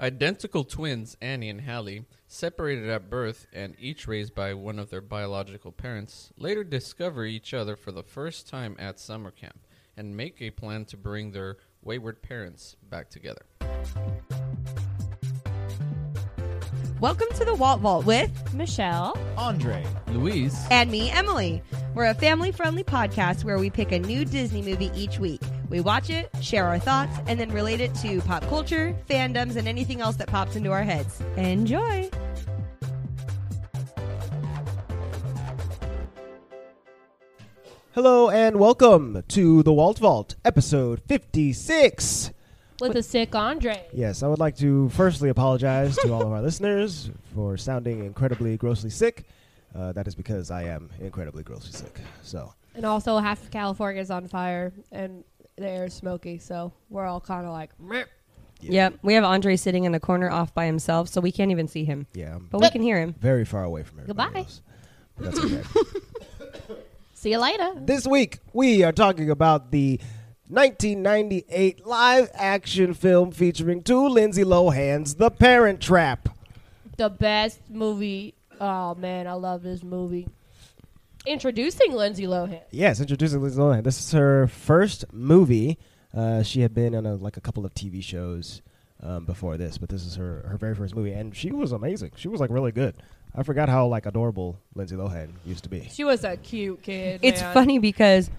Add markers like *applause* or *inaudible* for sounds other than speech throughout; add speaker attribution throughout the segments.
Speaker 1: Identical twins, Annie and Hallie, separated at birth and each raised by one of their biological parents, later discover each other for the first time at summer camp and make a plan to bring their wayward parents back together.
Speaker 2: Welcome to the Walt Vault with
Speaker 3: Michelle.
Speaker 4: Andre.
Speaker 1: Louise,
Speaker 2: and me, Emily. We're a family friendly podcast where we pick a new Disney movie each week. We watch it, share our thoughts, and then relate it to pop culture, fandoms, and anything else that pops into our heads. Enjoy!
Speaker 4: Hello and welcome to the Walt Vault, episode 56.
Speaker 3: With a sick Andre.
Speaker 4: Yes, I would like to firstly apologize to all of our listeners for sounding incredibly grossly sick. Uh, that is because I am incredibly grossly sick. So,
Speaker 3: And also half of California is on fire and the air is smoky, so we're all kind of like, "Meh."
Speaker 2: Yep, we have Andre sitting in a corner off by himself, so we can't even see him,
Speaker 4: yeah, I'm
Speaker 2: but we can hear him.
Speaker 4: very far away from everybody
Speaker 3: Goodbye.
Speaker 4: else. But that's okay.
Speaker 3: see you later.
Speaker 4: This week, we are talking about the 1998 live action film featuring two Lindsay Lohan's The Parent Trap.
Speaker 3: The best movie. Oh man, I love this movie. Introducing Lindsay Lohan.
Speaker 4: Yes, introducing Lindsay Lohan. This is her first movie. Uh, she had been on a, like a couple of TV shows um, before this, but this is her, her very first movie, and she was amazing. She was like really good. I forgot how like adorable Lindsay Lohan used to be.
Speaker 3: She was a cute kid.
Speaker 2: It's
Speaker 3: man.
Speaker 2: funny because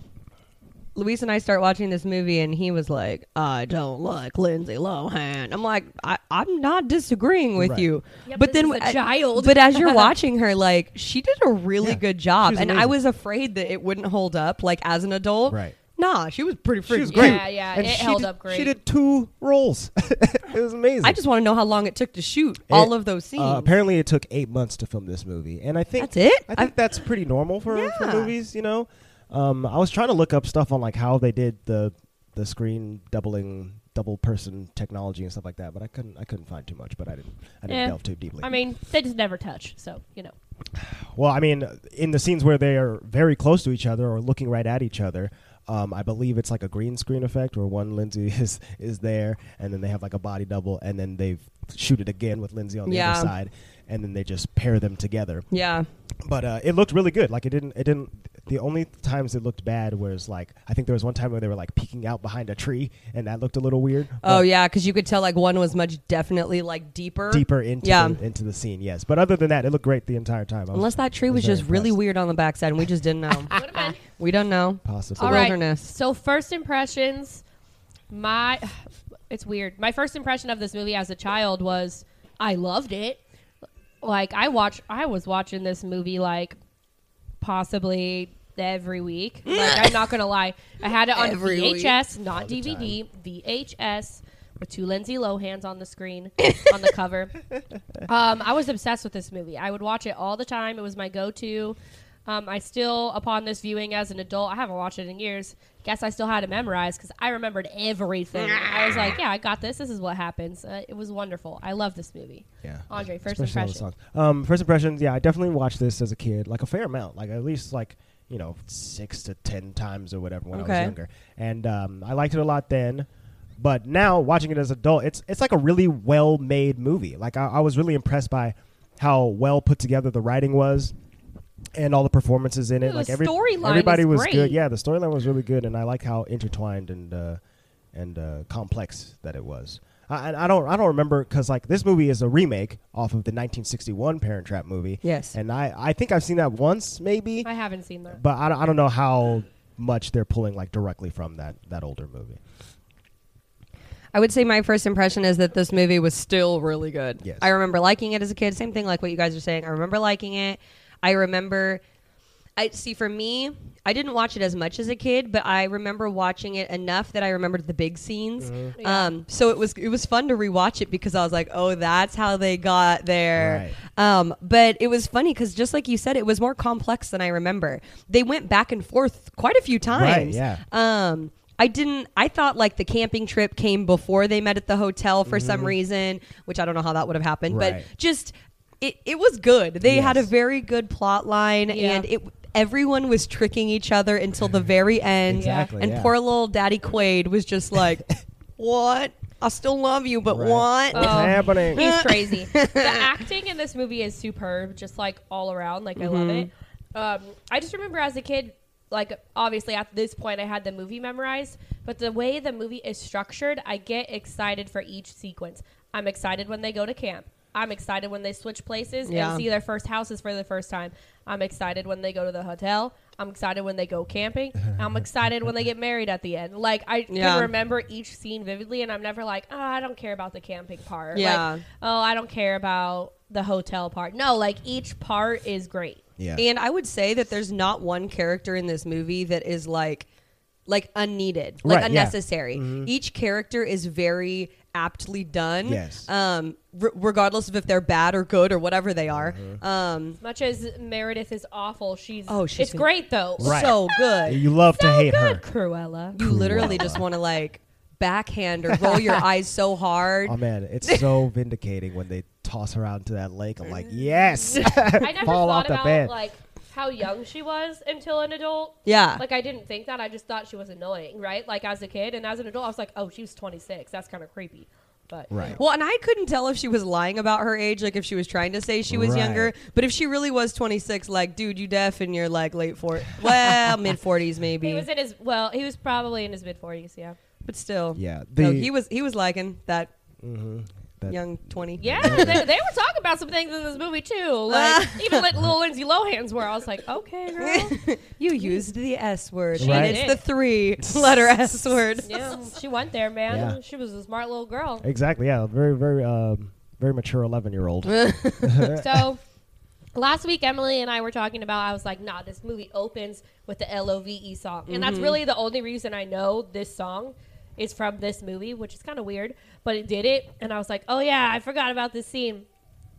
Speaker 2: Luis and I start watching this movie, and he was like, I don't like Lindsay Lohan. I'm like, I, I'm not disagreeing with
Speaker 4: Right.
Speaker 2: you.
Speaker 3: Yeah,
Speaker 2: but
Speaker 3: but this
Speaker 2: then,
Speaker 3: is a
Speaker 2: I-
Speaker 3: child.
Speaker 2: but
Speaker 3: *laughs*
Speaker 2: as you're watching her, like, she did a really
Speaker 4: Yeah,
Speaker 2: good job.
Speaker 4: she's
Speaker 2: And I
Speaker 4: amazing.
Speaker 2: was afraid that it wouldn't hold up, like, as an adult.
Speaker 4: Right.
Speaker 2: Nah, she was pretty
Speaker 4: She
Speaker 2: freaking
Speaker 4: was great.
Speaker 3: Yeah, yeah,
Speaker 4: and
Speaker 3: it
Speaker 4: she
Speaker 3: held
Speaker 4: did-
Speaker 3: up great.
Speaker 4: She did two roles. *laughs* it was amazing.
Speaker 2: I just want to know how long it took to shoot all of those scenes.
Speaker 4: Uh, apparently, it took eight months to film this movie, and I think
Speaker 2: That's it?
Speaker 4: I think
Speaker 2: I've-
Speaker 4: that's pretty normal for, for
Speaker 2: Yeah.
Speaker 4: movies. You know, um, I was trying to look up stuff on like how they did the the screen doubling double person technology and stuff like that, but I couldn't I couldn't find too much. But I didn't I didn't
Speaker 3: Yeah.
Speaker 4: delve too deeply.
Speaker 3: Eh. I mean, they just never touch, so you know.
Speaker 4: well, I mean, in the scenes where they are very close to each other or looking right at each other. Um, I believe it's like a green screen effect where one Lindsay *laughs* is is there, and then they have like a body double, and then they shoot it again with Lindsay on the
Speaker 2: Yeah.
Speaker 4: other side, and then they just pair them together.
Speaker 2: yeah.
Speaker 4: but uh, it looked really good. Like it didn't. It didn't. The only times it looked bad was like I think there was one time where they were like peeking out behind a tree, and that looked a little weird.
Speaker 2: Oh,
Speaker 4: but
Speaker 2: yeah, because you could tell, like, one was much definitely, like, deeper.
Speaker 4: Deeper into
Speaker 2: Yeah.
Speaker 4: the, into the scene, yes. But other than that, it looked great the entire time. I was
Speaker 2: Unless that tree was
Speaker 4: very
Speaker 2: just really
Speaker 4: impressed.
Speaker 2: weird on the backside and we just didn't
Speaker 4: *laughs*
Speaker 2: know. we don't know.
Speaker 4: possibly.
Speaker 2: All
Speaker 3: All
Speaker 2: right.
Speaker 3: right.
Speaker 2: wilderness.
Speaker 3: So first impressions, my *sighs* it's weird. My first impression of this movie as a child was I loved it. Like I watch I was watching this movie like possibly every week. Like I'm
Speaker 2: *laughs*
Speaker 3: not gonna lie. I had it on
Speaker 2: Every week.
Speaker 3: VHS, not DVD, VHS with two Lindsay Lohans on
Speaker 2: *laughs*
Speaker 3: the screen on the cover. Um, I was obsessed with this movie. I would watch it all the time. It was my go-to. Um, I still, upon this viewing as an adult, I haven't watched it in years. Guess I still had it memorized because I remembered everything. I was like, "Yeah, I got this. This is what happens." Uh, it was wonderful. I love this movie.
Speaker 4: Yeah.
Speaker 3: Andre, first
Speaker 4: Especially all the
Speaker 3: impression.
Speaker 4: songs. Um, first impressions. Yeah, I definitely watched this as a kid, like a fair amount, like at least like you know six to ten times or whatever when I
Speaker 2: Okay.
Speaker 4: was younger, and um, I liked it a lot then. But now watching it as an adult, it's it's like a really well made movie. Like I, I was really impressed by how well put together the writing was. And all the performances in it,
Speaker 3: Dude,
Speaker 4: like
Speaker 3: the
Speaker 4: every
Speaker 3: storyline
Speaker 4: everybody
Speaker 3: is
Speaker 4: was
Speaker 3: great.
Speaker 4: good. Yeah, the storyline was really good, and I like how intertwined and uh, and uh, complex that it was. I, and I don't I don't remember because like this movie is a remake off of the 1961 Parent Trap movie.
Speaker 2: Yes.
Speaker 4: and I I think I've seen that once maybe,
Speaker 3: I haven't seen that.
Speaker 4: but I don't, I don't know how much they're pulling like directly from that that older movie.
Speaker 2: I would say my first impression is that this movie was still really good.
Speaker 4: Yes.
Speaker 2: I remember liking it as a kid. Same thing like what you guys are saying. I remember liking it. I remember I see for me, I didn't watch it as much as a kid, but I remember watching it enough that I remembered the big scenes.
Speaker 4: Mm-hmm.
Speaker 3: Yeah.
Speaker 2: Um so it was it was fun to rewatch it because I was like, "Oh, that's how they got there." Um but it was funny cuz just like you said it was more complex than I remember. They went back and forth quite a few times.
Speaker 4: yeah.
Speaker 2: Um, I didn't. I thought like the camping trip came before they met at the hotel for some reason, which I don't know how that would have happened.
Speaker 4: Mm-hmm. Right.
Speaker 2: But just it, it was good. They had a
Speaker 4: Yes.
Speaker 2: very good plot line,
Speaker 3: Yeah.
Speaker 2: and it everyone was tricking each other
Speaker 4: *laughs*
Speaker 2: until the very end.
Speaker 4: Exactly,
Speaker 2: And
Speaker 4: yeah. *laughs*
Speaker 2: poor little Daddy Quaid was just like, "What I still love you, but
Speaker 4: Right.
Speaker 2: what?
Speaker 4: What's
Speaker 3: Oh. *laughs*
Speaker 4: happening?
Speaker 2: *laughs*
Speaker 3: He's crazy. the acting in this movie is superb, just like all around. Like I love it.
Speaker 2: Mm-hmm.
Speaker 3: Um, I just remember as a kid, like obviously at this point I had the movie memorized, but the way the movie is structured, I get excited for each sequence. I'm excited when they go to camp. I'm excited when they switch places
Speaker 2: Yeah.
Speaker 3: and see their first houses for the first time. I'm excited when they go to the hotel. I'm excited when they go camping. I'm excited when they get married at the end. Like I
Speaker 2: Yeah.
Speaker 3: can remember each scene vividly, and I'm never like, oh, I don't care about the camping part. Like,
Speaker 2: Yeah.
Speaker 3: oh, I don't care about the hotel part. No, like each part is great.
Speaker 4: Yeah.
Speaker 2: And I would say that there's not one character in this movie that is like like unneeded, like
Speaker 4: Right, yeah. Mm-hmm.
Speaker 2: unnecessary. Each character is very aptly done.
Speaker 4: Yes.
Speaker 2: Um r- regardless of if they're bad or good or whatever they are.
Speaker 4: Mm-hmm.
Speaker 2: Um
Speaker 3: As much as Meredith is awful, she's
Speaker 2: Oh, she's
Speaker 3: it's great though.
Speaker 4: Right.
Speaker 2: so good.
Speaker 4: you love to
Speaker 3: So
Speaker 4: hate her.
Speaker 3: good,
Speaker 4: *laughs*
Speaker 3: Cruella.
Speaker 2: You literally just want to like backhand or roll your eyes so hard.
Speaker 4: Oh man, it's
Speaker 3: *laughs*
Speaker 4: so vindicating when they toss her out into that lake. I'm like,
Speaker 3: *laughs*
Speaker 4: yes.
Speaker 3: I never
Speaker 4: Fall off
Speaker 3: thought
Speaker 4: the
Speaker 3: about
Speaker 4: bed.
Speaker 3: like how young she was until an adult.
Speaker 2: Yeah.
Speaker 3: Like I didn't think that. I just thought she was annoying, right? Like as a kid and as an adult, I was like, oh, she was 26. That's kind of creepy. But you
Speaker 4: Right.
Speaker 3: know.
Speaker 2: Well, and I couldn't tell if she was lying about her age, like if she was trying to say she was
Speaker 4: Right.
Speaker 2: younger, but if she really was 26, like, dude, you deaf and you're like late 40s, well, mid 40s maybe.
Speaker 3: he was in his well, he was probably in his mid 40s. Yeah.
Speaker 2: but still.
Speaker 4: Yeah,
Speaker 2: No,
Speaker 4: the- Mm-hmm.
Speaker 2: he was he was liking that
Speaker 4: That-
Speaker 2: young 20.
Speaker 3: Yeah, they, they were talking about some things in this movie too. Like even like little Lindsay Lohan's where I was like, okay,
Speaker 2: *laughs*
Speaker 3: girl,
Speaker 2: *laughs* you used the S word.
Speaker 3: She
Speaker 2: and
Speaker 4: did.
Speaker 2: it's the three letter S *laughs* word.
Speaker 3: yeah, she went there, man.
Speaker 4: Yeah.
Speaker 3: She was a smart little girl.
Speaker 4: Exactly. Yeah, very, very, um, very mature eleven year old.
Speaker 3: So last week, Emily and I were talking about. I was like, nah, this movie opens with the L O V E song, and that's really the only reason I know this song. Is from this movie, which is kind of weird, but it did it. And I was like, oh yeah, I forgot about this scene.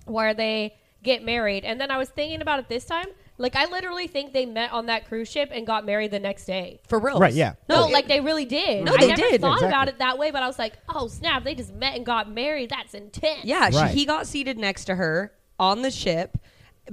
Speaker 3: where they get married. And then I was thinking about it this time. Like I literally think they met on that cruise ship and got married the next day.
Speaker 2: For real.
Speaker 4: Right, yeah.
Speaker 3: No,
Speaker 2: it-
Speaker 3: like they really did.
Speaker 2: No,
Speaker 3: I
Speaker 2: they
Speaker 3: never
Speaker 2: did.
Speaker 3: thought
Speaker 4: Exactly.
Speaker 3: about it that way, but I was like, oh snap, they just met and got married. That's intense.
Speaker 2: Yeah, she,
Speaker 4: Right.
Speaker 2: he got seated next to her on the ship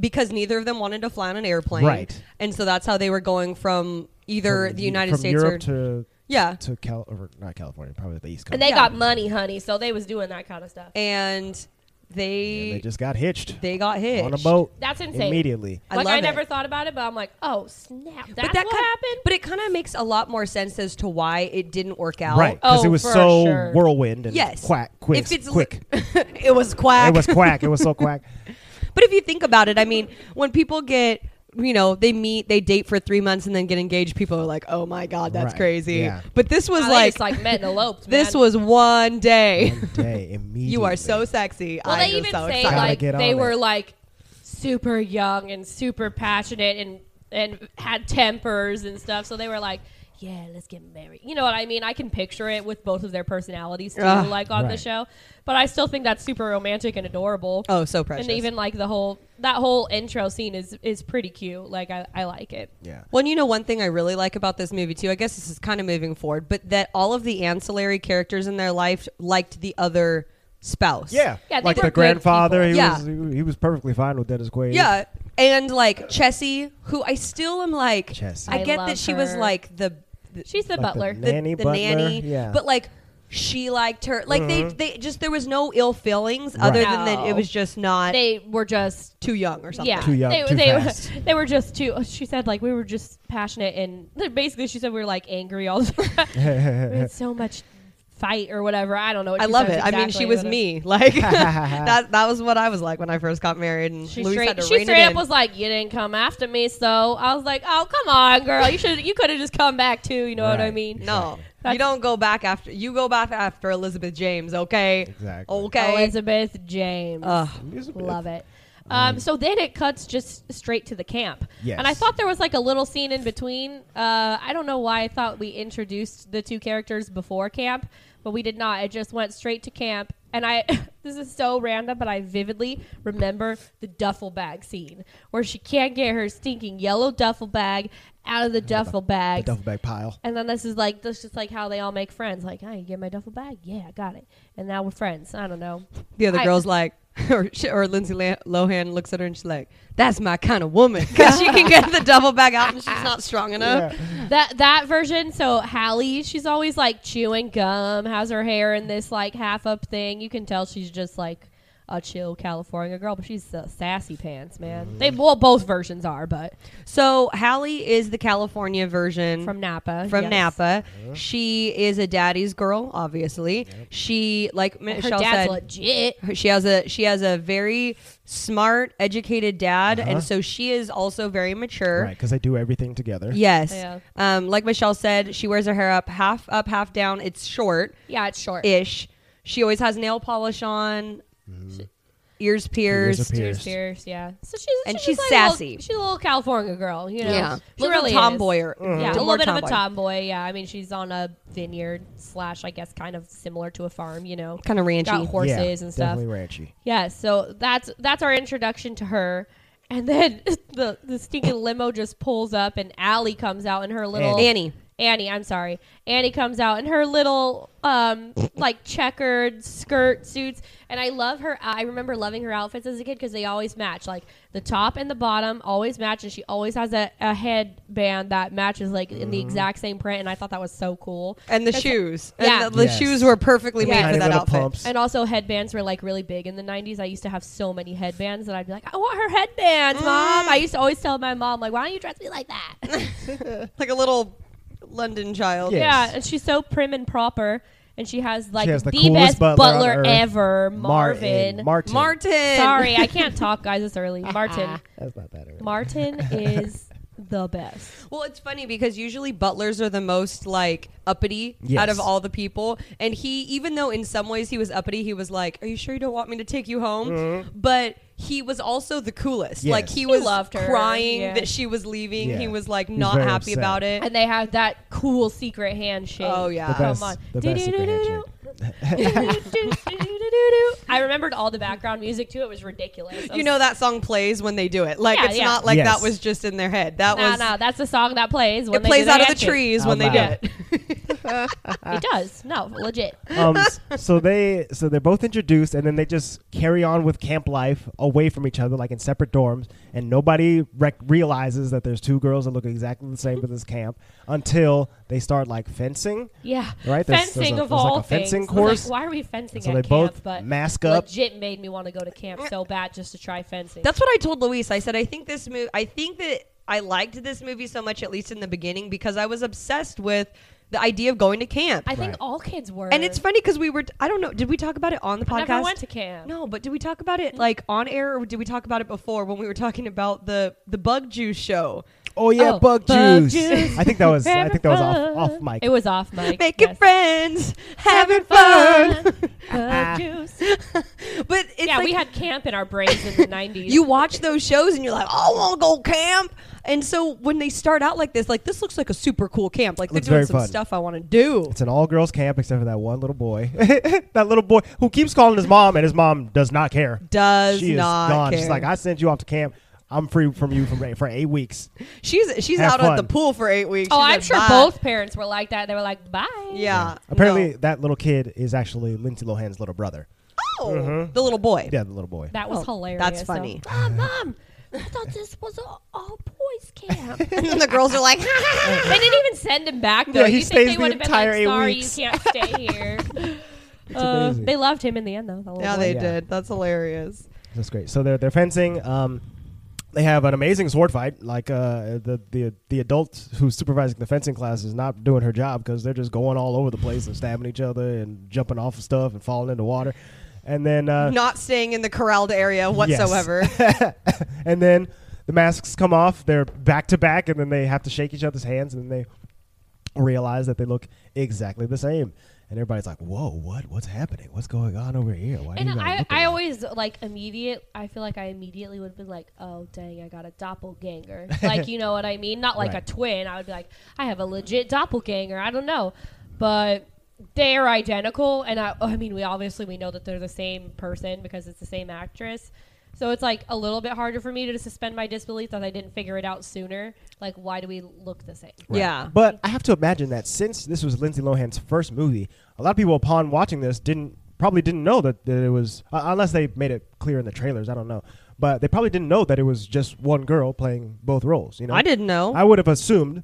Speaker 2: because neither of them wanted to fly on an airplane.
Speaker 4: Right.
Speaker 2: And so that's how they were going from either
Speaker 4: From
Speaker 2: the
Speaker 4: Eu-
Speaker 2: United
Speaker 4: from
Speaker 2: States
Speaker 4: Europe
Speaker 2: or
Speaker 4: to
Speaker 2: Yeah.
Speaker 4: to Cal or not California, probably the East Coast.
Speaker 3: And they
Speaker 2: Yeah.
Speaker 3: got money, honey, so they was doing that kind of stuff.
Speaker 2: and they
Speaker 4: And they just got hitched
Speaker 2: they got hit
Speaker 4: on a boat
Speaker 3: That's insane.
Speaker 4: immediately.
Speaker 2: I
Speaker 3: like
Speaker 2: love
Speaker 3: I
Speaker 2: it.
Speaker 3: never thought about it, but I'm like, oh snap, that's
Speaker 2: that
Speaker 3: what
Speaker 2: kind-
Speaker 3: happened.
Speaker 2: But it kind of makes a lot more sense as to why it didn't work out.
Speaker 4: Right, because
Speaker 3: Oh,
Speaker 4: it was
Speaker 3: for
Speaker 4: so
Speaker 3: sure.
Speaker 4: whirlwind and
Speaker 2: Yes.
Speaker 4: quack, quick,
Speaker 2: If it's
Speaker 4: quick.
Speaker 2: *laughs* it was quack.
Speaker 4: It was quack. It was so quack.
Speaker 2: *laughs* But if you think about it, I mean, when people get, you know, they meet, they date for three months and then get engaged, people are like, oh my God, that's
Speaker 4: Right.
Speaker 2: crazy.
Speaker 4: Yeah.
Speaker 2: But this was
Speaker 3: Nah, they
Speaker 2: like,
Speaker 3: just like met and
Speaker 2: *laughs*
Speaker 3: eloped.
Speaker 2: this
Speaker 3: man.
Speaker 2: was one day.
Speaker 4: One day immediately.
Speaker 2: *laughs* you are so sexy.
Speaker 3: Well,
Speaker 2: I
Speaker 3: they
Speaker 2: am
Speaker 3: even
Speaker 2: so
Speaker 3: say
Speaker 2: excited.
Speaker 3: like
Speaker 4: get
Speaker 3: they
Speaker 4: on
Speaker 3: were
Speaker 4: it.
Speaker 3: like super young and super passionate and and had tempers and stuff. So they were like, "Yeah, let's get married." You know what I mean? I can picture it with both of their personalities too,
Speaker 2: Ugh.
Speaker 3: like on the
Speaker 4: Right.
Speaker 3: show. But I still think that's super romantic and adorable.
Speaker 2: oh, so precious.
Speaker 3: and even like the whole that whole intro scene is is pretty cute. Like I, I like it.
Speaker 4: Yeah.
Speaker 2: Well, and you know, one thing I really like about this movie too. I guess this is kind of moving forward, but that all of the ancillary characters in their life liked the other spouse.
Speaker 4: Yeah.
Speaker 3: Yeah, they
Speaker 4: like
Speaker 3: were
Speaker 4: the
Speaker 3: good
Speaker 4: grandfather, he
Speaker 2: people.
Speaker 4: was he was perfectly fine with Dennis Quaid. *laughs*
Speaker 2: Yeah. And like Chessie, who I still am like,
Speaker 4: Chessie.
Speaker 2: I
Speaker 3: I
Speaker 2: get
Speaker 3: love
Speaker 2: that she was
Speaker 3: her.
Speaker 2: like the, the
Speaker 3: She's the
Speaker 4: Like the
Speaker 3: butler.
Speaker 4: na- Nanny,
Speaker 2: the
Speaker 4: butler,
Speaker 2: nanny,
Speaker 4: yeah. Mm-hmm.
Speaker 2: but like she liked her. Like they, they just there was no ill feelings other
Speaker 4: Right.
Speaker 2: than that it
Speaker 3: No.
Speaker 2: was just not
Speaker 3: they were just
Speaker 2: too young or something.
Speaker 3: Yeah,
Speaker 4: Too young,
Speaker 3: they,
Speaker 4: too
Speaker 3: they,
Speaker 4: fast.
Speaker 3: *laughs* they were just too. uh, She said like we were just passionate and basically she said we were like angry all *laughs* the time.
Speaker 4: *laughs*
Speaker 3: we had so much fight or whatever. I don't know. what
Speaker 2: I
Speaker 3: she
Speaker 2: love it.
Speaker 3: says
Speaker 2: I mean, she
Speaker 3: exactly,
Speaker 2: was
Speaker 3: but uh,
Speaker 2: me.
Speaker 4: *laughs*
Speaker 2: Like that. That was what I was like when I first got married, and
Speaker 3: She
Speaker 2: Luis had
Speaker 3: straight,
Speaker 2: to
Speaker 3: she
Speaker 2: rein
Speaker 3: straight
Speaker 2: it
Speaker 3: up
Speaker 2: in.
Speaker 3: was like, "You didn't come after me," so I was like, "Oh, come on, girl. You should. You could have just come back too. You know what I
Speaker 4: Right.
Speaker 3: mean?"
Speaker 2: No,
Speaker 3: That's-
Speaker 2: you don't go back after. You go back after Elizabeth James, okay?
Speaker 4: Exactly.
Speaker 2: Okay.
Speaker 3: Elizabeth James.
Speaker 2: Ugh.
Speaker 3: Love it. Um, so then it cuts just straight to the camp.
Speaker 4: Yes.
Speaker 3: And I thought there was like a little scene in between. Uh, I don't know why I thought we introduced the two characters before camp, but we did not. It just went straight to camp. And I, *laughs* this is so random, but I vividly remember the duffel bag scene where she can't get her stinking yellow duffel bag out of the duffel
Speaker 4: The
Speaker 3: bag.
Speaker 4: duffel bag pile.
Speaker 3: And then this is like this is just like how they all make friends. Like, I you get my duffel bag, yeah, I got it, and now we're friends. I don't know.
Speaker 2: The other
Speaker 3: I-
Speaker 2: girl's like, *laughs* or, she, or Lindsay La- Lohan looks at her and she's like, "That's my kind of
Speaker 3: *laughs*
Speaker 2: woman," because she can get the double back out and she's not strong enough.
Speaker 3: That that version. So Hallie, she's always like chewing gum, has her hair in this like half up thing. You can tell she's just like a chill California girl, but she's uh, sassy pants, man. They
Speaker 2: Mm.
Speaker 3: well, both versions are, but
Speaker 2: So Hallie is the California version
Speaker 3: from Napa,
Speaker 2: Mm. from
Speaker 3: yes.
Speaker 2: Napa. She is a daddy's girl, obviously. She like
Speaker 3: Her
Speaker 2: Michelle said,
Speaker 3: dad's legit.
Speaker 2: her- she has a she has a very smart, educated dad, and so she is also very mature.
Speaker 4: Right, because they do everything together.
Speaker 2: Yes.
Speaker 3: Yeah.
Speaker 2: Um, like Michelle said, she wears her hair up half up, half down. It's short
Speaker 3: Yeah, it's short.
Speaker 2: ish. She always has nail polish on,
Speaker 4: Mm-hmm.
Speaker 2: ears
Speaker 4: Ears are
Speaker 2: pierced.
Speaker 3: Tears,
Speaker 4: pierced.
Speaker 3: tears, yeah. So she's
Speaker 2: And
Speaker 3: she's,
Speaker 2: she's
Speaker 3: like a little-
Speaker 2: sassy.
Speaker 3: she's a little California girl, you know.
Speaker 2: Yeah,
Speaker 3: she
Speaker 2: Little Mm-hmm.
Speaker 3: really is.
Speaker 2: tomboy. or-
Speaker 3: Yeah, a
Speaker 2: more
Speaker 3: little bit of a tomboy. Yeah, I mean, she's on a vineyard slash, I guess, kind of similar to a farm. You know,
Speaker 2: Kind of ranchy.
Speaker 3: got horses
Speaker 4: yeah,
Speaker 3: and stuff.
Speaker 4: Definitely ranchy.
Speaker 3: Yeah, so that's that's our introduction to her. And then *laughs* the the stinking limo just pulls up, and Allie comes out in her little
Speaker 4: Annie.
Speaker 2: Annie.
Speaker 3: Annie, I'm sorry. Annie comes out in her little um like checkered skirt suits, and I love her. I remember loving her outfits as a kid because they always match. Like the top and the bottom always match, and she always has a, a headband that matches like in the exact same print. And I thought that was so cool.
Speaker 2: Mm-hmm. And the shoes.
Speaker 3: Yeah.
Speaker 2: And the, the
Speaker 4: Yes.
Speaker 2: shoes were perfectly
Speaker 3: Yeah.
Speaker 2: made for
Speaker 4: Tiny
Speaker 2: that
Speaker 4: little
Speaker 2: outfit.
Speaker 4: pumps.
Speaker 3: And also headbands were like really big in the 90s. I used to have so many headbands that I'd be like, I want her headbands,
Speaker 2: Mm.
Speaker 3: mom. I used to always tell my mom like, why don't you dress me
Speaker 2: *laughs*
Speaker 3: like that?
Speaker 2: Like a little London child.
Speaker 4: Yeah.
Speaker 3: Yeah,
Speaker 4: Yes.
Speaker 3: and she's so prim and proper, and she has like
Speaker 4: has
Speaker 3: the,
Speaker 4: the coolest
Speaker 3: best butler,
Speaker 4: butler on earth,
Speaker 3: ever, Marvin.
Speaker 4: Martin. Martin.
Speaker 2: Martin.
Speaker 3: Sorry, I
Speaker 2: *laughs*
Speaker 3: can't talk, guys. It's early. Martin.
Speaker 4: That's not that early.
Speaker 3: Martin is the best.
Speaker 2: Well, it's funny because usually butlers are the most like uppity
Speaker 4: Yes.
Speaker 2: out of all the people, and he, even though in some ways he was uppity, he was like, "Are you sure you don't want me to take you home?" But he was also the coolest.
Speaker 4: Mm-hmm. Yes.
Speaker 2: Like he
Speaker 4: He
Speaker 2: was
Speaker 3: loved her.
Speaker 2: crying
Speaker 3: Yeah.
Speaker 2: that she was leaving.
Speaker 4: Yeah.
Speaker 2: He was like
Speaker 4: He was
Speaker 2: not
Speaker 4: very
Speaker 2: happy
Speaker 4: upset.
Speaker 2: about it.
Speaker 3: And they have that cool secret handshake.
Speaker 2: oh yeah, *laughs*
Speaker 4: The best,
Speaker 3: Come on.
Speaker 4: the best secret
Speaker 3: Do-do-do-do-do.
Speaker 4: handshake.
Speaker 3: Do-do-do-do-do-do. *laughs* I remembered all the background music too. It was ridiculous.
Speaker 2: you know that song plays when they do it. Like
Speaker 3: Yeah,
Speaker 2: it's
Speaker 3: yeah.
Speaker 2: not like
Speaker 4: Yes.
Speaker 2: that was just in their head. That
Speaker 3: No,
Speaker 2: was
Speaker 3: no, that's the song that plays when
Speaker 2: it
Speaker 3: they
Speaker 2: plays
Speaker 3: do
Speaker 2: out of the
Speaker 3: handshake.
Speaker 2: trees when
Speaker 4: Out
Speaker 2: they
Speaker 4: loud.
Speaker 2: do it.
Speaker 3: It does. No, legit.
Speaker 4: um, s-
Speaker 3: *laughs*
Speaker 4: so they so they're both introduced and then they just carry on with camp life away from each other like in separate dorms and nobody rec- realizes that there's two girls that look exactly the same for this camp until they start like fencing
Speaker 3: Yeah.
Speaker 4: Right, there's-
Speaker 3: Fencing
Speaker 4: there's a-
Speaker 3: of
Speaker 4: there's like
Speaker 3: all
Speaker 4: a fencing
Speaker 3: things. I was
Speaker 4: course.
Speaker 3: Like, why are we fencing
Speaker 4: so
Speaker 3: at
Speaker 4: they
Speaker 3: camp?
Speaker 4: both
Speaker 3: but
Speaker 4: mask up
Speaker 3: legit made me want to go to camp so bad just to try fencing.
Speaker 2: That's what I told Luis. I said I think this movie. I think that I liked this movie so much, at least in the beginning, because I was obsessed with the idea of going to camp.
Speaker 3: I think
Speaker 4: Right.
Speaker 3: all kids were.
Speaker 2: and it's funny because we were. I don't know. Did we talk about it on the
Speaker 3: I
Speaker 2: podcast?
Speaker 3: never went to camp.
Speaker 2: no, but did we talk about it like on air, or did we talk about it before when we were talking about the the bug juice show?
Speaker 4: oh yeah
Speaker 3: Oh,
Speaker 4: bug,
Speaker 3: bug
Speaker 4: juice.
Speaker 3: juice.
Speaker 4: i think that was i
Speaker 3: Having
Speaker 4: think that was
Speaker 3: fun. *laughs*
Speaker 4: off off mic
Speaker 3: It was off mic.
Speaker 2: Making
Speaker 3: yes.
Speaker 2: friends, having fun.
Speaker 4: Ah.
Speaker 3: Bug juice.
Speaker 2: but it's
Speaker 3: yeah,
Speaker 2: like,
Speaker 3: we had camp in our brains
Speaker 2: *laughs*
Speaker 3: in the 90s.
Speaker 2: you watch those shows and you're like, oh, I want to go camp. And so when they start out like this, like this looks like a super cool camp. Like they're
Speaker 4: Looks
Speaker 2: doing
Speaker 4: very
Speaker 2: some
Speaker 4: fun.
Speaker 2: stuff I want to do.
Speaker 4: it's an all girls camp except for that one little boy. *laughs* that little boy who keeps calling his mom and his mom does not care.
Speaker 2: Does
Speaker 4: she is
Speaker 2: not
Speaker 4: gone.
Speaker 2: care.
Speaker 4: She's like, I sent you off to camp. I'm free from you from for
Speaker 2: *laughs*
Speaker 4: eight weeks.
Speaker 2: She's she's
Speaker 4: Have
Speaker 2: out at
Speaker 4: fun.
Speaker 2: the pool for eight weeks.
Speaker 3: oh,
Speaker 2: She's
Speaker 3: I'm
Speaker 2: like,
Speaker 3: sure
Speaker 2: "Bye."
Speaker 3: both parents were like that. They were like, bye.
Speaker 2: Yeah.
Speaker 4: Apparently,
Speaker 2: no.
Speaker 4: that little kid is actually Lindsay Lohan's little brother.
Speaker 2: Oh, the little boy.
Speaker 4: uh-huh. Yeah, the little boy.
Speaker 3: That was
Speaker 2: Oh,
Speaker 3: hilarious.
Speaker 2: that's
Speaker 3: So,
Speaker 2: funny.
Speaker 3: Mom, mom, I thought this was an all boys camp.
Speaker 2: *laughs* And then the girls are like, *laughs*
Speaker 3: *laughs* they didn't even send him back though.
Speaker 4: Yeah, he
Speaker 3: you think they
Speaker 4: stays the
Speaker 3: would have been
Speaker 4: entire
Speaker 3: like,
Speaker 4: eight
Speaker 3: "Sorry,
Speaker 4: weeks."
Speaker 3: you can't stay
Speaker 4: *laughs*
Speaker 3: here." Uh,
Speaker 4: amazing.
Speaker 3: they loved him in the end though. the little
Speaker 2: yeah,
Speaker 3: boy.
Speaker 2: they
Speaker 4: Yeah.
Speaker 2: did. That's hilarious.
Speaker 4: That's great. So they're they're fencing. Um, they have an amazing sword fight. Like uh, the the the adult who's supervising the fencing class is not doing her job because they're just going all over the place and stabbing each other and jumping off of stuff and falling into water. And then uh,
Speaker 2: Not staying in the corralled area
Speaker 4: *laughs*
Speaker 2: whatsoever.
Speaker 4: and then the masks come off. They're back to back, and then they have to shake each other's hands, and then they realize that they look exactly the same. And everybody's like, "Whoa, what? What's happening? What's going on over here? Why?" do
Speaker 3: And
Speaker 4: you guys
Speaker 3: I,
Speaker 4: look
Speaker 3: I
Speaker 4: alike?"
Speaker 3: always like immediate. I feel like I immediately would have been like, "Oh dang, I got a doppelganger." like you know what I
Speaker 4: *laughs*
Speaker 3: mean? Not like
Speaker 4: Right.
Speaker 3: a twin. I would be like, "I have a legit doppelganger." I don't know, but they're identical, and I, I mean, we obviously we know that they're the same person because it's the same actress. So it's like a little bit harder for me to suspend my disbelief that I didn't figure it out sooner. Like, why do we look the same?
Speaker 4: Right.
Speaker 2: Yeah.
Speaker 4: But I have to imagine that since this was Lindsay Lohan's first movie, a lot of people upon watching this didn't probably didn't know that, that it was uh, unless they made it clear in the trailers. I don't know, but they probably didn't know that it was just one girl playing both roles. You know,
Speaker 2: I didn't know.
Speaker 4: I would have assumed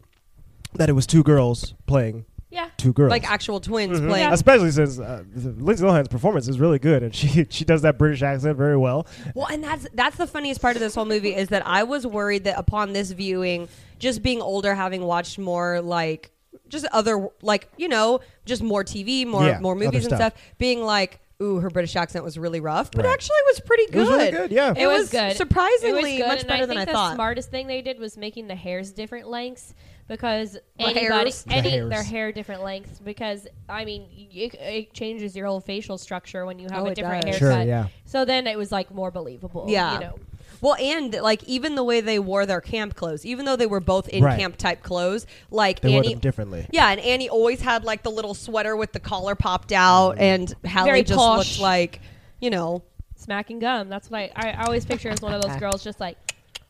Speaker 4: that it was two girls playing
Speaker 3: Yeah.
Speaker 4: two girls.
Speaker 2: like actual twins
Speaker 4: Mhm.
Speaker 2: playing.
Speaker 3: Yeah.
Speaker 4: Especially since uh, Lindsay Lohan's performance is really good, and *laughs* she she does that British accent very well.
Speaker 2: Well, and that's that's the funniest part of this whole movie is that I was worried that upon this viewing, just being older, having watched more like just other like you know just more TV, more
Speaker 4: Yeah,
Speaker 2: more
Speaker 4: other
Speaker 2: movies and
Speaker 4: stuff.
Speaker 2: stuff, being like. Ooh, her British accent was really rough, but
Speaker 4: Right.
Speaker 2: actually it was pretty good.
Speaker 4: It was really good, *laughs* yeah.
Speaker 2: It, was, surprisingly
Speaker 3: It was good,
Speaker 2: much
Speaker 3: and
Speaker 2: better
Speaker 3: I
Speaker 2: than I
Speaker 3: think the
Speaker 2: thought.
Speaker 3: Smartest thing they did was making the hairs different lengths because
Speaker 2: The
Speaker 3: anybody
Speaker 2: hairs?
Speaker 3: any
Speaker 4: The hairs.
Speaker 3: their hair different lengths because I mean it, it changes your whole facial structure when you have
Speaker 2: Oh,
Speaker 3: a
Speaker 2: it
Speaker 3: different
Speaker 2: does.
Speaker 3: haircut.
Speaker 4: Sure, yeah.
Speaker 3: So then it was like more believable.
Speaker 2: Yeah.
Speaker 3: You know.
Speaker 2: Well, and like even the way they wore their camp clothes, even though they were both in
Speaker 4: Right.
Speaker 2: camp type clothes, like
Speaker 4: They wore
Speaker 2: Annie
Speaker 4: them differently.
Speaker 2: Yeah, and Annie always had like the little sweater with the collar popped out,
Speaker 4: Mm-hmm.
Speaker 2: and Hallie
Speaker 3: Very
Speaker 2: just
Speaker 3: posh.
Speaker 2: looked like, you know,
Speaker 3: Smacking gum. That's what I, I I always picture as one
Speaker 2: *laughs*
Speaker 3: of those girls just like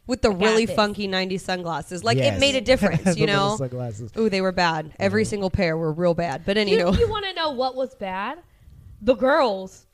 Speaker 2: with the really
Speaker 3: this.
Speaker 2: funky '90s sunglasses. Like it
Speaker 4: Yes. *laughs*
Speaker 2: made a difference, you
Speaker 4: The little
Speaker 2: know.
Speaker 4: sunglasses. Mm-hmm.
Speaker 2: Ooh, they were bad. Every single pair were real bad. But
Speaker 3: you,
Speaker 2: anywho,
Speaker 3: you want to know what was bad? The girls.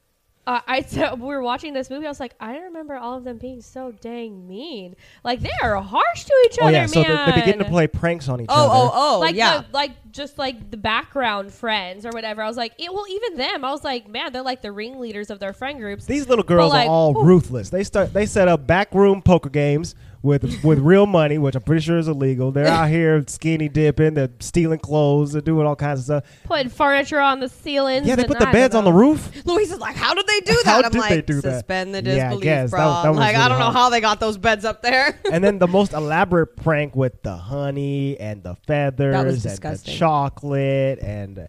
Speaker 3: Uh, I *laughs* so we were watching this movie. I was like, I remember all of them being so dang mean. Like they are harsh to each
Speaker 4: Oh
Speaker 3: other,
Speaker 4: yeah, so they,
Speaker 3: man.
Speaker 4: they begin to play pranks on each
Speaker 2: oh,
Speaker 4: other.
Speaker 2: oh, oh,
Speaker 3: like
Speaker 2: yeah.
Speaker 3: the, like just like the background friends or whatever. I was like, it, well, even them. I was like, man, they're like the ringleaders of their friend groups.
Speaker 4: These little girls
Speaker 3: like,
Speaker 4: are all
Speaker 3: whew.
Speaker 4: ruthless. They start they set up backroom poker games with with real money, which I'm pretty sure is
Speaker 2: *laughs*
Speaker 4: illegal. They're out here skinny dipping, they're stealing clothes, they're doing all kinds of stuff.
Speaker 3: putting furniture on the ceilings.
Speaker 4: Yeah, they
Speaker 3: and
Speaker 4: put the
Speaker 3: I
Speaker 4: beds
Speaker 3: don't
Speaker 4: on the
Speaker 3: know.
Speaker 4: roof.
Speaker 2: Louise is like, "How did they do that?"
Speaker 4: *laughs* How
Speaker 2: I'm
Speaker 4: did
Speaker 2: like,
Speaker 4: they do that?
Speaker 2: "Suspend the
Speaker 4: Yeah, I
Speaker 2: disbelief,
Speaker 4: guess.
Speaker 2: bro."
Speaker 4: That was- that was
Speaker 2: like, I
Speaker 4: really
Speaker 2: don't know
Speaker 4: hard.
Speaker 2: how they got those beds up there.
Speaker 4: and then the most elaborate prank with the honey and the feathers and the
Speaker 2: disgusting.
Speaker 4: chocolate and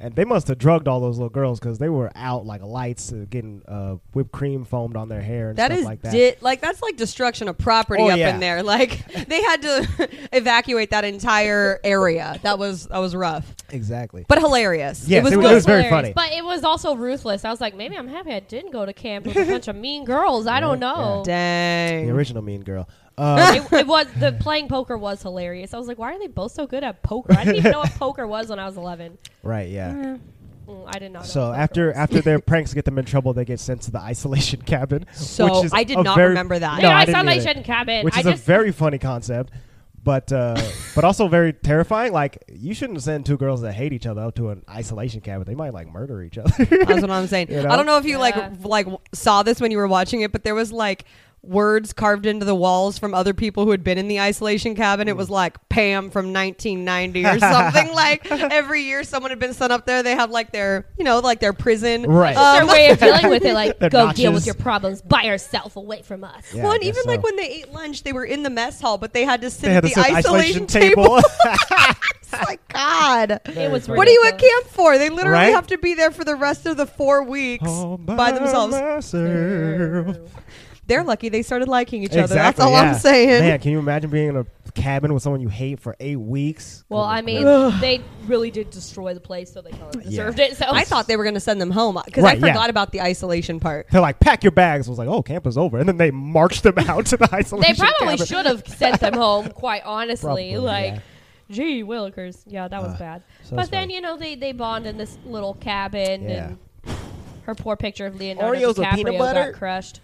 Speaker 4: and they must have drugged all those little girls because they were out like lights, uh, getting uh, whipped cream foamed on their hair and
Speaker 2: That
Speaker 4: stuff
Speaker 2: is
Speaker 4: like that.
Speaker 2: Di- like that's like destruction of property
Speaker 4: Oh,
Speaker 2: up
Speaker 4: yeah.
Speaker 2: in there. Like *laughs* they had to evacuate that entire area. That was that was rough,
Speaker 4: exactly.
Speaker 2: but hilarious.
Speaker 4: Yes,
Speaker 2: it was
Speaker 4: it
Speaker 2: good.
Speaker 4: was- it was very
Speaker 3: hilarious,
Speaker 4: funny.
Speaker 3: but it was also ruthless. I was like, maybe I'm happy I didn't go to camp with a bunch of mean girls. I
Speaker 4: *laughs*
Speaker 3: don't know.
Speaker 2: Dang.
Speaker 4: the original Mean Girl. Uh,
Speaker 2: *laughs*
Speaker 3: it, it was the playing poker was hilarious. I was like, why are they both so good at poker? I didn't even
Speaker 2: *laughs*
Speaker 3: know what poker was when I was 11.
Speaker 4: right, yeah.
Speaker 3: Mm, I did not. know what
Speaker 4: So
Speaker 3: poker
Speaker 4: after
Speaker 3: was.
Speaker 4: after
Speaker 3: *laughs*
Speaker 4: their pranks get them in trouble, they get sent to the isolation *laughs* cabin.
Speaker 2: So,
Speaker 4: which is
Speaker 2: I did
Speaker 4: a
Speaker 2: not
Speaker 4: very-
Speaker 2: remember that.
Speaker 4: No,
Speaker 3: Yeah,
Speaker 4: I
Speaker 3: I
Speaker 4: didn't
Speaker 3: sound like
Speaker 4: either.
Speaker 3: Shed and Cabin.
Speaker 4: Which
Speaker 3: I
Speaker 4: is a
Speaker 3: just-
Speaker 4: very funny concept, but
Speaker 3: *laughs*
Speaker 4: uh, but also very terrifying. Like you shouldn't send two girls that hate each other out to an isolation cabin. They might like murder each
Speaker 3: *laughs*
Speaker 4: other.
Speaker 2: *laughs* That's what I'm saying.
Speaker 4: *laughs* You know?
Speaker 2: I don't know if you
Speaker 3: Yeah.
Speaker 2: like like saw this when you were watching it, but there was like words carved into the walls from other people who had been in the isolation cabin. It was like Pam from 1990
Speaker 4: *laughs*
Speaker 2: or something. like every year, someone had been sent up there. They had like their you know like their prison
Speaker 4: *laughs* Right.
Speaker 2: um,
Speaker 3: their way of dealing with it, like
Speaker 4: Their
Speaker 3: go deal with
Speaker 4: notches.
Speaker 3: your problems by yourself, away from us.
Speaker 4: Yeah,
Speaker 2: well,
Speaker 4: I
Speaker 2: and
Speaker 4: guess
Speaker 2: even like
Speaker 4: so.
Speaker 2: when they ate lunch, they were in the mess hall, but they had to sit
Speaker 4: they
Speaker 2: at
Speaker 4: had
Speaker 2: the
Speaker 4: to sit at the
Speaker 2: isolation, *laughs*
Speaker 4: isolation table.
Speaker 2: it's like God.
Speaker 3: It was.
Speaker 2: What are you at
Speaker 3: ridiculous.
Speaker 2: camp for? They literally
Speaker 4: Right? Oh,
Speaker 2: have to be there for the rest of the four weeks
Speaker 4: *laughs*
Speaker 2: *laughs*
Speaker 4: All
Speaker 2: by themselves.
Speaker 4: myself.
Speaker 2: They're lucky they started liking each other.
Speaker 4: Exactly,
Speaker 2: That's all
Speaker 4: yeah.
Speaker 2: I'm saying.
Speaker 4: Man, can you imagine being in a cabin with someone you hate for eight weeks?
Speaker 3: Well,
Speaker 4: Goodness *laughs*
Speaker 3: I mean,
Speaker 4: gracious.
Speaker 3: they really did destroy the place, so they kind of deserved
Speaker 4: Yeah.
Speaker 3: it. So
Speaker 2: I thought they were going to send them home because I
Speaker 4: Right, yeah.
Speaker 2: forgot about the isolation part.
Speaker 4: they're like, pack your bags. I was like, oh, camp is over, and then they marched them out to the isolation.
Speaker 3: *laughs* they probably
Speaker 4: cabin.
Speaker 3: should have sent
Speaker 4: *laughs*
Speaker 3: them home. Quite honestly,
Speaker 4: Probably,
Speaker 3: like.
Speaker 4: yeah. Uh,
Speaker 3: Gee, Willikers. Yeah, that was bad.
Speaker 4: so
Speaker 3: but
Speaker 4: it's
Speaker 3: then,
Speaker 4: fine.
Speaker 3: you know, they, they bond in this little cabin
Speaker 4: Yeah.
Speaker 3: and her poor picture of Leonardo
Speaker 4: Oreos with
Speaker 3: DiCaprio
Speaker 4: peanut butter?
Speaker 3: got crushed.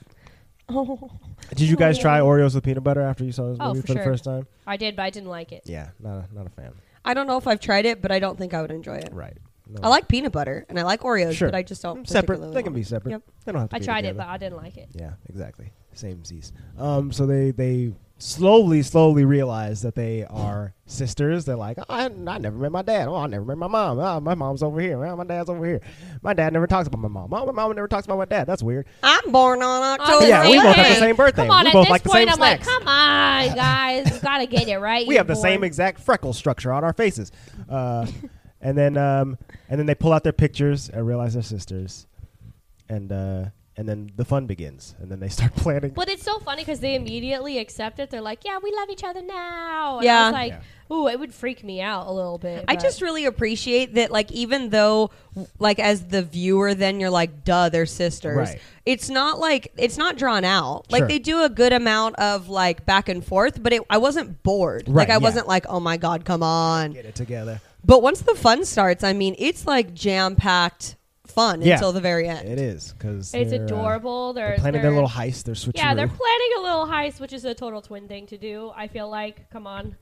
Speaker 4: Did you guys try Oreos with peanut butter after you saw this
Speaker 3: Oh,
Speaker 4: movie
Speaker 3: for
Speaker 4: for the
Speaker 3: sure.
Speaker 4: first time?
Speaker 3: I did, but I didn't like it.
Speaker 4: Yeah, not a, not a fan.
Speaker 2: I don't know if I've tried it, but I don't think I would enjoy it.
Speaker 4: Right. No.
Speaker 2: I like peanut butter and I like Oreos,
Speaker 4: Sure.
Speaker 2: but I just don't.
Speaker 4: separate.
Speaker 2: particularly
Speaker 4: They can be
Speaker 2: want-
Speaker 4: separate.
Speaker 2: Yep.
Speaker 4: They don't have to.
Speaker 3: I
Speaker 4: be
Speaker 3: tried it,
Speaker 4: together.
Speaker 3: but I didn't like it.
Speaker 4: Yeah, exactly. Same Z's. Um, so they they slowly, slowly realize that they are sisters. They're like, oh, I, I never met my dad. Oh, I never met my mom. Oh, my mom's over here. Oh, my dad's over here. My dad never talks about my mom. Oh, my mom never talks about my dad. That's weird.
Speaker 2: I'm born on October.
Speaker 4: Yeah, we
Speaker 3: same
Speaker 4: both have the
Speaker 3: day.
Speaker 4: same birthday.
Speaker 3: Come on,
Speaker 4: We
Speaker 3: at
Speaker 4: both
Speaker 3: this
Speaker 4: like the
Speaker 3: point,
Speaker 4: same
Speaker 3: I'm
Speaker 4: snacks.
Speaker 3: like,
Speaker 4: *laughs*
Speaker 3: come on, guys, you gotta get it right.
Speaker 4: we
Speaker 3: you
Speaker 4: have the same
Speaker 3: bored.
Speaker 4: exact freckle structure on our faces.
Speaker 3: *laughs*
Speaker 4: Uh, and then um, and then they pull out their pictures and realize they're sisters, and uh, and then the fun begins. And then they start *laughs* planning.
Speaker 3: But it's so funny because they immediately accept it. They're like, "Yeah, we love each other now." And I
Speaker 2: Yeah.
Speaker 3: was like, "Ooh, it would freak me out a little bit."
Speaker 2: I
Speaker 3: but-
Speaker 2: just really appreciate that, like, even though, like, as the viewer, then you're like, duh, they're sisters.
Speaker 4: Right.
Speaker 2: It's not like, it's not drawn out. Like,
Speaker 4: Sure.
Speaker 2: they do a good amount of, like, back and forth, but it, I wasn't bored. like,
Speaker 4: Right,
Speaker 2: I
Speaker 4: yeah.
Speaker 2: wasn't like, oh my God, come on.
Speaker 4: Get it together.
Speaker 2: But once the fun starts, I mean, it's like jam packed fun
Speaker 4: Yeah.
Speaker 2: until the very end.
Speaker 4: It is because
Speaker 3: It's adorable.
Speaker 4: they're
Speaker 3: They're,
Speaker 4: planning
Speaker 3: they're-
Speaker 4: their little heist. They're switching.
Speaker 3: Yeah, they're planning a little heist, which is a total twin thing to do. I feel like, come on.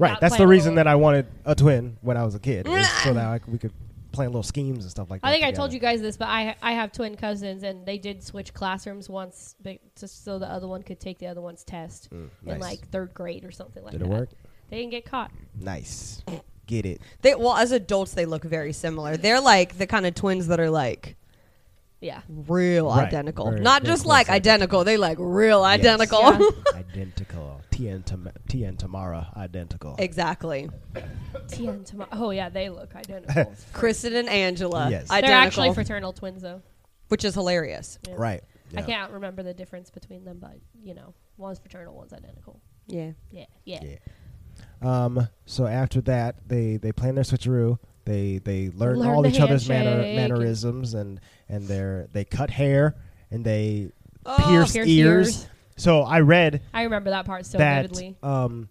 Speaker 4: right.
Speaker 3: not
Speaker 4: That's the
Speaker 3: planning a
Speaker 4: reason
Speaker 3: little-
Speaker 4: that I wanted a twin when I was a kid, is so that I, c- we could plan little schemes and stuff like that.
Speaker 3: I think I
Speaker 4: together.
Speaker 3: told you guys this, but I I have twin cousins, and they did switch classrooms once, be- just so the other one could take the other one's test in
Speaker 4: Mm, nice.
Speaker 3: like third grade or something like
Speaker 4: Did it
Speaker 3: that.
Speaker 4: work?
Speaker 3: They didn't get caught.
Speaker 4: Nice. Get
Speaker 3: *laughs*
Speaker 4: it.
Speaker 2: They well, as adults, they look very similar. They're like the kind of twins that are like
Speaker 3: Yeah.
Speaker 2: real
Speaker 4: Right.
Speaker 2: identical,
Speaker 4: Very-
Speaker 2: not
Speaker 4: very
Speaker 2: just
Speaker 4: close
Speaker 2: like
Speaker 4: identical.
Speaker 2: identical. They like real identical.
Speaker 3: Yeah.
Speaker 4: Oh. identical. Tia and, Tam- Tia and Tamara identical.
Speaker 2: *laughs* exactly.
Speaker 3: Tia and Tamara. Oh yeah, they look
Speaker 4: *laughs*
Speaker 3: identical.
Speaker 2: Kristen and Angela,
Speaker 4: Yes. They're
Speaker 3: They're
Speaker 2: identical,
Speaker 3: actually fraternal twins, though.
Speaker 2: which is hilarious.
Speaker 3: Yeah.
Speaker 4: Right.
Speaker 3: I
Speaker 4: Yeah.
Speaker 3: can't remember the difference between them, but you know, one's fraternal, one's identical.
Speaker 2: Yeah.
Speaker 3: Yeah, yeah.
Speaker 4: Yeah. Um, so after that, they they plan their switcheroo. They they learn,
Speaker 3: Learn
Speaker 4: all
Speaker 3: the
Speaker 4: each other's manner,
Speaker 3: handshake.
Speaker 4: mannerisms and and their they cut hair and they
Speaker 2: Oh,
Speaker 4: pierce,
Speaker 3: pierce
Speaker 4: ears.
Speaker 3: ears.
Speaker 4: So I read
Speaker 3: I remember that part so
Speaker 4: that
Speaker 3: vividly.
Speaker 4: um,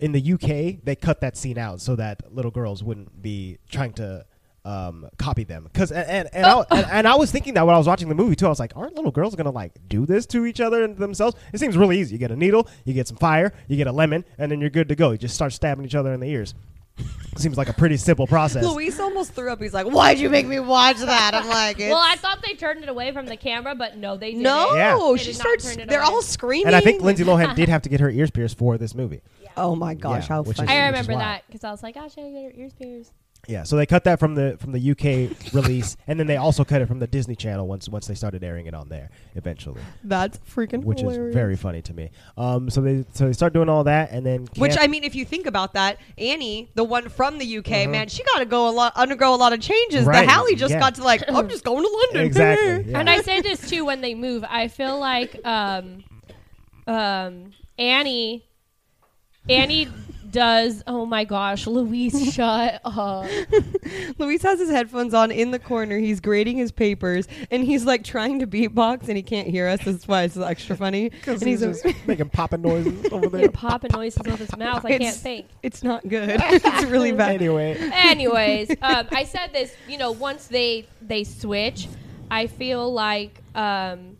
Speaker 4: in the UK they cut that scene out so that little girls wouldn't be trying to um, copy them because and and, and, I, and and I was thinking that when I was watching the movie too I was like aren't little girls gonna like do this to each other and themselves it seems really easy you get a needle you get some fire you get a lemon and then you're good to go you just start stabbing each other in the ears *laughs* seems like a pretty simple process
Speaker 2: Luis almost threw up. He's like, "Why'd you make me watch that?" I'm like,
Speaker 3: *laughs* Well, I
Speaker 2: it's-
Speaker 3: thought they turned it away from the camera, but no, they didn't.
Speaker 2: no."
Speaker 4: Yeah. They
Speaker 3: did
Speaker 2: She
Speaker 3: not
Speaker 2: starts.
Speaker 3: turn it
Speaker 2: They're
Speaker 3: on.
Speaker 2: all screaming.
Speaker 4: and I think Lindsay Lohan did have to get her ears pierced for this movie
Speaker 2: Oh my gosh,
Speaker 4: Yeah,
Speaker 2: how
Speaker 4: which is-
Speaker 2: funny!
Speaker 3: I
Speaker 4: which
Speaker 3: remember
Speaker 4: wild.
Speaker 3: that because I was like, "Gosh, I gotta get her ears pierced."
Speaker 4: Yeah, so they cut that from the from the UK release, and then they also cut it from the Disney Channel once once they started airing it on there eventually,
Speaker 2: That's freaking
Speaker 4: which
Speaker 2: hilarious.
Speaker 4: is very funny to me. Um, so they so they start doing all that, and then
Speaker 2: Which
Speaker 4: camp-
Speaker 2: I mean, if you think about that, Annie, the one from the UK, man, she got to go a lot, undergo a lot of changes.
Speaker 4: Uh-huh. Right,
Speaker 2: The Hallie just
Speaker 4: yeah.
Speaker 2: got to like,
Speaker 3: *laughs*
Speaker 2: I'm just going to London. *laughs*
Speaker 4: *laughs* exactly, yeah.
Speaker 3: And
Speaker 4: *laughs*
Speaker 3: I say this too when they move. I feel like um, um, Annie, Annie does. Oh my gosh, Louise, *laughs* shut up.
Speaker 2: Luis has his headphones on in the corner. He's grading his papers, and he's like trying to beatbox, and he can't hear us. That's why it's extra
Speaker 4: *laughs*
Speaker 2: funny.
Speaker 4: because
Speaker 2: And
Speaker 4: he's,
Speaker 2: he's *laughs* a-
Speaker 4: just making popping noises
Speaker 2: *laughs*
Speaker 4: over there.
Speaker 3: You're popping noises with his mouth. I can't
Speaker 2: It's-
Speaker 3: think.
Speaker 2: it's not
Speaker 3: *laughs*
Speaker 2: good. *laughs* it's really bad. *laughs*
Speaker 4: anyway,
Speaker 3: Anyways, um, I said this. You know, once they they switch, I feel like um,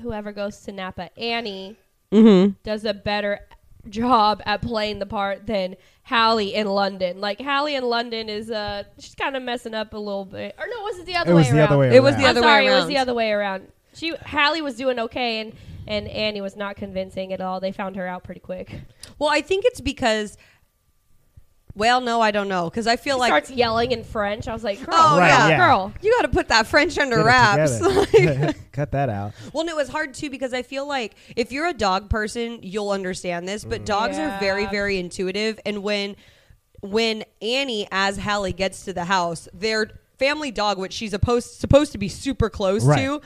Speaker 3: whoever goes to Napa, Annie,
Speaker 2: Mm-hmm.
Speaker 3: does a better job at playing the part than Hallie in London. Like Hallie in London is uh, she's kind of messing up a little bit. Or no, was it the other
Speaker 4: it
Speaker 3: way
Speaker 4: was
Speaker 3: around?
Speaker 4: the other way.
Speaker 2: It was the
Speaker 4: around.
Speaker 2: other
Speaker 3: I'm
Speaker 2: way
Speaker 3: sorry, it was
Speaker 2: around.
Speaker 3: the other way around. She Hallie was doing okay, and and Annie was not convincing at all. They found her out pretty quick.
Speaker 2: Well, I think it's because. Well, no, I don't know, because I feel like
Speaker 3: Starts yelling in French. I was like, girl,
Speaker 2: Oh,
Speaker 4: Right,
Speaker 2: yeah.
Speaker 4: yeah.
Speaker 3: girl.
Speaker 2: you got to put that French under
Speaker 4: Get
Speaker 2: wraps. *laughs*
Speaker 4: it
Speaker 2: Like-
Speaker 4: together. *laughs* Cut that out.
Speaker 2: Well, no, it's hard too because I feel like if you're a dog person, you'll understand this. But dogs are very,
Speaker 3: Yeah.
Speaker 2: very intuitive, and when when Annie as Hallie gets to the house, their family dog, which she's supposed supposed to be super close
Speaker 4: Right.
Speaker 2: to,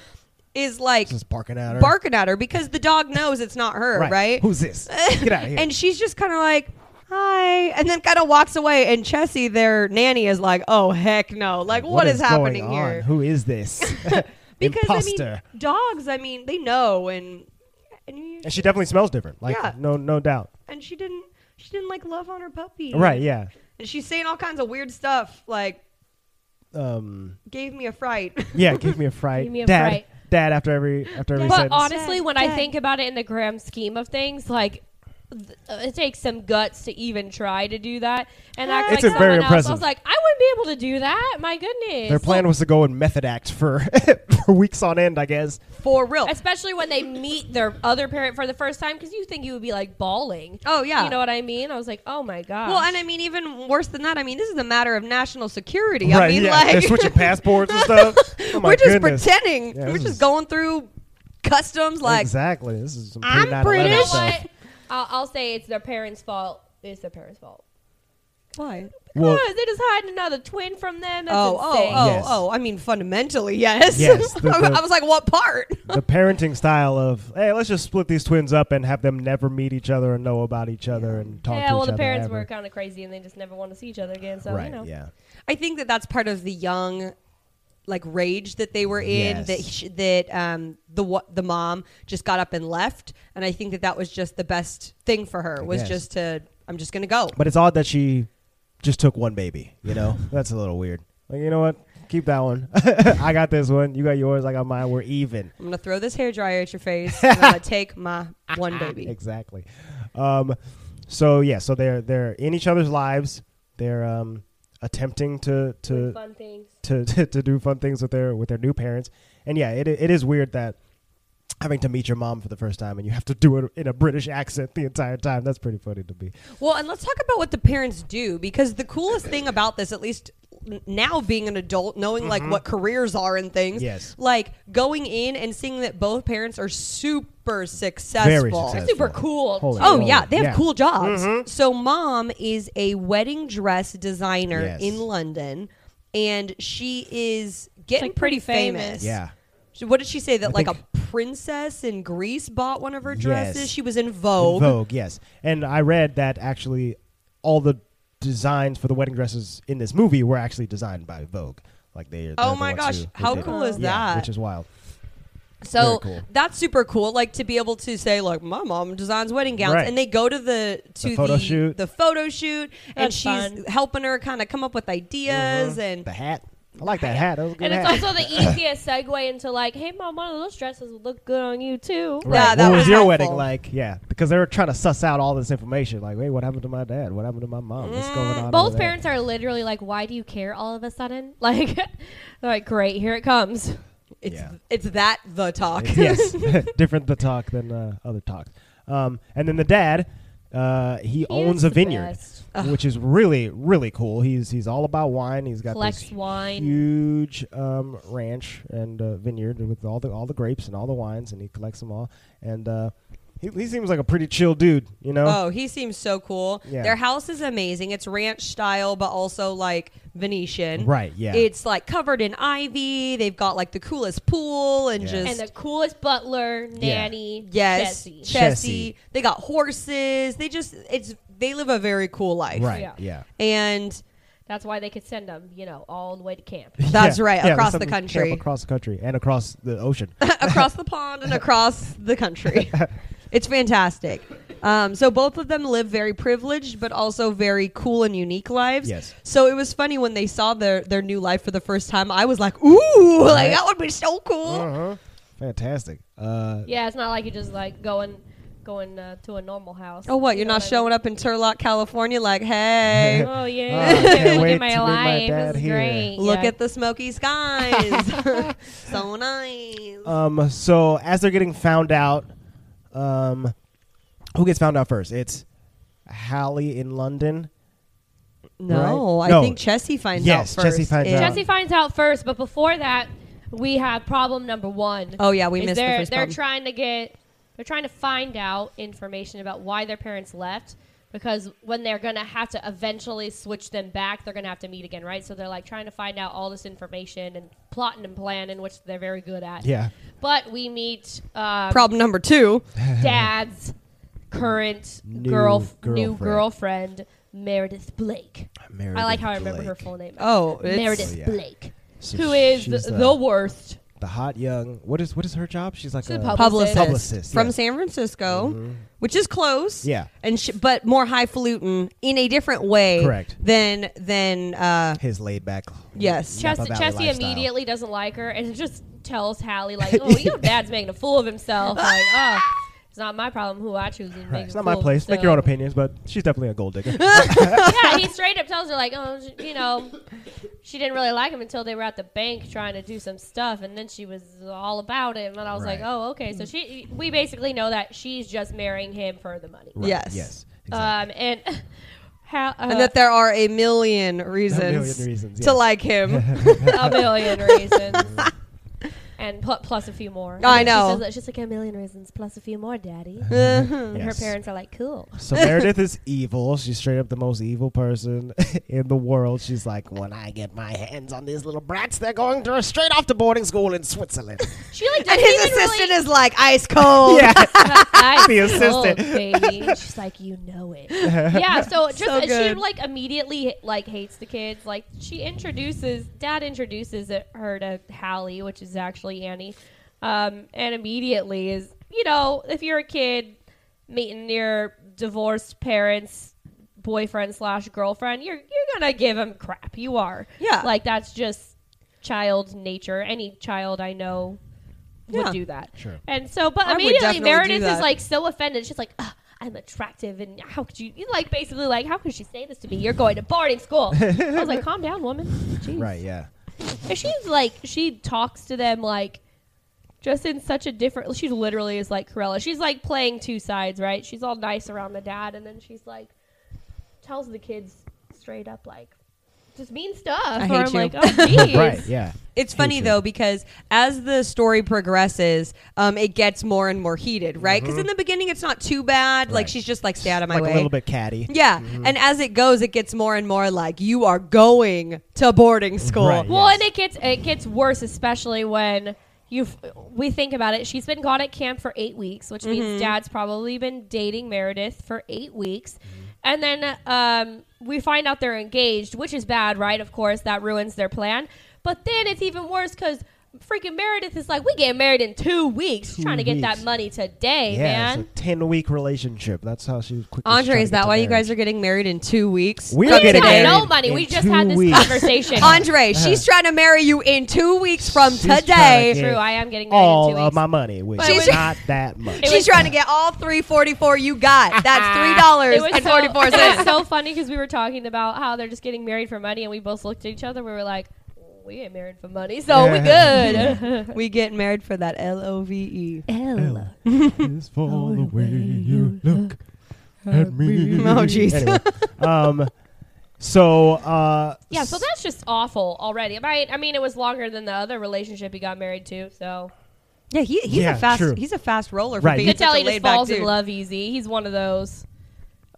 Speaker 2: is like
Speaker 4: Just barking at her.
Speaker 2: barking at her because the dog knows it's not her, right?
Speaker 4: Who's
Speaker 2: *laughs*
Speaker 4: this? Get out of here.
Speaker 2: and she's just kind of like. Hi, and then kind of walks away, and Chessie, their nanny, is like, "Oh heck no! Like, what is, happening
Speaker 4: going
Speaker 2: here?
Speaker 4: On? Who is this?
Speaker 2: *laughs*
Speaker 4: *laughs*
Speaker 2: because
Speaker 4: Imposter.
Speaker 2: I mean, dogs. I mean, they know, and and, you,
Speaker 4: and she definitely smells different. Like
Speaker 2: Yeah.
Speaker 4: no no doubt.
Speaker 2: and she didn't she didn't like love on her puppy,
Speaker 4: Right? Yeah.
Speaker 2: And she's saying all kinds of weird stuff, like
Speaker 4: Um,
Speaker 2: gave me a fright. *laughs*
Speaker 4: Yeah, give
Speaker 3: *laughs*
Speaker 4: me a fright.
Speaker 3: Gave me a
Speaker 4: dad,
Speaker 3: fright.
Speaker 4: dad. After every after every
Speaker 3: But
Speaker 4: sentence.
Speaker 3: honestly, when I
Speaker 2: Dad.
Speaker 3: think about it in the grand scheme of things, like th- uh, it takes some guts to even try to do that and act
Speaker 4: It's
Speaker 3: like
Speaker 4: a very
Speaker 3: someone else. I
Speaker 4: impressive-
Speaker 3: was like, I wouldn't be able to do that. My goodness.
Speaker 4: their plan was to go in method act for *laughs* for weeks on end, I guess.
Speaker 2: For real.
Speaker 3: Especially when they meet their other parent for the first time, because you think you would be like bawling.
Speaker 2: Oh, yeah.
Speaker 3: you know what I mean. I was like, oh my god.
Speaker 2: well, and I mean, even worse than that, I mean, this is a matter of national security. I mean,
Speaker 4: yeah. They're
Speaker 2: like, *laughs*
Speaker 3: *laughs*
Speaker 4: switching passports and stuff. Oh my
Speaker 2: we're just
Speaker 4: goodness.
Speaker 2: pretending.
Speaker 4: Yeah,
Speaker 2: we're
Speaker 4: this
Speaker 2: just
Speaker 4: is-
Speaker 2: going through customs, like,
Speaker 4: exactly. This is some
Speaker 2: I'm
Speaker 4: pre 9
Speaker 2: British.
Speaker 3: you know
Speaker 4: 11
Speaker 2: British.
Speaker 4: stuff.
Speaker 3: what? I'll, I'll say it's their parents' fault. It's their parents' fault.
Speaker 2: why?
Speaker 4: Well,
Speaker 3: Because they just hiding another twin from them. That's
Speaker 2: Oh, oh,
Speaker 3: insane.
Speaker 2: oh,
Speaker 4: Yes.
Speaker 2: oh! I mean, fundamentally, yes. *laughs*
Speaker 4: Yes, the-
Speaker 2: I
Speaker 4: the-
Speaker 2: was like, what part?
Speaker 4: the parenting style of hey, let's just split these twins up and have them never meet each other and know about each other and talk
Speaker 3: Yeah,
Speaker 4: to
Speaker 3: well,
Speaker 4: each
Speaker 3: the
Speaker 4: other.
Speaker 3: parents
Speaker 4: ever.
Speaker 3: were kind of crazy, and they just never want to see each other again. So
Speaker 4: right.
Speaker 3: you know,
Speaker 4: Yeah.
Speaker 2: I think that that's part of the young like rage that they were in
Speaker 4: Yes.
Speaker 2: that sh- that um the wa- the mom just got up and left and I think that that was just the best thing for her
Speaker 4: I
Speaker 2: was
Speaker 4: guess.
Speaker 2: just to I'm just going to go.
Speaker 4: *laughs* But it's odd that she just took one baby. You know, that's a little weird. Like you know what? Keep that one. I got this one. You got yours. I got mine. We're even.
Speaker 2: I'm gonna throw this hair dryer at your
Speaker 4: *laughs*
Speaker 2: face. and I'm gonna take my one baby.
Speaker 4: Exactly. Um, so yeah, so they're they're in each other's lives. They're um, attempting to to
Speaker 3: fun things.
Speaker 4: to, *laughs* to to do fun things with their with their new parents. And yeah, it it is weird that having to meet your mom for the first time and you have to do it in a British accent the entire time. That's pretty funny to me.
Speaker 2: Well, and let's talk about what the parents do because the coolest thing about this, at least n- now being an adult, knowing like what careers are and things,
Speaker 4: Mm-hmm. Yes.
Speaker 2: like going in and seeing that both parents are super successful.
Speaker 4: Very successful.
Speaker 3: Super cool.
Speaker 4: Holy
Speaker 2: Oh
Speaker 4: moly.
Speaker 2: yeah, they have cool jobs.
Speaker 4: Mm-hmm.
Speaker 2: So mom is a wedding dress designer
Speaker 4: Yes.
Speaker 2: in London, and she is getting
Speaker 3: like,
Speaker 2: pretty
Speaker 3: pretty
Speaker 2: famous.
Speaker 3: famous.
Speaker 4: Yeah.
Speaker 2: She- What did she say that
Speaker 4: I
Speaker 2: like
Speaker 4: think-
Speaker 2: a princess in Greece bought one of her
Speaker 4: Yes.
Speaker 2: dresses? She was in
Speaker 4: In
Speaker 2: Vogue.
Speaker 4: Vogue, yes. And I read that actually all the designs for the wedding dresses in this movie were actually designed by Vogue. Like they. they're
Speaker 2: Oh
Speaker 4: the
Speaker 2: my
Speaker 4: ones
Speaker 2: gosh,
Speaker 4: who- who
Speaker 2: how
Speaker 4: did it.
Speaker 2: cool is
Speaker 4: Yeah,
Speaker 2: that?
Speaker 4: Which is wild.
Speaker 2: So
Speaker 4: Very cool.
Speaker 2: that's super cool. Like to be able to say, like, my mom designs wedding gowns,
Speaker 4: Right.
Speaker 2: and they go to the to the
Speaker 4: The photo shoot.
Speaker 2: the photo shoot, and
Speaker 3: That's
Speaker 2: she's
Speaker 3: fun.
Speaker 2: helping her kind of come up with ideas and
Speaker 4: The hat. I like that hat. That was a good
Speaker 3: And it's
Speaker 4: hat.
Speaker 3: also the easiest segue into like, hey mom, one of those dresses would look good on you too.
Speaker 2: Yeah,
Speaker 4: Right.
Speaker 2: that
Speaker 4: what was,
Speaker 2: was
Speaker 4: your
Speaker 2: helpful.
Speaker 4: wedding like? Yeah, because they were trying to suss out all this information. Like, wait, what happened to my dad? What happened to my mom? What's
Speaker 2: Mm,
Speaker 4: going on? over
Speaker 3: Both
Speaker 4: there?
Speaker 3: parents are literally like, why do you care all of a sudden? *laughs* Like, they're like, great, here it comes.
Speaker 2: it's
Speaker 4: Yeah.
Speaker 2: it's that the talk.
Speaker 4: yes, *laughs* different the talk than uh, other talks. Um, and then the dad, uh, he, owns
Speaker 3: is
Speaker 4: a
Speaker 3: the
Speaker 4: vineyard,
Speaker 3: best.
Speaker 4: which is really really cool. He's he's all about wine. He's got
Speaker 3: Collects
Speaker 4: this
Speaker 3: wine.
Speaker 4: huge um, ranch and uh, vineyard with all the all the grapes and all the wines, and he collects them all. And uh, he, he seems like a pretty chill dude, you know.
Speaker 2: Oh, he seems so cool.
Speaker 4: Yeah.
Speaker 2: Their house is amazing. It's ranch style, but also like Venetian.
Speaker 4: Right, yeah.
Speaker 2: It's like covered in ivy. They've got like the coolest pool and
Speaker 4: Yeah.
Speaker 2: just
Speaker 3: And the coolest butler, nanny,
Speaker 2: yes,
Speaker 3: Jessie.
Speaker 2: Chessie.
Speaker 4: Chessie.
Speaker 2: They got horses. They just it's they live a very cool life.
Speaker 4: right,
Speaker 3: yeah.
Speaker 4: yeah.
Speaker 2: And
Speaker 3: That's why they could send them, you know, all the way to camp.
Speaker 4: *laughs*
Speaker 2: That's
Speaker 4: Yeah,
Speaker 2: right,
Speaker 4: yeah,
Speaker 2: across
Speaker 4: that's
Speaker 2: the
Speaker 4: something we came
Speaker 2: country.
Speaker 4: across the country, and across the ocean.
Speaker 2: across the pond and across the
Speaker 4: *laughs*
Speaker 2: country. It's fantastic. Um, so both of them live very privileged, but also very cool and unique lives.
Speaker 4: Yes.
Speaker 2: So it was funny when they saw their their new life for the first time. I was like, "Ooh, like that would be so cool."
Speaker 4: uh-huh. Fantastic. Uh,
Speaker 3: Yeah, it's not like you just like going going uh, to a normal house.
Speaker 2: Oh, what? You're not showing up in Turlock, California? Like, hey,
Speaker 4: *laughs*
Speaker 3: Oh
Speaker 4: Ah,
Speaker 3: yeah,
Speaker 4: I can't
Speaker 3: *laughs* look
Speaker 4: wait to
Speaker 3: at my
Speaker 4: meet my
Speaker 3: life.
Speaker 4: dad
Speaker 3: this is
Speaker 4: here.
Speaker 3: great.
Speaker 2: look
Speaker 3: Yeah.
Speaker 2: at the smoky
Speaker 4: *laughs*
Speaker 2: skies, so nice.
Speaker 4: Um, so as they're getting found out, um, who gets found out first? It's Hallie in London.
Speaker 2: no,
Speaker 4: right?
Speaker 2: I
Speaker 4: No.
Speaker 2: think Chessie finds
Speaker 4: Yes,
Speaker 2: out first.
Speaker 4: Chessie finds
Speaker 2: It-
Speaker 4: out.
Speaker 3: Jesse finds out first, but before that, we have problem number one.
Speaker 2: Oh yeah, we
Speaker 3: Is
Speaker 2: missed
Speaker 3: they're,
Speaker 2: the first
Speaker 3: They're
Speaker 2: problem.
Speaker 3: trying to get, they're trying to find out information about why their parents left because when they're gonna have to eventually switch them back, they're gonna have to meet again, right? So they're like trying to find out all this information and plotting and planning, which they're very good at.
Speaker 4: Yeah.
Speaker 3: But we meet um,
Speaker 4: *laughs*
Speaker 2: problem number two.
Speaker 3: dad's current
Speaker 4: New
Speaker 3: girl new
Speaker 4: girlfriend.
Speaker 3: girlfriend Meredith Blake. I like how I remember her full name.
Speaker 2: Oh, it's,
Speaker 3: Meredith
Speaker 4: yeah.
Speaker 3: Blake,
Speaker 4: So
Speaker 3: who is
Speaker 4: she's
Speaker 3: the,
Speaker 4: the-
Speaker 3: the worst.
Speaker 4: The hot young. What is what is her job? She's like
Speaker 3: She's
Speaker 4: a
Speaker 3: a pub-
Speaker 2: publicist,
Speaker 4: Publicist,
Speaker 2: from
Speaker 4: yeah. Mm-hmm.
Speaker 2: San Francisco, which is close.
Speaker 4: Yeah.
Speaker 2: and sh- but more highfalutin in a different way.
Speaker 4: Correct.
Speaker 2: Than than uh,
Speaker 4: his laid back.
Speaker 2: yes.
Speaker 4: Napa
Speaker 3: Chessie,
Speaker 4: Valley
Speaker 3: Chessie
Speaker 4: lifestyle.
Speaker 3: immediately doesn't like her and just tells
Speaker 4: *laughs*
Speaker 3: Hallie like, "Oh, your dad's making a fool of himself." Like, oh, it's not my problem who I choose. to make
Speaker 4: Right.
Speaker 3: a
Speaker 4: It's not my
Speaker 3: fool of
Speaker 4: place. Make your own
Speaker 3: himself."
Speaker 4: opinions, but she's definitely a
Speaker 2: *laughs*
Speaker 4: gold digger.
Speaker 3: yeah,
Speaker 4: *laughs*
Speaker 3: he straight up tells her like, oh, sh- you know, she didn't really like him until they were at the bank trying to do some stuff, and then she was all about it. And then I was like,
Speaker 4: Right.
Speaker 3: oh, okay. So she, we basically know that she's just marrying him for the money.
Speaker 4: Right,
Speaker 2: Yes.
Speaker 4: Yes.
Speaker 3: Um, and *laughs* how uh,
Speaker 2: And that there are a million reasons,
Speaker 4: reasons,
Speaker 2: to
Speaker 4: yes.
Speaker 2: like
Speaker 4: *laughs*
Speaker 2: him.
Speaker 3: *laughs* a million reasons. *laughs* And pl- plus a few more.
Speaker 2: I
Speaker 3: And then
Speaker 2: know.
Speaker 3: She says that she's like a million reasons plus a few more, Daddy.
Speaker 4: Uh,
Speaker 2: Uh-huh.
Speaker 4: And
Speaker 3: Her parents are like, cool.
Speaker 4: So Meredith is evil. She's straight up the most evil person *laughs* in the world. She's like, when I get my hands on these little brats, they're going to straight off to boarding school
Speaker 2: *laughs*
Speaker 4: in Switzerland.
Speaker 3: *laughs* She like
Speaker 2: and
Speaker 3: doesn't
Speaker 2: his
Speaker 3: even
Speaker 2: assistant
Speaker 3: really
Speaker 2: is like ice cold.
Speaker 4: yeah.
Speaker 3: I
Speaker 4: The
Speaker 3: told,
Speaker 4: assistant.
Speaker 3: Oh, baby. And she's like, you know it. yeah.
Speaker 2: *laughs*
Speaker 3: So just
Speaker 2: So
Speaker 3: uh, she
Speaker 2: good.
Speaker 3: like immediately like hates the kids. Like she introduces dad introduces it- her to Hallie, which is actually Annie, um, and immediately is you know if you're a kid meeting your divorced parents. Boyfriend slash girlfriend, you're you're gonna give him crap. You are,
Speaker 2: Yeah.
Speaker 3: Like that's just child nature. Any child I know would
Speaker 2: Yeah.
Speaker 3: do that.
Speaker 4: Sure.
Speaker 3: And so, but
Speaker 2: I would
Speaker 3: immediately
Speaker 2: definitely do
Speaker 3: Meredith is
Speaker 2: that.
Speaker 3: like so offended. She's like, Ugh, I'm attractive, and how could you? you Like basically, like how could she say this to me? You're going to boarding school. I was
Speaker 2: *laughs*
Speaker 3: like, calm down, woman. Jeez.
Speaker 4: Right. Yeah.
Speaker 3: And she's like, she talks to them like, just in such a different. She literally is like Corella. She's like playing two sides, right? She's all nice around the dad, and then she's like, tells the kids straight up like, just mean stuff.
Speaker 2: I
Speaker 3: Or
Speaker 2: hate
Speaker 3: I'm
Speaker 2: you. *laughs*
Speaker 3: like, oh jeez.
Speaker 4: Right. Yeah.
Speaker 2: It's funny
Speaker 4: Hatred.
Speaker 2: though because as the story progresses, um, it gets more and more heated, right? Because in the beginning, it's not too bad. Like
Speaker 4: Mm-hmm. Right.
Speaker 2: she's just like, "Stay out of my
Speaker 4: Like
Speaker 2: way."
Speaker 4: a little bit Mm-hmm. catty.
Speaker 2: Yeah, and as it goes, it gets more and more like you are going to boarding school.
Speaker 4: Right.
Speaker 3: Well,
Speaker 4: Yes.
Speaker 3: and it gets it gets worse, especially when you we think about it. She's been gone at camp for eight weeks, which
Speaker 4: Mm-hmm.
Speaker 3: means Dad's probably been dating Meredith for eight weeks, and then um, we find out they're engaged, which is bad, right? Of course, that ruins their plan. But then it's even worse because. Freaking Meredith is like, we get married in two weeks. She's
Speaker 4: Two
Speaker 3: trying to get that
Speaker 4: weeks.
Speaker 3: money today,
Speaker 4: yeah.
Speaker 3: man.
Speaker 4: It's a ten-week relationship. That's how she was quickly.
Speaker 2: Andre, is that why you guys are getting married in two weeks?
Speaker 4: We
Speaker 2: From
Speaker 4: are
Speaker 3: we
Speaker 4: getting
Speaker 3: got
Speaker 2: today?
Speaker 4: married
Speaker 3: no money.
Speaker 4: in
Speaker 3: We just
Speaker 4: two
Speaker 3: had this
Speaker 4: weeks. *laughs*
Speaker 3: conversation.
Speaker 2: Andre, she's trying to marry you in two weeks from
Speaker 4: She's trying to
Speaker 2: today.
Speaker 4: get
Speaker 3: True, I am getting married in
Speaker 4: all
Speaker 3: two weeks.
Speaker 4: of my money, which
Speaker 3: But
Speaker 2: it
Speaker 4: is
Speaker 2: was-
Speaker 4: not
Speaker 2: *laughs*
Speaker 4: that much?
Speaker 3: It
Speaker 2: She's
Speaker 3: was-
Speaker 2: trying to get all three forty-four you got.
Speaker 3: *laughs*
Speaker 2: That's three
Speaker 3: Ah. It
Speaker 2: dollars
Speaker 3: was
Speaker 2: and
Speaker 3: so-
Speaker 2: forty-four
Speaker 3: *laughs* It was
Speaker 2: cents.
Speaker 3: so funny because we were talking about how they're just getting married for money, and we both looked at each other. We were like, "We ain't married for money, so
Speaker 2: *laughs*
Speaker 3: we good." *laughs*
Speaker 2: We get married for that L O V E.
Speaker 3: Oh,
Speaker 4: L is for the way you look at me.
Speaker 2: *laughs* Oh, jeez.
Speaker 4: Anyway, um, so uh,
Speaker 3: yeah, so that's just awful already. Right? I mean, it was longer than the other relationship he got married to, so
Speaker 2: Yeah, he, he's
Speaker 4: Yeah,
Speaker 2: a fast
Speaker 4: true.
Speaker 2: he's a fast roller for
Speaker 4: Right.
Speaker 2: being
Speaker 3: you could
Speaker 2: such
Speaker 3: tell
Speaker 2: a
Speaker 3: he just
Speaker 2: laid-back
Speaker 3: falls
Speaker 2: dude.
Speaker 3: in love easy. He's one of those,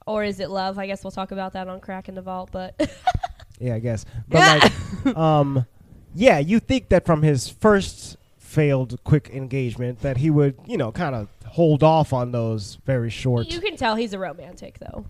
Speaker 3: or is it love? I guess we'll talk about that on Crack in the Vault. But *laughs*
Speaker 4: yeah, I guess. But like, um, yeah, you think that from his first failed quick engagement that he would, you know, kind of hold off on those very short.
Speaker 3: you can tell he's a romantic, though.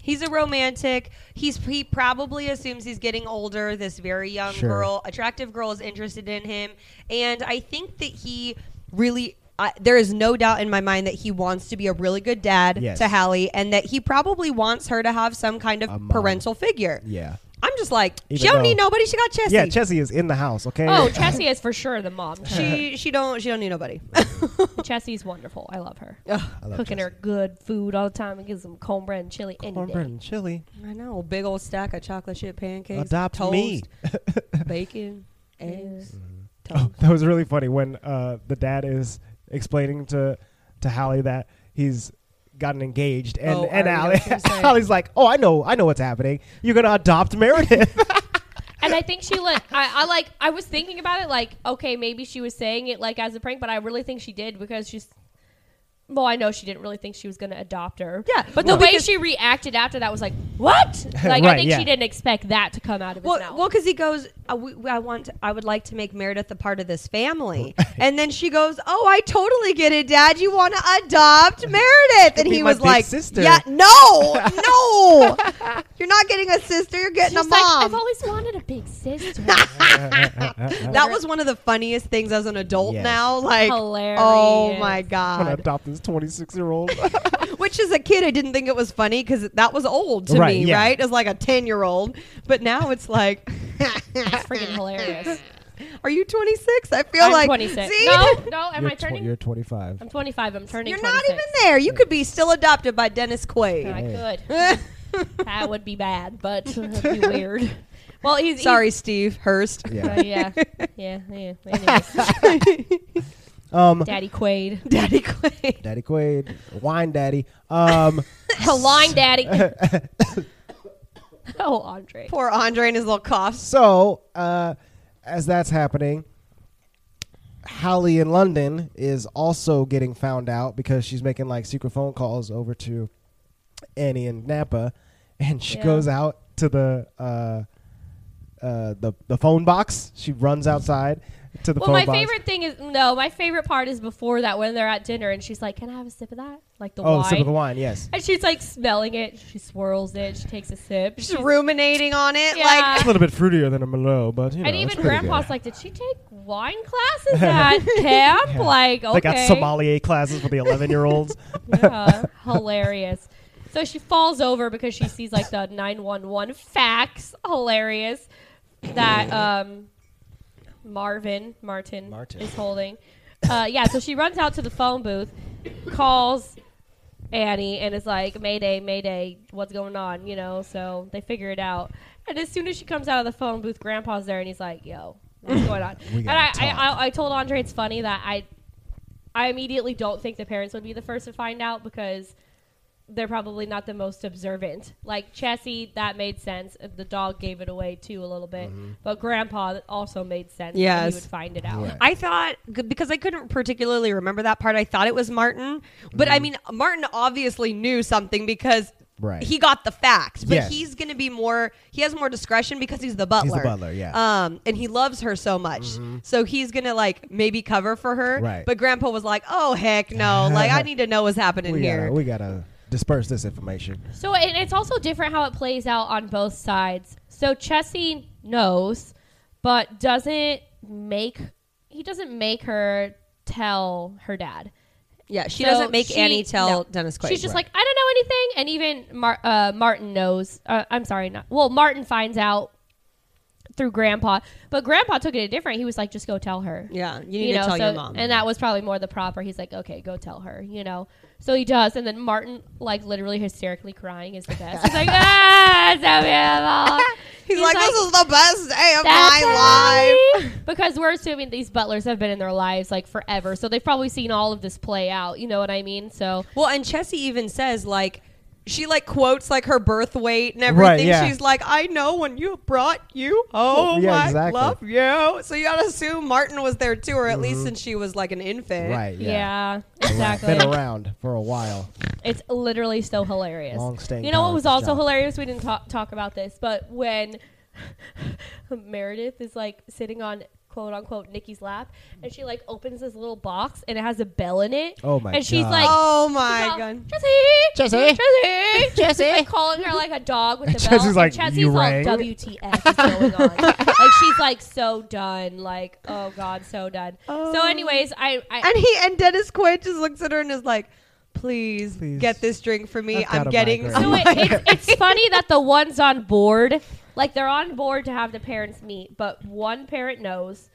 Speaker 2: He's a romantic. He's he probably assumes he's getting older. This very young
Speaker 4: Sure.
Speaker 2: girl, attractive girl, is interested in him, and I think that he really. I there is no doubt in my mind that he wants to be a really good dad
Speaker 4: Yes.
Speaker 2: to Hallie, and that he probably wants her to have some kind
Speaker 4: A
Speaker 2: of
Speaker 4: mom.
Speaker 2: parental figure.
Speaker 4: yeah.
Speaker 2: I'm just like,
Speaker 4: Even
Speaker 2: she don't
Speaker 4: though-
Speaker 2: need nobody. She got Chessie.
Speaker 4: Yeah, Chessie is in the house. Okay. *laughs*
Speaker 3: Oh, Chessie is for sure the
Speaker 2: *laughs*
Speaker 3: mom.
Speaker 2: she she don't she don't need nobody.
Speaker 3: Chessie's wonderful. I love her.
Speaker 2: Ugh,
Speaker 4: I love
Speaker 3: Cooking
Speaker 4: Chessie.
Speaker 3: her good food all the time and gives them cornbread and chili any day.
Speaker 4: cornbread and chili.
Speaker 2: I know, big old stack of chocolate chip pancakes,
Speaker 4: Adopt
Speaker 2: toast,
Speaker 4: me. *laughs*
Speaker 2: bacon, eggs,
Speaker 4: Oh,
Speaker 2: toast.
Speaker 4: that was really funny when uh, the dad is explaining to to Hallie that he's gotten engaged, and
Speaker 2: Oh, I already
Speaker 4: and
Speaker 2: know
Speaker 4: Hallie, *laughs*
Speaker 2: what you're saying.
Speaker 4: Hallie's like, "Oh, I know, I know what's happening. You're gonna adopt
Speaker 3: *laughs*
Speaker 4: Meredith." *laughs*
Speaker 3: And I think she like I, I like I was thinking about it like okay maybe she was saying it like as a prank but I really think she did because she's well I know she didn't really think she was going to adopt her
Speaker 2: Yeah,
Speaker 3: but the
Speaker 2: well,
Speaker 3: way
Speaker 2: because-
Speaker 3: she reacted after that was like what
Speaker 4: *laughs*
Speaker 3: like I
Speaker 4: Right,
Speaker 3: think
Speaker 4: yeah.
Speaker 3: she didn't expect that to come out of his
Speaker 2: Well,
Speaker 3: mouth
Speaker 2: well, because he goes, I, w- I want, I would like to make Meredith a part of this family, and then she goes, "Oh, I totally get it, Dad. You want to adopt Meredith?" And
Speaker 4: be
Speaker 2: he
Speaker 4: my
Speaker 2: was
Speaker 4: big
Speaker 2: like,
Speaker 4: sister.
Speaker 2: "Yeah,
Speaker 4: *laughs*
Speaker 2: no, no, you're not getting a sister. You're getting
Speaker 3: She's
Speaker 2: a
Speaker 3: like
Speaker 2: mom."
Speaker 3: I've always wanted a big *laughs* sister
Speaker 2: that was one of the funniest things as an adult.
Speaker 4: Yes.
Speaker 2: Now, like,
Speaker 3: Hilarious.
Speaker 2: oh my
Speaker 4: I'm gonna
Speaker 2: god,
Speaker 4: adopt this 26 year old.
Speaker 2: Which as a kid, I didn't think it was funny because that was old to
Speaker 4: Right,
Speaker 2: me,
Speaker 4: yeah.
Speaker 2: right? As like a 10 year old. But now it's like, *laughs*
Speaker 3: freaking hilarious
Speaker 2: are you 26? I feel
Speaker 3: I'm
Speaker 2: like.
Speaker 3: 26
Speaker 2: See?
Speaker 3: no no am
Speaker 4: you're
Speaker 3: I
Speaker 4: tw-
Speaker 3: turning
Speaker 4: you're 25.
Speaker 3: I'm 25 I'm turning
Speaker 2: You're
Speaker 3: 26
Speaker 2: not even there. You could be still adopted by Dennis Quaid.
Speaker 3: I
Speaker 4: Yeah.
Speaker 3: could that would be bad but it'd be weird well he's
Speaker 2: *laughs*
Speaker 3: he's- *laughs*
Speaker 2: Sorry, Steve Hurst.
Speaker 4: yeah.
Speaker 3: Uh, yeah, yeah, yeah. Anyways,
Speaker 4: Um,
Speaker 3: Daddy
Speaker 2: *laughs*
Speaker 3: Quaid.
Speaker 2: Daddy Quaid.
Speaker 3: *laughs*
Speaker 4: Daddy Quaid, wine daddy. Um,
Speaker 3: Line
Speaker 4: *laughs*
Speaker 3: Daddy. oh, Andre.
Speaker 2: *laughs* Poor Andre and his little coughs.
Speaker 4: so uh, as that's happening, Hallie in London is also getting found out because she's making like secret phone calls over to Annie and Napa, and she
Speaker 3: Yeah.
Speaker 4: goes out to the uh, uh, the the phone box. She runs outside to the
Speaker 3: Well,
Speaker 4: phone
Speaker 3: my
Speaker 4: box.
Speaker 3: favorite thing is no. My favorite part is before that when they're at dinner and she's like, "Can I have a sip of that?" Like the
Speaker 4: oh,
Speaker 3: wine.
Speaker 4: the sip of the wine.
Speaker 3: *laughs*
Speaker 4: Yes,
Speaker 3: And she's like smelling it. She swirls it. She takes a sip.
Speaker 2: Just ruminating on it.
Speaker 3: Yeah.
Speaker 2: Like,
Speaker 4: it's a little bit fruitier than a Merlot, but you know,
Speaker 3: and
Speaker 4: it's
Speaker 3: even
Speaker 4: pretty
Speaker 3: Grandpa's
Speaker 4: good.
Speaker 3: like, "Did she take
Speaker 4: *laughs*
Speaker 3: wine classes at camp?" Like, okay.
Speaker 4: They got sommelier classes for the 11 year
Speaker 3: *laughs*
Speaker 4: olds.
Speaker 3: Yeah, hilarious. So she falls over because she sees
Speaker 4: *laughs*
Speaker 3: like the 911 fax. Hilarious. That um Marvin Martin,
Speaker 4: Martin.
Speaker 3: is holding. Uh, yeah, so she runs out to the phone booth, calls Annie, and is like, "Mayday, Mayday, what's going on?" You know. So they figure it out, and as soon as she comes out of the phone booth, Grandpa's there, and he's like, "Yo,
Speaker 4: *laughs*
Speaker 3: what's going on?"
Speaker 4: We
Speaker 3: and
Speaker 4: gotta
Speaker 3: I, I,
Speaker 4: talk.
Speaker 3: I, I told Andre it's funny that I, I immediately don't think the parents would be the first to find out because they're probably not the most observant. Like Chessie, that made sense. Uh, The dog gave it away too a little bit, but Grandpa that also made sense. that
Speaker 2: Yes.
Speaker 3: he would find it out.
Speaker 4: Right.
Speaker 2: I thought g- because I couldn't particularly remember that part. I thought it was Martin, but
Speaker 4: Mm-hmm.
Speaker 2: I mean Martin obviously knew something because
Speaker 4: Right.
Speaker 2: he got the facts. But
Speaker 4: Yes.
Speaker 2: he's going to be more. He has more discretion because he's the butler.
Speaker 4: butler, yeah. Mm-hmm.
Speaker 2: Um, and he loves her so much, so he's going to like maybe cover for her.
Speaker 4: Right.
Speaker 2: But Grandpa was like, "Oh heck no! like I need to know what's happening
Speaker 4: *laughs* we
Speaker 2: here."
Speaker 4: gotta, we gotta disperse this information.
Speaker 3: So it, it's also different how it plays out on both sides. So Chessie knows, but doesn't make he doesn't make her tell her dad.
Speaker 2: yeah, she
Speaker 3: So
Speaker 2: doesn't make
Speaker 3: she-
Speaker 2: Annie tell
Speaker 3: no.
Speaker 2: Dennis Quaid.
Speaker 3: She's just like, I don't know anything. And even Mar- uh, Martin knows. Uh, I'm sorry, not well. Martin finds out through Grandpa, but Grandpa took it different. He was like, just go tell her.
Speaker 2: "Yeah, you need to tell your mom."
Speaker 3: And that was probably more the proper. He's like, okay, go tell her. You know. So he does, and then Martin, like literally hysterically crying, is the best. He's like, ah, it's so beautiful.
Speaker 2: *laughs* he's,
Speaker 3: he's
Speaker 2: like,
Speaker 3: like,
Speaker 2: "This is the best day of
Speaker 3: That's
Speaker 2: my life." *laughs*
Speaker 3: right. Because we're assuming these butlers have been in their lives like forever, so they've probably seen all of this play out. You know what I mean? So
Speaker 2: Well, and Chessie even says like she like quotes like her birth weight and everything.
Speaker 4: Right, yeah. Oh,
Speaker 2: She's like, I know when you brought you home,
Speaker 4: Yeah,
Speaker 2: I
Speaker 4: exactly.
Speaker 2: love you. So you gotta assume Martin was there too, or at least since she was like an infant.
Speaker 4: Mm-hmm. Right. Yeah.
Speaker 3: Yeah,
Speaker 4: Been
Speaker 3: exactly.
Speaker 4: around for a while.
Speaker 3: It's literally so hilarious.
Speaker 4: Long staying
Speaker 3: You know
Speaker 4: power
Speaker 3: what
Speaker 4: at
Speaker 3: was
Speaker 4: this
Speaker 3: also
Speaker 4: job.
Speaker 3: hilarious? We didn't talk, talk about this, but when *laughs* Meredith is like sitting on quote unquote Nikki's lap, and she like opens this little box and it has a bell in it.
Speaker 4: Oh my
Speaker 3: And she's
Speaker 4: God.
Speaker 3: like.
Speaker 2: Oh
Speaker 3: she's
Speaker 2: my
Speaker 3: all,
Speaker 2: god.
Speaker 3: Jesse,
Speaker 4: Jesse? *laughs*
Speaker 3: Jesse, Jesse, like calling her like a dog with the bell.
Speaker 4: Jesse's
Speaker 3: and
Speaker 4: like,
Speaker 3: Jesse's
Speaker 4: "You
Speaker 3: all
Speaker 4: rang?"
Speaker 3: WTF is going on? like she's like so done. Like oh god, so done.
Speaker 2: Oh.
Speaker 3: So, anyways, I, I
Speaker 2: And he and Dennis Quaid just looks at her and is like, Please,
Speaker 4: Please.
Speaker 2: get this drink for me.
Speaker 4: I've
Speaker 2: I'm
Speaker 4: got a
Speaker 2: getting
Speaker 4: migraine."
Speaker 3: So it, it's, it's funny that the ones on board, like they're on board to have the parents meet, but one parent knows.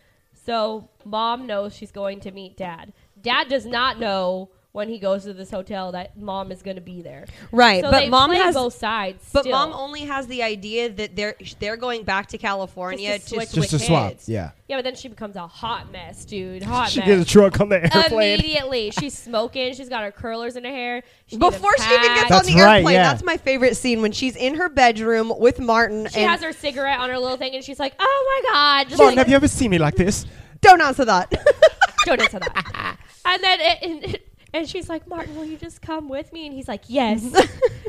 Speaker 3: So mom knows she's going to meet dad. Dad does not know when he goes to this hotel that mom is going to be there.
Speaker 2: Right.
Speaker 3: So
Speaker 2: but
Speaker 3: they
Speaker 2: mom
Speaker 3: play
Speaker 2: has
Speaker 3: both sides.
Speaker 2: but
Speaker 3: still.
Speaker 2: mom only has the idea that they're they're going back to California
Speaker 3: Just to switch
Speaker 4: Just
Speaker 3: With
Speaker 4: a swap.
Speaker 3: kids.
Speaker 4: Yeah.
Speaker 3: yeah, but then she becomes a hot mess, dude. Hot
Speaker 4: She
Speaker 3: mess.
Speaker 4: gets a truck on the airplane.
Speaker 3: Immediately, she's smoking. She's got her curlers in her hair. She needs a
Speaker 2: Before she even
Speaker 3: pad.
Speaker 2: gets
Speaker 4: That's
Speaker 2: on the
Speaker 4: right,
Speaker 2: airplane,
Speaker 4: yeah.
Speaker 2: that's my favorite scene when she's in her bedroom with Martin
Speaker 3: she
Speaker 2: and
Speaker 3: has her cigarette on her little thing, and she's like, "Oh my god!" Just
Speaker 4: Martin,
Speaker 3: like-
Speaker 4: have you ever seen me like this?
Speaker 2: don't answer that. *laughs*
Speaker 3: don't answer that. *laughs* and then it, and, and she's like, Martin, will you just come with me? And he's like,
Speaker 2: *laughs*
Speaker 3: yes.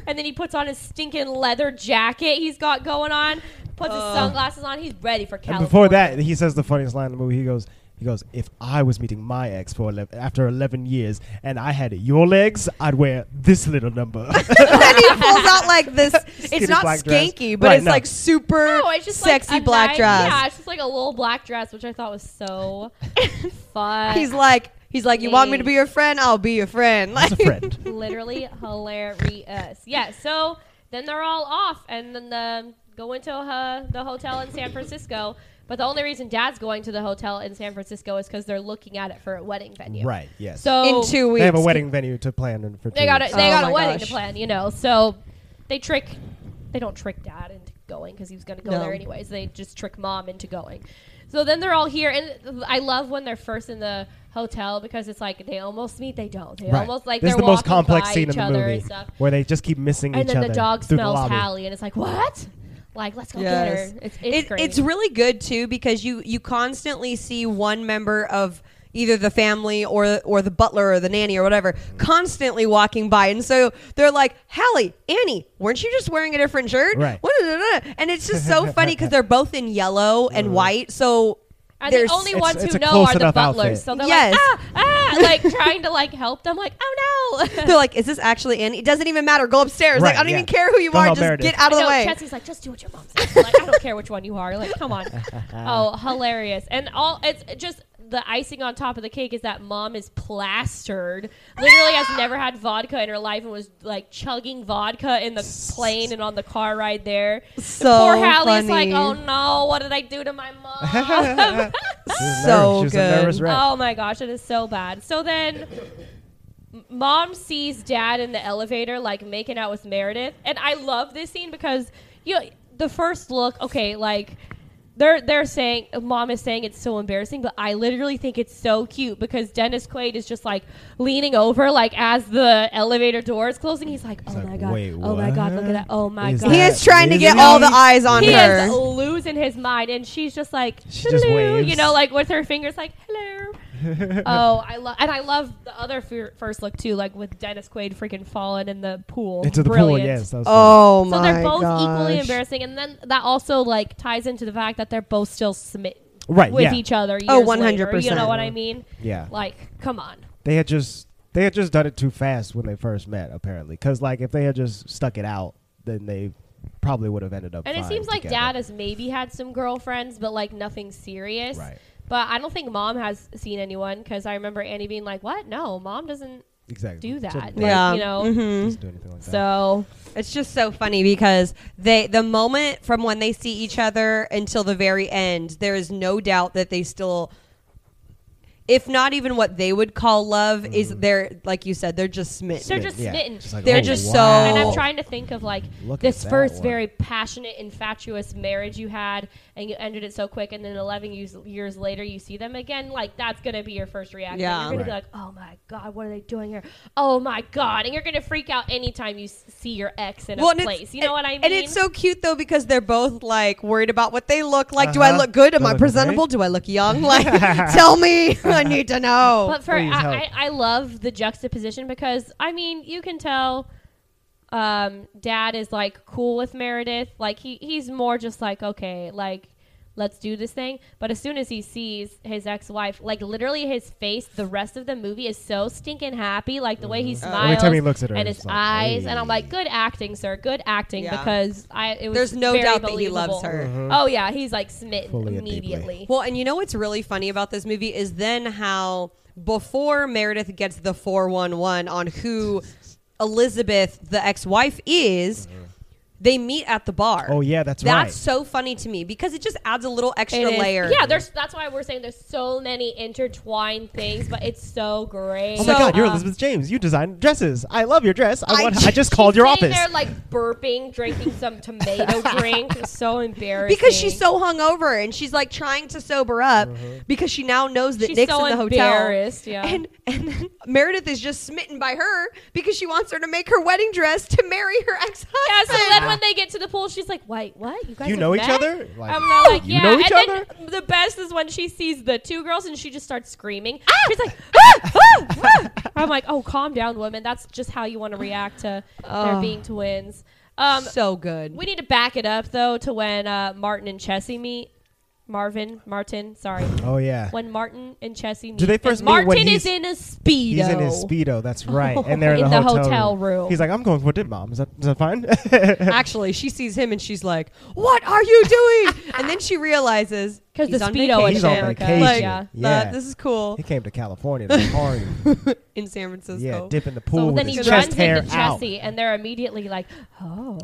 Speaker 3: and then he puts on his stinking leather jacket he's got going on, puts his sunglasses on. He's ready for
Speaker 4: And
Speaker 3: California.
Speaker 4: before that, he says the funniest line in the movie. He goes, he goes, if I was meeting my ex for 11, after 11 years and I had your legs, I'd wear this little number. *laughs*
Speaker 2: then he pulls out like this. it's not
Speaker 4: black
Speaker 2: skanky,
Speaker 4: dress.
Speaker 2: but
Speaker 4: Right,
Speaker 2: it's
Speaker 4: no.
Speaker 2: like super
Speaker 3: no, it's just
Speaker 2: sexy
Speaker 3: like a
Speaker 2: black
Speaker 3: nice-
Speaker 2: dress.
Speaker 3: Yeah, it's just like a little black dress, which I thought
Speaker 2: *laughs*
Speaker 3: was so fun.
Speaker 2: He's like, he's like, you want me to be your friend? I'll be your friend. *laughs*
Speaker 4: As a
Speaker 2: Like-
Speaker 4: friend.
Speaker 3: *laughs* literally hilarious. Yeah. So then they're all off, and then the, go into uh, the hotel in San Francisco. But the only reason Dad's going to the hotel in San Francisco is because they're looking at it for a wedding venue.
Speaker 4: Right, yes.
Speaker 3: So
Speaker 2: In two weeks,
Speaker 4: they have a wedding venue to plan in for two
Speaker 3: They got a,
Speaker 4: weeks.
Speaker 3: they
Speaker 2: Oh
Speaker 3: got
Speaker 2: my
Speaker 3: a wedding
Speaker 2: gosh.
Speaker 3: to plan, you know. So they trick. They don't trick Dad into going because he was going to go
Speaker 2: No.
Speaker 3: there anyways. They just trick Mom into going. So then they're all here, and I love when they're first in the hotel because it's like they almost meet, they don't. They
Speaker 4: Right.
Speaker 3: almost like
Speaker 4: this is
Speaker 3: they're
Speaker 4: the most
Speaker 3: walking
Speaker 4: complex
Speaker 3: by
Speaker 4: scene
Speaker 3: each
Speaker 4: in the
Speaker 3: other
Speaker 4: movie
Speaker 3: and stuff.
Speaker 4: where they just keep missing
Speaker 3: and
Speaker 4: each
Speaker 3: then
Speaker 4: other
Speaker 3: the dog
Speaker 4: through the
Speaker 3: smells
Speaker 4: lobby.
Speaker 3: Hallie, and it's like, what? Like, let's go
Speaker 2: Yes.
Speaker 3: get her. It's, it's
Speaker 2: It-
Speaker 3: great.
Speaker 2: it's really good too because you you constantly see one member of either the family or or the butler or the nanny or whatever constantly walking by and so they're like Hallie Annie weren't you just wearing a different shirt
Speaker 4: Right.
Speaker 2: What- da- da- da." and it's just so funny because they're both in yellow
Speaker 4: Mm.
Speaker 2: and white so
Speaker 3: and the
Speaker 2: there's
Speaker 3: only
Speaker 4: It's-
Speaker 3: ones
Speaker 4: it's
Speaker 3: who
Speaker 4: a
Speaker 3: know
Speaker 4: close
Speaker 3: are the
Speaker 4: enough
Speaker 3: butlers.
Speaker 4: outfit.
Speaker 3: So they're
Speaker 2: Yes.
Speaker 3: like, ah, *laughs* ah, like trying to like help them. Like,
Speaker 2: *laughs*
Speaker 3: oh no. *laughs*
Speaker 2: they're like is this actually Annie it doesn't even matter go upstairs like
Speaker 4: Right,
Speaker 2: I don't
Speaker 4: yeah.
Speaker 2: even care who you
Speaker 4: Go
Speaker 2: are
Speaker 4: help
Speaker 2: just
Speaker 4: Meredith.
Speaker 2: get out of
Speaker 3: I
Speaker 2: the
Speaker 3: know,
Speaker 2: way
Speaker 3: Chelsea's like, just do what your
Speaker 4: *laughs*
Speaker 3: mom says. like, I don't care which one you are. Like, come on. oh, hilarious. And all it's just the icing on top of the cake is that mom is plastered. Literally has never had vodka in her life and was like chugging vodka in the plane and on the car ride there.
Speaker 2: So
Speaker 3: Poor Hallie's like,
Speaker 2: funny.
Speaker 3: oh no, what did I do to my
Speaker 4: *laughs*
Speaker 3: mom?
Speaker 4: She
Speaker 2: So
Speaker 4: was nervous. She was
Speaker 2: good.
Speaker 4: a nervous wreck.
Speaker 3: Oh my gosh, it is so bad. So then m- mom sees dad in the elevator like making out with Meredith. And I love this scene because you know, the first look, okay, like they're they're saying mom is saying it's so embarrassing, but I literally think it's so cute because Dennis Quaid is just like leaning over like as the elevator door is closing, he's like, "Oh
Speaker 4: like,
Speaker 3: my god.
Speaker 4: "Wait,
Speaker 3: oh my god, look at
Speaker 4: what
Speaker 3: that. Oh my
Speaker 4: is
Speaker 3: god."
Speaker 2: He
Speaker 4: that?"
Speaker 2: is trying to get
Speaker 4: Really?
Speaker 2: all the eyes on
Speaker 3: he
Speaker 2: her.
Speaker 3: is losing his mind, and she's just like,
Speaker 4: She just
Speaker 3: "Hello," you
Speaker 4: waves.
Speaker 3: know, like with her fingers, like
Speaker 4: *laughs*
Speaker 3: hello. oh, I love, and I love the other fir- first look too, like with Dennis Quaid freaking falling in the pool
Speaker 4: Into the
Speaker 3: Brilliant.
Speaker 4: pool, yes. That was
Speaker 2: Oh
Speaker 3: So
Speaker 2: my
Speaker 3: they're both equally
Speaker 2: gosh.
Speaker 3: embarrassing, and then that also like ties into the fact that they're both still smitten
Speaker 4: fun. right.
Speaker 3: with
Speaker 4: yeah.
Speaker 3: each other.
Speaker 2: Oh,
Speaker 3: years later, You
Speaker 2: 100%.
Speaker 3: know what I mean?
Speaker 4: Yeah.
Speaker 3: Like, come on.
Speaker 4: they had just they had just done it too fast when they first met, apparently. Because like if they had just stuck it out, then they probably would have ended up.
Speaker 3: And it
Speaker 4: fine
Speaker 3: seems like
Speaker 4: together.
Speaker 3: dad has maybe had some girlfriends, but like nothing serious.
Speaker 4: Right.
Speaker 3: But I don't think mom has seen anyone because I remember Annie being like, "What? No, mom doesn't
Speaker 4: exactly
Speaker 3: do that."
Speaker 4: Shouldn't-
Speaker 3: Like,
Speaker 2: Yeah. Mm-hmm.
Speaker 3: you know.
Speaker 4: doesn't do anything like that.
Speaker 3: So
Speaker 2: It's just so funny because they the moment from when they see each other until the very end, there is no doubt that they still if not even what they would call love is
Speaker 4: Mm.
Speaker 2: they're like you said, they're just smitten.
Speaker 3: they're just smitten.
Speaker 4: She's like,
Speaker 2: They're
Speaker 4: "Oh,
Speaker 2: just so-
Speaker 4: wow."
Speaker 3: And I'm trying to think of like
Speaker 4: Look at
Speaker 3: this
Speaker 4: that
Speaker 3: first
Speaker 4: one.
Speaker 3: very passionate, infatuous marriage you had, and you ended it so quick, and then 11 years, years later you see them again. Like that's gonna be your first reaction.
Speaker 2: Yeah.
Speaker 3: You're gonna be
Speaker 4: Right.
Speaker 3: like, "Oh my god, what are they doing here? Oh my god!" And you're gonna freak out anytime you s- see your ex in a
Speaker 2: and it's-
Speaker 3: place. You know what I mean?
Speaker 2: And it's so cute though because they're both like worried about what they look like. Do I
Speaker 4: Uh-huh.
Speaker 2: look good? Am
Speaker 4: Do I
Speaker 2: I
Speaker 4: look
Speaker 2: presentable? Do I look
Speaker 4: *laughs*
Speaker 2: young? Like, *laughs* tell me. *laughs* I need to know.
Speaker 3: But for I,
Speaker 4: Oh, please help.
Speaker 3: I, I love the juxtaposition because I mean you can tell um, Dad is like cool with Meredith. Like he he's more just like okay, like let's do this thing. But as soon as he sees his ex wife, like literally his face, the rest of the movie is so stinking happy. Like the way he
Speaker 2: Uh,
Speaker 3: smiles
Speaker 4: Mm-hmm. Every time he looks at her,
Speaker 3: and
Speaker 4: it's
Speaker 3: his
Speaker 4: like,
Speaker 3: eyes, and I'm
Speaker 4: "Hey."
Speaker 3: like, good acting, sir, good acting,
Speaker 2: Yeah.
Speaker 3: because I it was
Speaker 2: There's no
Speaker 3: very
Speaker 2: doubt that he loves
Speaker 3: believable.
Speaker 2: her.
Speaker 3: Oh yeah, he's like
Speaker 4: Mm-hmm.
Speaker 3: smitten
Speaker 4: Fully and deeply.
Speaker 3: immediately.
Speaker 2: Well, and you know what's really funny about this movie is then how before Meredith gets the 411 on who Elizabeth, the ex-wife is, they meet at the bar.
Speaker 4: Oh yeah, that's,
Speaker 2: That's
Speaker 4: right.
Speaker 2: so funny to me because it just adds a little extra
Speaker 3: It is-
Speaker 2: layer.
Speaker 3: Yeah, there's that's why we're saying there's so many intertwined things, but it's so great. um,
Speaker 4: Oh my God! You're
Speaker 2: uh,
Speaker 4: Elizabeth James. You design dresses. I love your dress. I,
Speaker 2: I
Speaker 4: want.
Speaker 2: ju-
Speaker 4: I just called your
Speaker 3: Sitting
Speaker 4: office.
Speaker 3: there like burping, drinking
Speaker 4: *laughs*
Speaker 3: some tomato drink. It's so embarrassing.
Speaker 2: Because she's so hungover and she's like trying to sober up
Speaker 4: Mm-hmm.
Speaker 2: because she now knows that
Speaker 3: She's
Speaker 2: Nick's
Speaker 3: so
Speaker 2: in the hotel.
Speaker 3: embarrassed. Yeah.
Speaker 2: And, and then Meredith is just smitten by her because she wants her to make her wedding dress to marry her
Speaker 3: yeah,
Speaker 2: ex-husband.
Speaker 3: so then when they get to the pool, she's like, "Wait, what? You guys
Speaker 4: You
Speaker 3: have
Speaker 4: know each
Speaker 3: met?"
Speaker 4: other? Like,
Speaker 3: I'm not like,
Speaker 4: you
Speaker 3: "Yeah."
Speaker 4: know each
Speaker 3: and then the best is when she sees the two girls and she just starts screaming. She's like, "Ah! Ah! Ah!" I'm like, "Oh, calm down, woman. That's just how you want to react to there
Speaker 2: Oh.
Speaker 3: being twins." Um,
Speaker 2: so good.
Speaker 3: We need to back it up though to when uh, Martin and Chessie meet. Marvin, Martin, sorry.
Speaker 4: oh yeah.
Speaker 3: When Martin and Chessie meet.
Speaker 4: Do they
Speaker 3: and
Speaker 4: first meet
Speaker 3: Martin
Speaker 4: when
Speaker 3: is
Speaker 4: he's-
Speaker 3: in a speedo.
Speaker 4: He's in his speedo. That's right. And they're in,
Speaker 3: *laughs* In the hotel room.
Speaker 4: He's like, I'm going for dip, mom. Is that is that fine? *laughs*
Speaker 2: Actually, she sees him and she's like, "What are you doing?" And then she realizes
Speaker 3: 'Cause the
Speaker 2: he's on
Speaker 3: Speedo
Speaker 2: vacation.
Speaker 4: He's on
Speaker 3: America.
Speaker 4: vacation.
Speaker 2: Like,
Speaker 3: Yeah.
Speaker 4: yeah.
Speaker 2: Uh, this is cool
Speaker 4: he came to California
Speaker 3: *laughs*
Speaker 4: to party.
Speaker 2: in San Francisco.
Speaker 4: yeah, dip in the pool
Speaker 3: so
Speaker 4: with
Speaker 3: then
Speaker 4: his
Speaker 3: he
Speaker 4: chest
Speaker 3: runs
Speaker 4: hair
Speaker 3: into
Speaker 4: out.
Speaker 3: Chessie and they're immediately like, oh.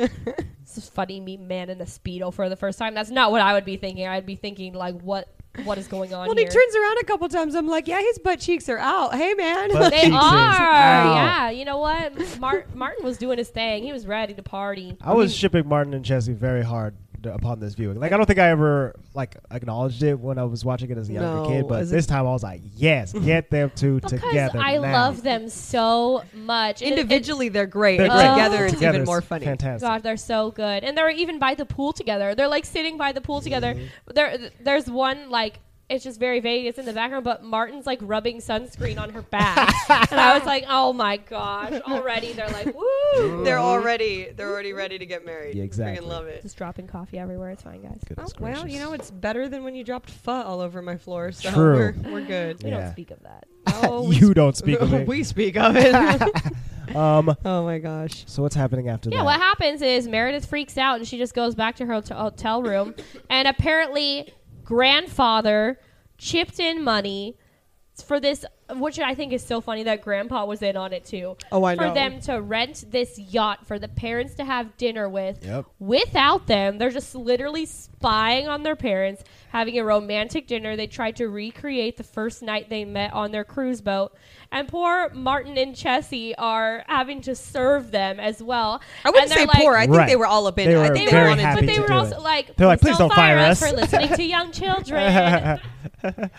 Speaker 3: this is funny, meet man in a speedo for the first time. That's not what I would be thinking. I'd be thinking like, what what is going on
Speaker 2: Well, and he
Speaker 3: here?
Speaker 2: turns around a couple times. I'm like, "Yeah, his butt cheeks are out." Hey, man.
Speaker 4: Butt
Speaker 3: they are,
Speaker 4: cheeks is out.
Speaker 3: yeah. You know what? Mar- Martin was doing his thing. He was ready to party.
Speaker 4: I was shipping Martin and Chessie very hard th- upon this viewing. Like I don't think I ever like acknowledged it when I was watching it as a younger
Speaker 2: No,
Speaker 4: kid, but
Speaker 2: as a-
Speaker 4: this time I was like, yes, get them two
Speaker 3: because
Speaker 4: together.
Speaker 3: I
Speaker 4: now.
Speaker 3: love them so much. And it- it-
Speaker 2: Individually, they're great.
Speaker 4: They're
Speaker 2: but
Speaker 4: great.
Speaker 2: Together, it's
Speaker 4: Together,
Speaker 2: even more funny.
Speaker 4: Fantastic.
Speaker 3: God, they're so good, and they're even by the pool together. They're like sitting by the pool together. There, there's one like it's just very vague. It's in the background, but Martin's like rubbing sunscreen on her back, and I was like, oh my gosh! Already they're like,
Speaker 2: *laughs*
Speaker 3: woo!
Speaker 2: They're already they're already ready to get married.
Speaker 4: Yeah, exactly.
Speaker 2: Freaking love it.
Speaker 3: Just dropping coffee everywhere. It's fine, guys.
Speaker 4: Goodness
Speaker 2: well,
Speaker 4: gracious.
Speaker 2: you know
Speaker 4: *laughs*
Speaker 2: it's better than when you dropped pho all over my floor. So
Speaker 4: True.
Speaker 2: we're we're
Speaker 4: *laughs*
Speaker 2: good.
Speaker 3: We don't
Speaker 4: Yeah.
Speaker 3: speak of that.
Speaker 2: Oh,
Speaker 4: you don't speak
Speaker 3: *laughs*
Speaker 4: of
Speaker 2: *laughs*
Speaker 4: it.
Speaker 2: we speak of
Speaker 4: *laughs*
Speaker 2: it.
Speaker 4: um,
Speaker 2: oh my gosh.
Speaker 4: so what's happening after
Speaker 3: Yeah,
Speaker 4: that?
Speaker 3: what happens is Meredith freaks out and she just goes back to her hot- hotel room, and apparently grandfather chipped in money for this, which I think is so funny that Grandpa was in on it too.
Speaker 2: Oh, I
Speaker 3: for
Speaker 2: know.
Speaker 3: them to rent this yacht for the parents to have dinner with.
Speaker 4: Yep.
Speaker 3: Without them, they're just literally spying on their parents, having a romantic dinner. They tried to recreate the first night they met on their cruise boat, and poor Martin and Chessie are having to serve them as well.
Speaker 5: I wouldn't
Speaker 3: And they're
Speaker 5: say
Speaker 3: like-
Speaker 5: poor. I think
Speaker 4: Right.
Speaker 5: they were all up in.
Speaker 4: They
Speaker 5: I
Speaker 4: were
Speaker 5: think
Speaker 4: very
Speaker 5: wanted
Speaker 4: happy
Speaker 3: but they
Speaker 4: to
Speaker 3: were
Speaker 4: do
Speaker 3: also
Speaker 4: it.
Speaker 3: like,
Speaker 4: They're like, "Please don't fire us."
Speaker 3: for listening to young children."
Speaker 4: yeah, that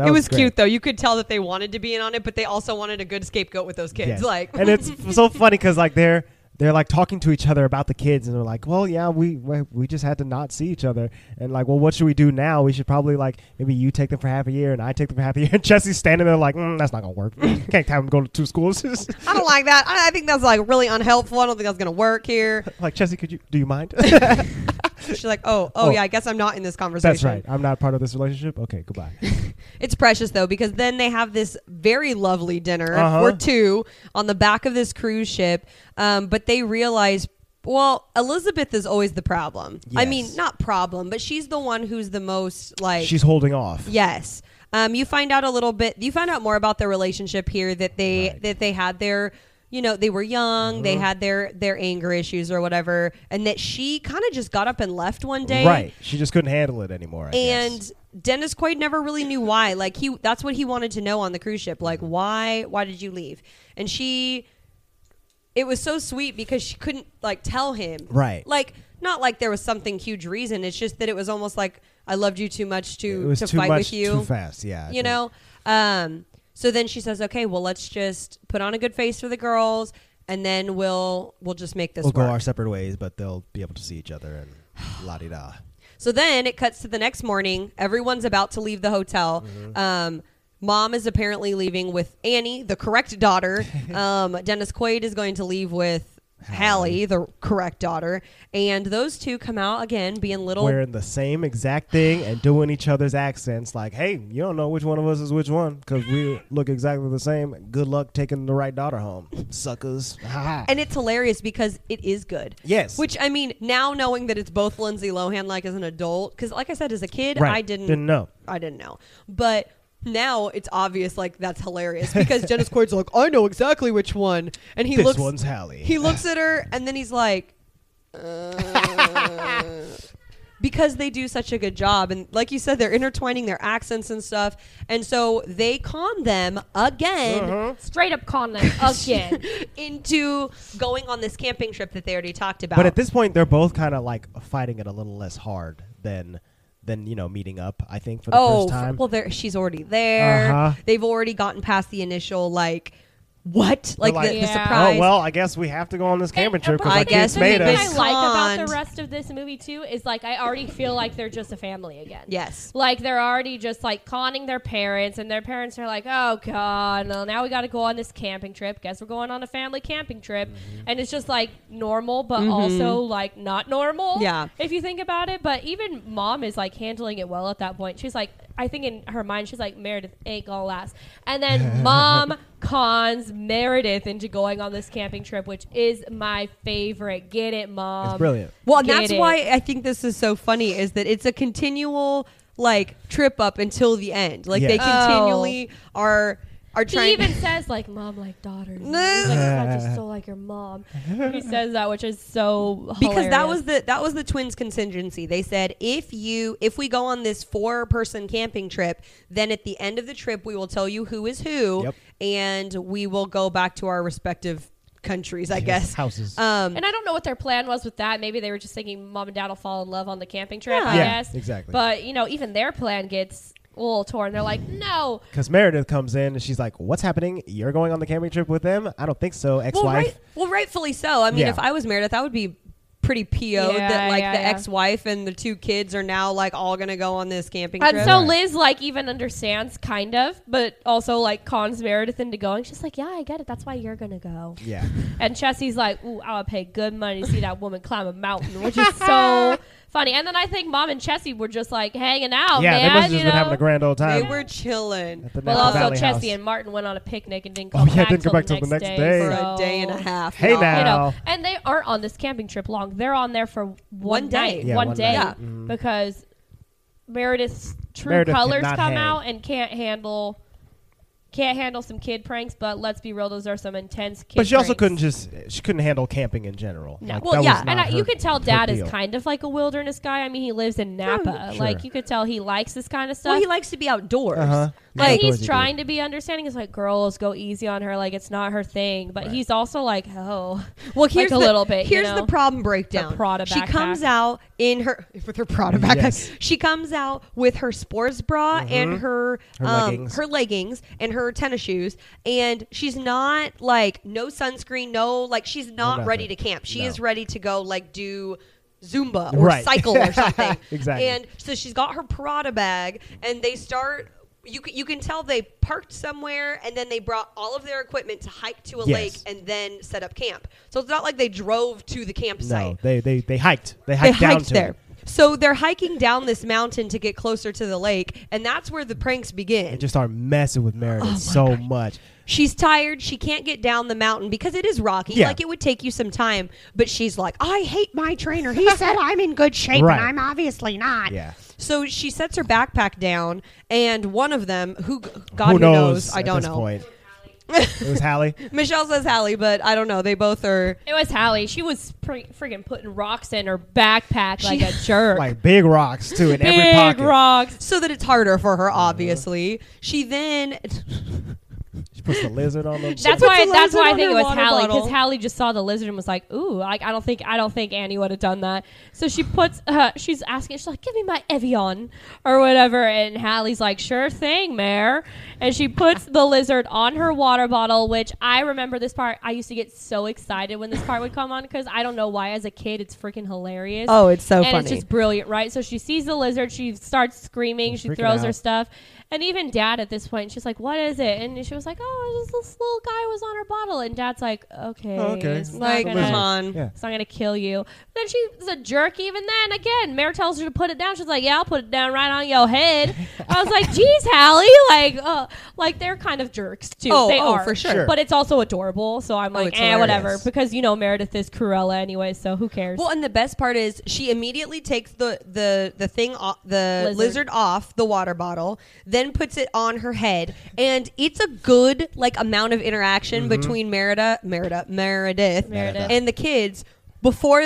Speaker 2: It was
Speaker 4: great.
Speaker 2: cute though. You could tell that they wanted to be in on it, but they also wanted a good scapegoat with those kids.
Speaker 4: Yes.
Speaker 2: Like,
Speaker 4: and it's f- so funny because like they're they're like talking to each other about the kids, and they're like, "Well, yeah, we we we just had to not see each other, and like, well, what should we do now? We should probably like maybe you take them for half a year, and I take them for half a year." *laughs* And Jesse's standing there like, mm, "That's not
Speaker 2: *laughs*
Speaker 4: gonna work. Can't have them go to two
Speaker 2: *laughs*
Speaker 4: schools." *laughs*
Speaker 2: I don't like that. I, I think that's like really unhelpful. I don't think that's gonna work here.
Speaker 4: like, Jesse, could you do
Speaker 2: *laughs*
Speaker 4: you mind? *laughs*
Speaker 2: She's like, oh, oh,
Speaker 4: Oh.
Speaker 2: yeah. I guess I'm not in this conversation.
Speaker 4: That's right. I'm not part of this relationship. Okay, goodbye.
Speaker 2: It's precious though because then they have this very lovely dinner
Speaker 4: Uh-huh.
Speaker 2: for two on the back of this cruise ship. Um, but they realize, well, Elizabeth is always the problem. I
Speaker 4: Yes.
Speaker 2: mean, not problem, but she's the one who's the most like.
Speaker 4: She's holding off.
Speaker 2: *laughs* yes. Um, you find out a little bit. You find out more about their relationship here that they
Speaker 4: Right. Mm-hmm.
Speaker 2: that they had their. You know, they were young. They had their their anger issues or whatever, and that she kind of just got up and left one day.
Speaker 4: Right. She just couldn't handle it anymore. I guess.
Speaker 2: and Dennis Quaid never really knew why. Like he, that's what he wanted to know on the cruise ship. Like why, why did you leave? And she, it was so sweet because she couldn't like tell him.
Speaker 4: Right.
Speaker 2: Like not like there was something huge reason. It's just that it was almost like I loved you too much to
Speaker 4: it was
Speaker 2: to
Speaker 4: too
Speaker 2: fight
Speaker 4: much
Speaker 2: with you.
Speaker 4: too fast. Yeah. I
Speaker 2: You
Speaker 4: think.
Speaker 2: know. Um. So then she says, okay, well let's just put on a good face for the girls, and then we'll we'll just make this
Speaker 4: we'll go
Speaker 2: work.
Speaker 4: our separate ways, but they'll be able to see each other and la di da.
Speaker 2: So then it cuts to the next morning. Everyone's about to leave the hotel.
Speaker 4: Mm-hmm.
Speaker 2: Um, Mom is apparently leaving with Annie, the correct
Speaker 4: *laughs*
Speaker 2: daughter. Um, Dennis Quaid is going to leave with Hallie, the correct daughter. And those two come out again being little.
Speaker 4: Wearing the same exact thing and doing each other's accents. Like, hey, you don't know which one of us is which one because we look exactly the same. Good luck taking the right daughter home, suckers. *laughs* Ha ha.
Speaker 2: and it's hilarious because it is good.
Speaker 4: Yes.
Speaker 2: Which, I mean, now knowing that it's both Lindsay Lohan, like as an adult, because, like I said, as a kid,
Speaker 4: Right.
Speaker 2: I didn't,
Speaker 4: Didn't know.
Speaker 2: I didn't know. But now it's obvious, like, that's hilarious because
Speaker 4: *laughs*
Speaker 2: Dennis Quaid's like, I know exactly which one. And he
Speaker 4: this
Speaker 2: looks.
Speaker 4: one's Hallie.
Speaker 2: he looks at her and then he's like
Speaker 4: *laughs*
Speaker 2: uh, because they do such a good job and like you said they're intertwining their accents and stuff and so they con them again
Speaker 4: Uh-huh.
Speaker 3: Straight up con them again.
Speaker 2: into going on this camping trip that they already talked about
Speaker 4: But at this point, they're both kind of like fighting it a little less hard than than you know meeting up. I think for the
Speaker 2: oh
Speaker 4: first
Speaker 2: f-
Speaker 4: time.
Speaker 2: well there she's already there
Speaker 4: Uh-huh.
Speaker 2: they've already gotten past the initial like what like,
Speaker 4: like,
Speaker 2: the, the
Speaker 3: Yeah.
Speaker 2: surprise uh,
Speaker 4: Oh well, I guess we have to go on this camping trip because
Speaker 2: I
Speaker 4: I
Speaker 2: guess
Speaker 4: kids made
Speaker 3: the thing
Speaker 2: us.
Speaker 3: I like about
Speaker 2: Conned.
Speaker 3: the rest of this movie too is like I already feel like they're just a family again.
Speaker 2: yes
Speaker 3: Like they're already just like conning their parents, and their parents are like, "Oh God, well, now we got to go on this camping trip. Guess we're going on a family camping trip."
Speaker 4: Mm-hmm.
Speaker 3: And it's just like normal, but also like not normal.
Speaker 2: Mm-hmm. Yeah.
Speaker 3: if you think about it. But even mom is like handling it well at that point. She's like, I think in her mind, she's like, "Meredith ain't gonna last." And then
Speaker 4: *laughs*
Speaker 3: mom cons Meredith into going on this camping trip, which is my favorite. Get it, mom?
Speaker 4: It's brilliant.
Speaker 2: Well, and
Speaker 3: Get
Speaker 2: that's
Speaker 3: it.
Speaker 2: why I think this is so funny is that it's a continual like trip up until the end. Like they
Speaker 4: Yes.
Speaker 3: Oh.
Speaker 2: continually are are
Speaker 3: He
Speaker 2: trying.
Speaker 3: even
Speaker 2: *laughs*
Speaker 3: says like mom like daughter. He's
Speaker 2: No.
Speaker 3: like it's not
Speaker 2: *laughs*
Speaker 3: just so like your mom. He says that, which is so
Speaker 2: because that was
Speaker 3: hilarious.
Speaker 2: the that was the twins contingency. They said if you if we go on this four person camping trip, then at the end of the trip we will tell you who is who,
Speaker 4: Yep.
Speaker 2: and we will go back to our respective countries. I
Speaker 4: Yes,
Speaker 2: guess
Speaker 4: houses.
Speaker 2: Um,
Speaker 3: And I don't know what their plan was with that. Maybe they were just thinking mom and dad will fall in love on the camping trip.
Speaker 2: Yeah.
Speaker 3: I
Speaker 4: Yeah,
Speaker 3: guess
Speaker 4: exactly.
Speaker 3: But you know, even their plan gets a little torn. They're like, no.
Speaker 4: Because Meredith comes in and she's like, "What's happening? You're going on the camping trip with them? I don't think so,
Speaker 2: well,
Speaker 4: ex-wife."
Speaker 2: right, well, rightfully so. I mean,
Speaker 4: Yeah.
Speaker 2: if I was Meredith, I would be pretty PO'd
Speaker 3: Yeah,
Speaker 2: that like
Speaker 3: yeah,
Speaker 2: the
Speaker 3: yeah.
Speaker 2: ex-wife and the two kids are now like all gonna go on this camping
Speaker 3: And
Speaker 2: trip.
Speaker 3: so
Speaker 4: Right.
Speaker 3: Liz like even understands kind of, but also like cons Meredith into going. She's like, yeah, I get it. That's why you're gonna go.
Speaker 4: Yeah.
Speaker 3: And Chessie's like, ooh, I would pay good money to see that woman climb a mountain,
Speaker 2: *laughs*
Speaker 3: which is so funny. And then I think mom and Chessie were just like hanging out,
Speaker 4: yeah,
Speaker 3: Oh, man.
Speaker 4: they must have just
Speaker 3: you
Speaker 4: been having
Speaker 3: know?
Speaker 4: a grand old
Speaker 2: they
Speaker 4: time.
Speaker 2: were chilling
Speaker 4: At the
Speaker 3: Well,
Speaker 4: Napa
Speaker 3: also
Speaker 4: Valley
Speaker 3: Chessie
Speaker 4: house.
Speaker 3: and Martin went on a picnic and didn't
Speaker 4: Oh,
Speaker 3: come
Speaker 4: yeah,
Speaker 3: back,
Speaker 4: didn't
Speaker 3: till
Speaker 4: come back till the next day.
Speaker 2: for
Speaker 3: so-
Speaker 2: a day and a half.
Speaker 4: Hey,
Speaker 2: y'all.
Speaker 4: now.
Speaker 3: You know,
Speaker 4: Wow.
Speaker 3: and they aren't on this camping trip long. They're on there for one,
Speaker 2: One day.
Speaker 3: night,
Speaker 4: Yeah,
Speaker 3: one,
Speaker 4: one
Speaker 3: day,
Speaker 2: night.
Speaker 3: because Meredith's true
Speaker 4: Meredith
Speaker 3: colors
Speaker 4: cannot
Speaker 3: come
Speaker 4: hang.
Speaker 3: out and can't handle can't handle some kid pranks. But let's be real, those are some intense. kid
Speaker 4: But she also
Speaker 3: pranks.
Speaker 4: couldn't just she couldn't handle camping in general.
Speaker 3: No.
Speaker 4: Like,
Speaker 3: well,
Speaker 4: that
Speaker 3: yeah,
Speaker 4: was not
Speaker 3: and I, you
Speaker 4: her-
Speaker 3: could tell
Speaker 4: her
Speaker 3: Dad is
Speaker 4: deal.
Speaker 3: kind of like a wilderness guy. I mean, he lives in Napa.
Speaker 4: sure.
Speaker 3: Like you could tell he likes this kind of stuff.
Speaker 2: Well, he likes to be outdoors.
Speaker 4: Uh-huh.
Speaker 3: Like
Speaker 2: Like,
Speaker 4: Outdoors
Speaker 3: he's
Speaker 4: you
Speaker 3: trying to be understanding. It's like girls go easy on her. Like it's not her thing. But he's also like, oh, *laughs*
Speaker 2: well, here's
Speaker 3: like a
Speaker 2: the,
Speaker 3: little bit. you
Speaker 2: Here's
Speaker 3: know?
Speaker 2: the problem breakdown.
Speaker 3: Prada
Speaker 2: she
Speaker 3: backpack.
Speaker 2: comes out in her with her Prada backpack.
Speaker 4: Yes. Mm-hmm.
Speaker 2: She comes out with her sports bra and her
Speaker 4: Her
Speaker 2: um,
Speaker 4: leggings.
Speaker 2: her leggings and her tennis shoes, and she's not like no sunscreen, no like she's not
Speaker 4: nothing.
Speaker 2: ready to camp. She
Speaker 4: No.
Speaker 2: is ready to go like do. Zumba or
Speaker 4: Right.
Speaker 2: cycle
Speaker 4: *laughs*
Speaker 2: or something.
Speaker 4: Exactly.
Speaker 2: And so she's got her Prada bag, and they start. You c- you can tell they parked somewhere, and then they brought all of their equipment to hike to a
Speaker 4: Yes.
Speaker 2: lake and then set up camp. So it's not like they drove to the
Speaker 4: No,
Speaker 2: campsite.
Speaker 4: they they they hiked. They
Speaker 2: they
Speaker 4: hiked down
Speaker 2: hiked
Speaker 4: to
Speaker 2: there.
Speaker 4: it.
Speaker 2: So they're hiking down this mountain to get closer to the lake, and that's where the pranks begin.
Speaker 4: and just start messing with
Speaker 3: Oh
Speaker 4: Meredith so much.
Speaker 2: she's tired. She can't get down the mountain because it is rocky.
Speaker 4: Yeah.
Speaker 2: Like it would take you some time, but she's like, "I hate my trainer.
Speaker 4: *laughs*
Speaker 2: He said I'm in good shape,
Speaker 4: Right.
Speaker 2: and I'm obviously not."
Speaker 4: Yeah.
Speaker 2: So she sets her backpack down, and one of them, who God
Speaker 4: who knows?
Speaker 2: I
Speaker 4: at
Speaker 2: don't
Speaker 4: this
Speaker 2: know.
Speaker 3: *laughs*
Speaker 4: Point. it was Hallie.
Speaker 2: Michelle says Hallie, but I don't know. They both are.
Speaker 3: It was Hallie. She was pre- freaking putting rocks in her backpack like a jerk.
Speaker 4: Like big rocks too in every
Speaker 3: Big
Speaker 4: pocket.
Speaker 3: rocks.
Speaker 2: so that it's harder for her obviously she then *laughs*
Speaker 4: She puts the lizard on them.
Speaker 3: That's
Speaker 2: puts
Speaker 3: why.
Speaker 2: a
Speaker 3: That's
Speaker 2: lizard
Speaker 3: why I
Speaker 2: on
Speaker 3: think it
Speaker 2: her
Speaker 3: was
Speaker 2: water
Speaker 3: Hallie
Speaker 2: bottle.
Speaker 3: because Hallie just saw the lizard and was like, "Ooh, I, I don't think I don't think Annie would have done that." So she puts. Uh, she's asking. She's like, "Give me my Evian or whatever," and Hallie's like, "Sure thing, Mayor." And she puts the lizard on her water bottle, which I remember this part. I used to get so excited when this part would come on because I don't know why, as a kid, it's freaking hilarious
Speaker 2: oh it's so
Speaker 3: and
Speaker 2: funny
Speaker 3: it's just brilliant, right? So she sees the lizard, she starts screaming, she
Speaker 4: freaking
Speaker 3: throws her
Speaker 4: out.
Speaker 3: stuff, and even dad at this point, she's like, "What is it?" And she was like, "Oh, this this little guy was on her bottle," and dad's like, "Okay,
Speaker 4: Oh, okay.
Speaker 3: it's not
Speaker 2: like
Speaker 3: gonna-
Speaker 2: come on
Speaker 4: Yeah.
Speaker 3: it's not gonna kill you. Then she's a jerk. Even then, again, Mare tells her to put it down. She's like, "Yeah, I'll put it down right on your head." I was
Speaker 4: *laughs*
Speaker 3: like, "Geez, Hallie, like, uh, like they're kind of jerks too.
Speaker 2: Oh,
Speaker 3: they
Speaker 2: oh,
Speaker 3: are
Speaker 2: for sure.
Speaker 4: Sure.
Speaker 3: But it's also adorable. So I'm
Speaker 2: Oh,
Speaker 3: like,
Speaker 2: it's
Speaker 3: eh, whatever,
Speaker 2: hilarious.
Speaker 3: because you know Meredith is Cruella anyway. So who cares?
Speaker 2: well and the best part is she immediately takes the the the thing off the
Speaker 3: Lizard.
Speaker 2: lizard. off the water bottle then puts it on her head and it's a good like amount of interaction between merida merida meredith,
Speaker 3: Meredith.
Speaker 2: and the kids before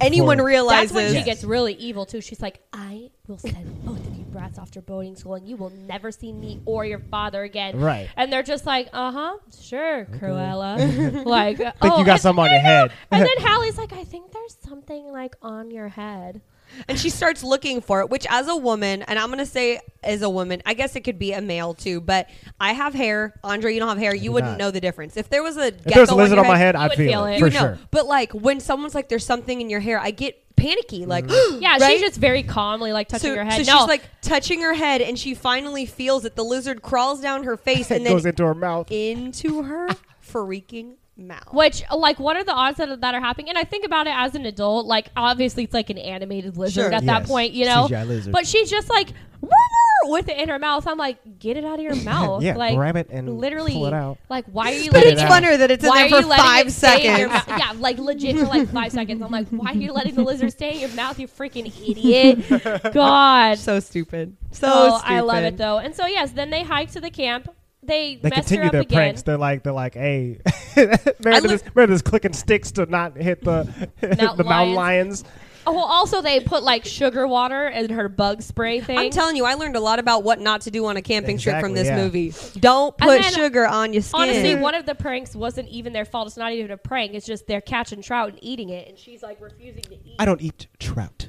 Speaker 2: anyone
Speaker 4: Before-
Speaker 2: realizes
Speaker 3: That's when
Speaker 4: Yes.
Speaker 3: she gets really evil too. She's like, "I will send both of you brats off to boarding school, and you will never see me or your father again."
Speaker 4: Right.
Speaker 3: And they're just like, "Uh huh, sure,
Speaker 4: *laughs*
Speaker 3: Cruella." like, think
Speaker 4: you got something on your head.
Speaker 3: And then Hallie's like, oh, "I think there's something like on your head."
Speaker 2: and she starts looking for it which as a woman and i'm gonna say as a woman i guess it could be a male too but i have hair andre you don't have hair you
Speaker 4: do
Speaker 2: wouldn't
Speaker 4: not.
Speaker 2: know the difference if there was a
Speaker 4: *laughs* If there's a
Speaker 2: gecko
Speaker 4: lizard
Speaker 2: your
Speaker 4: on my head, I'd
Speaker 3: would
Speaker 4: feel,
Speaker 3: feel
Speaker 4: it,
Speaker 3: it.
Speaker 2: you
Speaker 4: for
Speaker 2: know
Speaker 4: sure.
Speaker 2: but like when someone's like there's something in your hair i get panicky like *gasps*
Speaker 3: Yeah,
Speaker 2: right?
Speaker 3: she's just very calmly like touching
Speaker 2: so,
Speaker 3: her
Speaker 2: so
Speaker 3: head.
Speaker 2: she's
Speaker 3: no,
Speaker 2: like touching her head and she finally feels it the lizard crawls down *laughs* her face
Speaker 4: It
Speaker 2: and
Speaker 4: goes
Speaker 2: then
Speaker 4: into her mouth.
Speaker 2: into her freaking mouth
Speaker 3: Which, like, what are the odds that that are happening? And I think about it as an adult. Like, obviously, it's like an animated lizard
Speaker 2: Sure.
Speaker 3: at that
Speaker 4: Yes.
Speaker 3: point, you know.
Speaker 4: CGI lizard.
Speaker 3: But she's just like "Woo-woo," with it in her mouth. I'm like, get it out
Speaker 4: *laughs*
Speaker 3: of your mouth.
Speaker 4: Yeah,
Speaker 3: like,
Speaker 4: grab it and pull it out.
Speaker 3: Like, why are you?
Speaker 4: Spit
Speaker 2: but
Speaker 4: it
Speaker 3: letting
Speaker 2: it's
Speaker 4: out.
Speaker 2: funner that it's in
Speaker 3: why
Speaker 2: there
Speaker 3: are
Speaker 2: for
Speaker 3: you letting
Speaker 2: five
Speaker 3: it stay in your
Speaker 2: seconds
Speaker 3: mouth? yeah, like legit for like five seconds. I'm like, why are you letting the lizard stay in your mouth? You freaking
Speaker 4: *laughs*
Speaker 3: idiot! God,
Speaker 2: so stupid so
Speaker 3: Oh,
Speaker 2: stupid.
Speaker 3: I love it though. And so yes, then they hike to the camp. They,
Speaker 4: They
Speaker 3: messed her
Speaker 4: continue
Speaker 3: up
Speaker 4: their
Speaker 3: again.
Speaker 4: pranks. They're like, they're like, hey, *laughs* Meredith,
Speaker 2: look-
Speaker 4: is, Meredith is clicking sticks to not hit the
Speaker 3: Mountain
Speaker 4: *laughs* the mountain
Speaker 3: lions.
Speaker 4: lions.
Speaker 3: Oh, well, also they put like sugar water in her bug spray thing.
Speaker 2: I'm telling you, I learned a lot about what not to do on a camping trip from
Speaker 4: Exactly,
Speaker 2: this
Speaker 4: yeah.
Speaker 2: movie. Don't
Speaker 3: And
Speaker 2: put
Speaker 3: then,
Speaker 2: sugar on your skin.
Speaker 3: Honestly, one of the pranks wasn't even their fault. It's not even a prank. It's just they're catching trout and eating it, and she's like refusing to eat.
Speaker 4: I don't eat trout.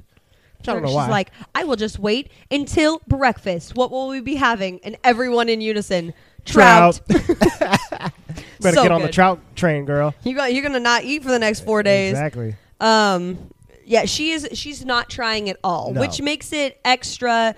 Speaker 4: Which I don't know
Speaker 2: She's
Speaker 4: why.
Speaker 2: like, I will just wait until breakfast. What will we be having? And everyone in unison, trout.
Speaker 4: *laughs* Better
Speaker 2: So
Speaker 4: get on the
Speaker 2: good.
Speaker 4: trout train, girl.
Speaker 2: you got, you're gonna not eat for the next four days.
Speaker 4: Exactly.
Speaker 2: Um, yeah, she is. She's not trying at all,
Speaker 4: No.
Speaker 2: which makes it extra.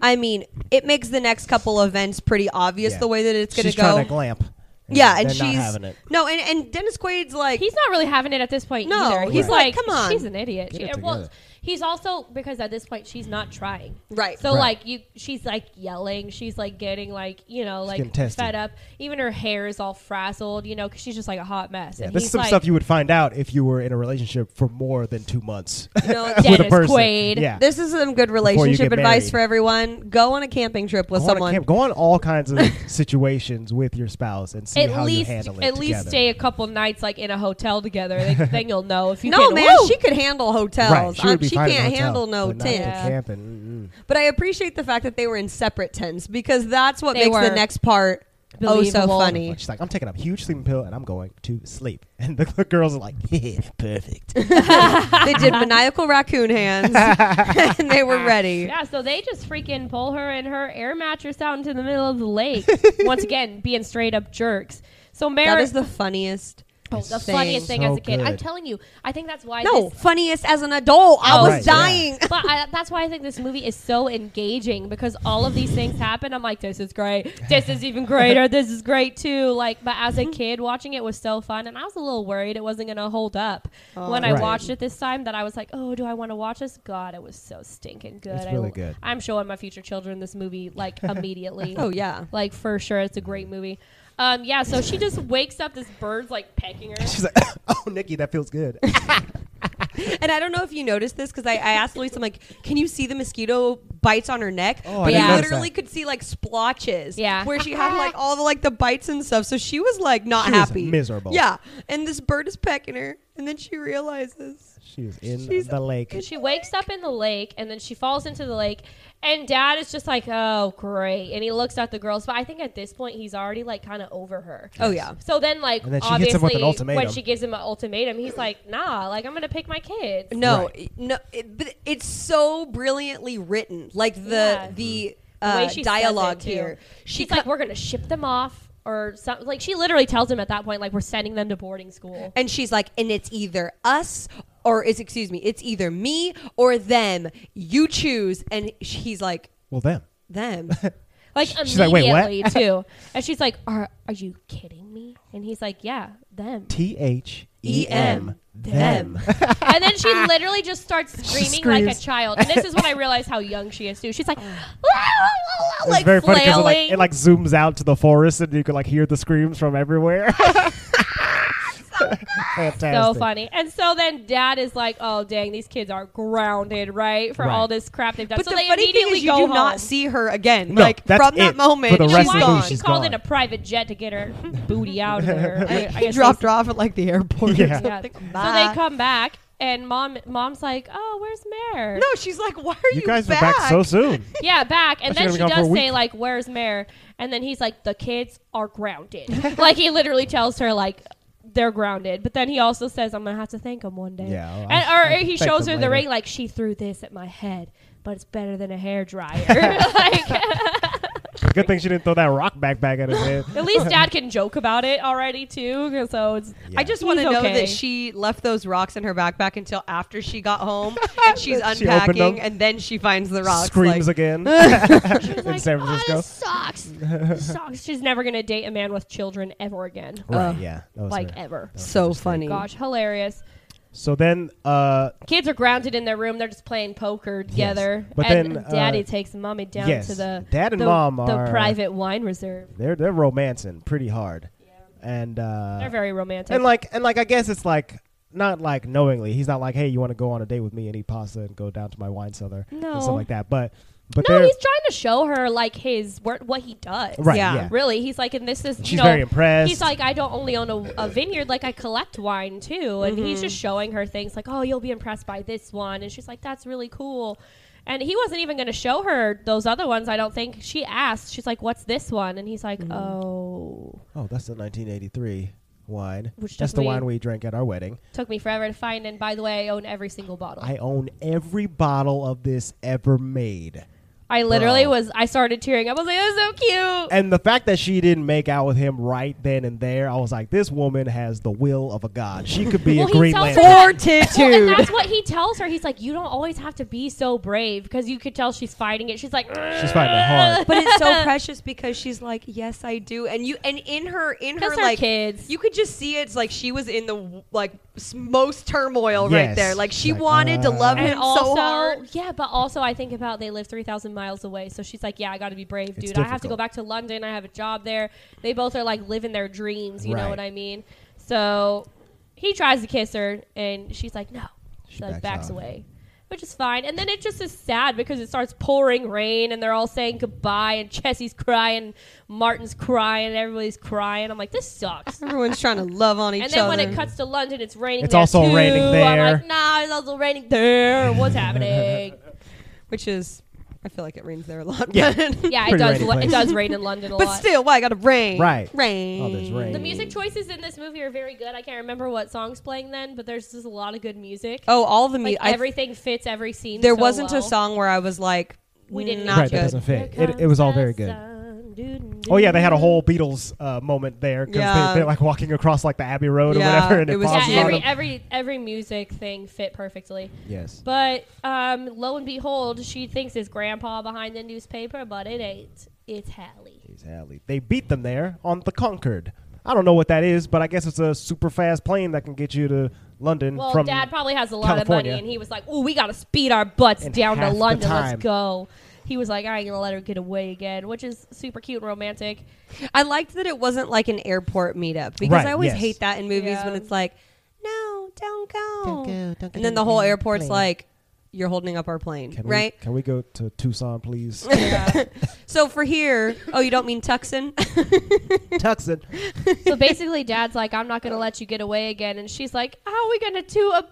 Speaker 2: I mean, it makes the next couple events pretty obvious
Speaker 4: Yeah.
Speaker 2: the way that it's gonna
Speaker 4: she's
Speaker 2: go.
Speaker 4: trying to glamp.
Speaker 2: yeah, and
Speaker 4: they're
Speaker 2: she's
Speaker 4: not having it.
Speaker 2: no, and and Dennis Quaid's like
Speaker 3: He's not really having it at this point
Speaker 2: No,
Speaker 3: either.
Speaker 2: he's
Speaker 3: He's like,
Speaker 2: like, come on.
Speaker 3: she's an idiot.
Speaker 4: Get
Speaker 3: She- uh,
Speaker 4: it
Speaker 3: well,
Speaker 4: together.
Speaker 3: He's also because at this point she's not trying.
Speaker 2: Right.
Speaker 3: So
Speaker 4: Right.
Speaker 3: like you, she's like yelling. She's like getting like you know
Speaker 4: getting
Speaker 3: like
Speaker 4: testy.
Speaker 3: fed up. Even her hair is all frazzled. You know because she's just like a hot mess.
Speaker 4: Yeah,
Speaker 3: and
Speaker 4: this is
Speaker 3: he's
Speaker 4: some
Speaker 3: like,
Speaker 4: stuff you would find out if you were in a relationship for more than
Speaker 2: *laughs*
Speaker 4: two months
Speaker 2: No,
Speaker 4: with a
Speaker 3: Dennis
Speaker 4: person.
Speaker 3: Quaid.
Speaker 4: Yeah,
Speaker 2: This is some good
Speaker 4: you
Speaker 2: relationship
Speaker 4: get
Speaker 2: advice
Speaker 4: married.
Speaker 2: for everyone. Go on a camping trip with
Speaker 4: go
Speaker 2: someone.
Speaker 4: On a camp, go on all
Speaker 2: *laughs*
Speaker 4: kinds of situations with your spouse and see
Speaker 3: At
Speaker 4: how
Speaker 3: least,
Speaker 4: you
Speaker 3: at
Speaker 4: handle it.
Speaker 3: least
Speaker 4: together.
Speaker 3: stay a couple nights like in a hotel together.
Speaker 4: *laughs*
Speaker 3: Like, then you'll know if you
Speaker 2: no,
Speaker 3: can.
Speaker 2: man,
Speaker 3: Woo!
Speaker 2: she could handle hotels.
Speaker 4: Right, she
Speaker 2: Um,
Speaker 4: would be
Speaker 2: she
Speaker 4: fine at a
Speaker 2: can't
Speaker 4: hotel,
Speaker 2: handle no
Speaker 4: but not at
Speaker 2: tent.
Speaker 3: Yeah.
Speaker 4: Camping. mm, mm.
Speaker 2: But I appreciate the fact that they were in separate tents because that's what
Speaker 3: They
Speaker 2: makes the
Speaker 3: were.
Speaker 2: next part oh so
Speaker 4: *laughs*
Speaker 3: Believable.
Speaker 2: funny.
Speaker 4: She's like, I'm taking a huge sleeping pill and I'm going to sleep. *laughs* And the, the girls are like, *laughs* yeah, perfect.
Speaker 2: they did maniacal raccoon hands *laughs* and they
Speaker 4: *laughs*
Speaker 2: were ready.
Speaker 3: Yeah, so they just freaking pull her and her air mattress out into the middle of
Speaker 2: *laughs*
Speaker 3: the lake. Once again, being straight up jerks. So
Speaker 2: That
Speaker 3: Mary,
Speaker 2: is the funniest.
Speaker 3: oh, the
Speaker 2: thing.
Speaker 3: funniest thing as
Speaker 4: So
Speaker 3: a kid. I'm
Speaker 4: good.
Speaker 3: telling you, I think that's why.
Speaker 2: No,
Speaker 3: this-
Speaker 2: funniest as an adult. I
Speaker 3: Oh,
Speaker 2: was
Speaker 4: right, yeah.
Speaker 2: dying.
Speaker 3: but I, that's why I think this movie is so engaging because all of these things happen. I'm like, this is great. This is even greater. This is great too. Like, but as a kid, watching it was so fun, and I was a little worried it wasn't gonna hold up
Speaker 2: Oh,
Speaker 3: when I
Speaker 4: Right.
Speaker 3: watched it this time. That I was like, oh, do I want to watch this? God, it was so stinking good.
Speaker 4: It's
Speaker 3: I-
Speaker 4: really good.
Speaker 3: I'm showing my future children this movie
Speaker 4: *laughs*
Speaker 3: like immediately.
Speaker 2: Oh yeah.
Speaker 3: like for sure it's a great movie um yeah so she just wakes up this bird's like pecking her
Speaker 4: She's like, oh, Nikki, that feels good.
Speaker 2: And I don't know if you noticed this because I, I asked Luis, I'm like, can you see the mosquito bites on her neck?
Speaker 4: Oh, I
Speaker 2: But
Speaker 3: didn't
Speaker 2: you
Speaker 3: notice
Speaker 2: literally
Speaker 4: that.
Speaker 2: could see like splotches.
Speaker 3: Yeah.
Speaker 2: Where she had like all the like the bites and stuff. So she was like not
Speaker 4: She was
Speaker 2: happy.
Speaker 4: miserable.
Speaker 2: Yeah. And this bird is pecking her. And then she realizes.
Speaker 4: She was in
Speaker 2: She's-
Speaker 4: the lake.
Speaker 3: she wakes up in the lake and then she falls into the lake and dad is just like oh great and he looks at the girls but i think at this point he's already like kind of over her
Speaker 2: Oh yeah.
Speaker 3: so then like
Speaker 4: And then she hits
Speaker 3: obviously
Speaker 4: him with an
Speaker 3: when
Speaker 4: ultimatum.
Speaker 3: she gives him an ultimatum he's like nah like i'm gonna pick my kids
Speaker 2: No, no, it, but it's so brilliantly written. Like the
Speaker 3: Yeah.
Speaker 2: the,
Speaker 3: The way
Speaker 2: uh,
Speaker 3: she says
Speaker 2: dialogue
Speaker 3: it, too.
Speaker 2: here.
Speaker 3: she's
Speaker 2: co-
Speaker 3: like we're gonna ship them off or something like she literally tells him at that point like we're sending them to boarding school
Speaker 2: and she's like, and it's either us or it's excuse me, it's either me or them. You choose. And he's like,
Speaker 4: Well, them.
Speaker 2: *laughs* them.
Speaker 3: Like
Speaker 4: She's like, "Wait, what?"
Speaker 3: immediately
Speaker 4: *laughs*
Speaker 3: too. And she's like, Are are you kidding me? And he's like, Yeah, them.
Speaker 4: T H E
Speaker 2: E-M,
Speaker 4: M. Them.
Speaker 3: And
Speaker 4: *laughs*
Speaker 3: then she literally just starts screaming like a
Speaker 4: screams.
Speaker 3: child. And this is when I realized how young she is too.
Speaker 4: *laughs*
Speaker 3: She's like
Speaker 4: It's
Speaker 3: like
Speaker 4: very funny
Speaker 3: flailing.
Speaker 4: because like, it like zooms out to the forest and you can like hear the screams from everywhere.
Speaker 3: so
Speaker 4: *laughs* Fantastic.
Speaker 3: funny. And so then dad is like, Oh dang, these kids are grounded, right? For
Speaker 4: Right.
Speaker 3: all this crap they've done.
Speaker 2: But
Speaker 3: so
Speaker 2: the
Speaker 3: they
Speaker 2: funny thing
Speaker 3: immediately
Speaker 2: is, you
Speaker 3: go
Speaker 2: do
Speaker 3: home.
Speaker 2: not see her again.
Speaker 4: No,
Speaker 2: like
Speaker 4: that's
Speaker 2: from
Speaker 4: it.
Speaker 2: that
Speaker 4: For
Speaker 2: moment,
Speaker 4: the
Speaker 2: she's
Speaker 4: rest of the
Speaker 3: why
Speaker 4: movie,
Speaker 2: gone.
Speaker 3: she
Speaker 4: she's
Speaker 3: called
Speaker 4: gone.
Speaker 3: in a private jet to
Speaker 4: *laughs*
Speaker 3: get her booty out of there. I-
Speaker 2: *laughs*
Speaker 3: I guess
Speaker 2: he
Speaker 3: they
Speaker 2: dropped her off at *laughs* like the airport.
Speaker 4: Yeah.
Speaker 2: Or something.
Speaker 3: So they
Speaker 2: Bye.
Speaker 3: come back, and mom, mom's like, "Oh, where's Mare?"
Speaker 2: No, she's like, why are you,
Speaker 4: You guys were back so soon.
Speaker 3: Yeah, back, and
Speaker 4: She's
Speaker 3: then
Speaker 4: gonna
Speaker 3: she
Speaker 4: be gone for
Speaker 3: does
Speaker 4: a
Speaker 3: say
Speaker 4: week.
Speaker 3: like, "Where's Mare?" And then he's like, "The kids are grounded." *laughs* like he literally tells her like. They're grounded, but then he also says, "I'm gonna have to thank him one day."
Speaker 4: Yeah, I'll-
Speaker 3: and,
Speaker 4: I'll
Speaker 3: or he
Speaker 4: thank
Speaker 3: shows her
Speaker 4: them
Speaker 3: the
Speaker 4: later.
Speaker 3: ring, like she threw this at my head, but it's better than a hair dryer. *laughs* like,
Speaker 4: Good thing she didn't throw that rock back back at his head.
Speaker 3: at least Dad can joke about it already too. 'cause So it's
Speaker 2: I just
Speaker 3: He's
Speaker 2: want to know
Speaker 3: okay.
Speaker 2: that she left those rocks in her backpack until after she got *laughs* home and she's
Speaker 4: She opened
Speaker 2: unpacking
Speaker 4: them.
Speaker 2: and then she finds the rocks.
Speaker 4: screams
Speaker 2: like,
Speaker 4: again in
Speaker 3: like,
Speaker 4: San
Speaker 3: Oh,
Speaker 4: Francisco.
Speaker 3: this sucks.
Speaker 4: *laughs*
Speaker 3: sucks. She's never gonna date a man with children ever again.
Speaker 4: Right, yeah. That was
Speaker 3: like
Speaker 4: her.
Speaker 3: ever.
Speaker 4: "Oh,
Speaker 2: So funny.
Speaker 3: Gosh, hilarious.
Speaker 4: So then uh
Speaker 3: Kids are grounded in their room. They're just playing poker together.
Speaker 4: But
Speaker 3: and
Speaker 4: then, uh,
Speaker 3: Daddy takes mommy down
Speaker 4: yes,
Speaker 3: to the
Speaker 4: Dad and
Speaker 3: the,
Speaker 4: Mom
Speaker 3: the
Speaker 4: are-
Speaker 3: private wine reserve.
Speaker 4: they're they're romancing pretty hard. And uh
Speaker 3: They're very romantic.
Speaker 4: and like and like I guess it's like not like knowingly. He's not like, "Hey, you want to go on a date with me and eat pasta and go down to my wine cellar
Speaker 3: No.
Speaker 4: and stuff like that." But but
Speaker 3: no,
Speaker 4: they're
Speaker 3: he's trying to show her like his wor- what he does.
Speaker 4: right,
Speaker 2: Yeah.
Speaker 4: yeah.
Speaker 3: Really, he's like, and this is you
Speaker 4: She's
Speaker 3: know,
Speaker 4: very impressed.
Speaker 3: He's like, I don't only own a, a vineyard, like I collect wine too, and
Speaker 4: Mm-hmm.
Speaker 3: he's just showing her things like, oh, you'll be impressed by this one, and she's like, that's really cool. And he wasn't even going to show her those other ones. I don't think she asked. She's like, "What's this one?" And he's like,
Speaker 4: Mm-hmm.
Speaker 3: "Oh,
Speaker 4: Oh, that's the 1983 wine.
Speaker 3: Which
Speaker 4: that's
Speaker 3: took
Speaker 4: the
Speaker 3: me-
Speaker 4: wine we drank at our wedding.
Speaker 3: took me forever to find." And by the way, I own every single bottle.
Speaker 4: I own every bottle of this ever made.
Speaker 3: I literally
Speaker 4: Bro.
Speaker 3: was. I started tearing up. I was like, "That's so cute."
Speaker 4: And the fact that she didn't make out with him right then and there, I was like, this woman has the will of a god. She could be
Speaker 3: *laughs* Well,
Speaker 4: a
Speaker 3: he
Speaker 4: Green
Speaker 3: tells
Speaker 4: Lantern.
Speaker 3: her that- *laughs* Well, and
Speaker 6: Fortitude.
Speaker 3: that's what he tells her. He's like, "You don't always have to be so brave," because you could tell she's fighting it. She's like,
Speaker 4: She's fighting it hard.
Speaker 2: but it's
Speaker 3: *laughs*
Speaker 2: so precious because she's like, "Yes, I do," and you and in her in her
Speaker 3: That's our
Speaker 2: like
Speaker 3: kids.
Speaker 2: you could just see it's like she was in the like s- most turmoil right
Speaker 4: Yes.
Speaker 2: there. Like she
Speaker 4: Like,
Speaker 2: wanted to
Speaker 4: uh,
Speaker 2: love
Speaker 3: and
Speaker 2: him so
Speaker 3: also,
Speaker 2: hard.
Speaker 3: yeah, but also I think about they live 3,000 miles away. So she's like, yeah, I got to be brave, dude. I have to go
Speaker 4: difficult.
Speaker 3: back to London. I have a job there. They both are like living their dreams. You know
Speaker 4: Right.
Speaker 3: what I mean? So he tries to kiss her and she's like, no. She like
Speaker 4: backs
Speaker 3: backs
Speaker 4: off.
Speaker 3: away, which is fine. And then it just is sad because it starts pouring rain and they're all saying goodbye and Chessie's crying, Martin's crying, everybody's crying. I'm like, this sucks.
Speaker 2: Everyone's trying to love on each
Speaker 3: *laughs* And then
Speaker 2: other.
Speaker 3: when it cuts to London, it's raining.
Speaker 4: It's
Speaker 3: there
Speaker 4: also
Speaker 3: too.
Speaker 4: raining
Speaker 3: I'm
Speaker 4: there.
Speaker 3: like, nah, it's also raining there.
Speaker 4: *laughs*
Speaker 3: What's happening?
Speaker 2: which is, I feel like it rains there a lot.
Speaker 4: Yeah.
Speaker 3: *laughs*
Speaker 2: but,
Speaker 3: Yeah, it
Speaker 4: Pretty
Speaker 3: does.
Speaker 4: rainy
Speaker 3: lo- it
Speaker 4: place.
Speaker 3: does rain in London a
Speaker 2: *laughs* but
Speaker 3: lot.
Speaker 2: still, why I gotta rain?
Speaker 4: Right.
Speaker 2: rain.
Speaker 4: Oh, there's rain.
Speaker 3: the music choices in this movie are very good. I can't remember what songs playing then, but there's just a lot of good music.
Speaker 2: Oh, all the music.
Speaker 3: like everything fits every scene.
Speaker 2: there
Speaker 3: so
Speaker 2: wasn't
Speaker 3: well.
Speaker 2: a song where I was like,
Speaker 3: We didn't
Speaker 2: not
Speaker 4: right,
Speaker 2: good.
Speaker 4: that doesn't
Speaker 3: Here
Speaker 4: fit. It, it was all very good.
Speaker 3: comes the sun.
Speaker 4: Oh yeah, they had a whole Beatles uh, moment there because
Speaker 2: Yeah.
Speaker 4: they, they're like walking across like the Abbey Road
Speaker 2: Yeah,
Speaker 4: or whatever, and
Speaker 2: it
Speaker 4: it,
Speaker 2: was
Speaker 4: pauses
Speaker 3: Yeah,
Speaker 2: awesome.
Speaker 4: on
Speaker 3: every
Speaker 4: them.
Speaker 3: every every music thing fit perfectly.
Speaker 4: Yes,
Speaker 3: But um, lo and behold, she thinks it's grandpa behind the newspaper, but it ain't. It's Hallie.
Speaker 4: exactly. They beat them there on the Concord. I don't know what that is, but I guess it's a super fast plane that can get you to London
Speaker 3: Well,
Speaker 4: from.
Speaker 3: Dad probably has a lot
Speaker 4: California.
Speaker 3: of money, and he was like, "Oh, we gotta speed our butts
Speaker 4: And
Speaker 3: down to
Speaker 4: half the
Speaker 3: London.
Speaker 4: time.
Speaker 3: Let's go." He was like, "I ain't gonna let her get away again," which is super cute and romantic.
Speaker 2: I liked that it wasn't like an airport meetup because
Speaker 4: Right,
Speaker 2: I always
Speaker 4: yes.
Speaker 2: hate that in movies
Speaker 3: Yeah.
Speaker 2: when it's like, no, don't go. Don't go don't and then the whole airport's like, you're holding up our plane,
Speaker 4: can we,
Speaker 2: right?
Speaker 4: Can we go to Tucson,
Speaker 3: *laughs*
Speaker 4: please?
Speaker 2: So for here, oh, you don't mean Tucson? *laughs*
Speaker 4: Tucson.
Speaker 3: so basically, Dad's like, "I'm not gonna let you get away again," and she's like, "How are we gonna do a,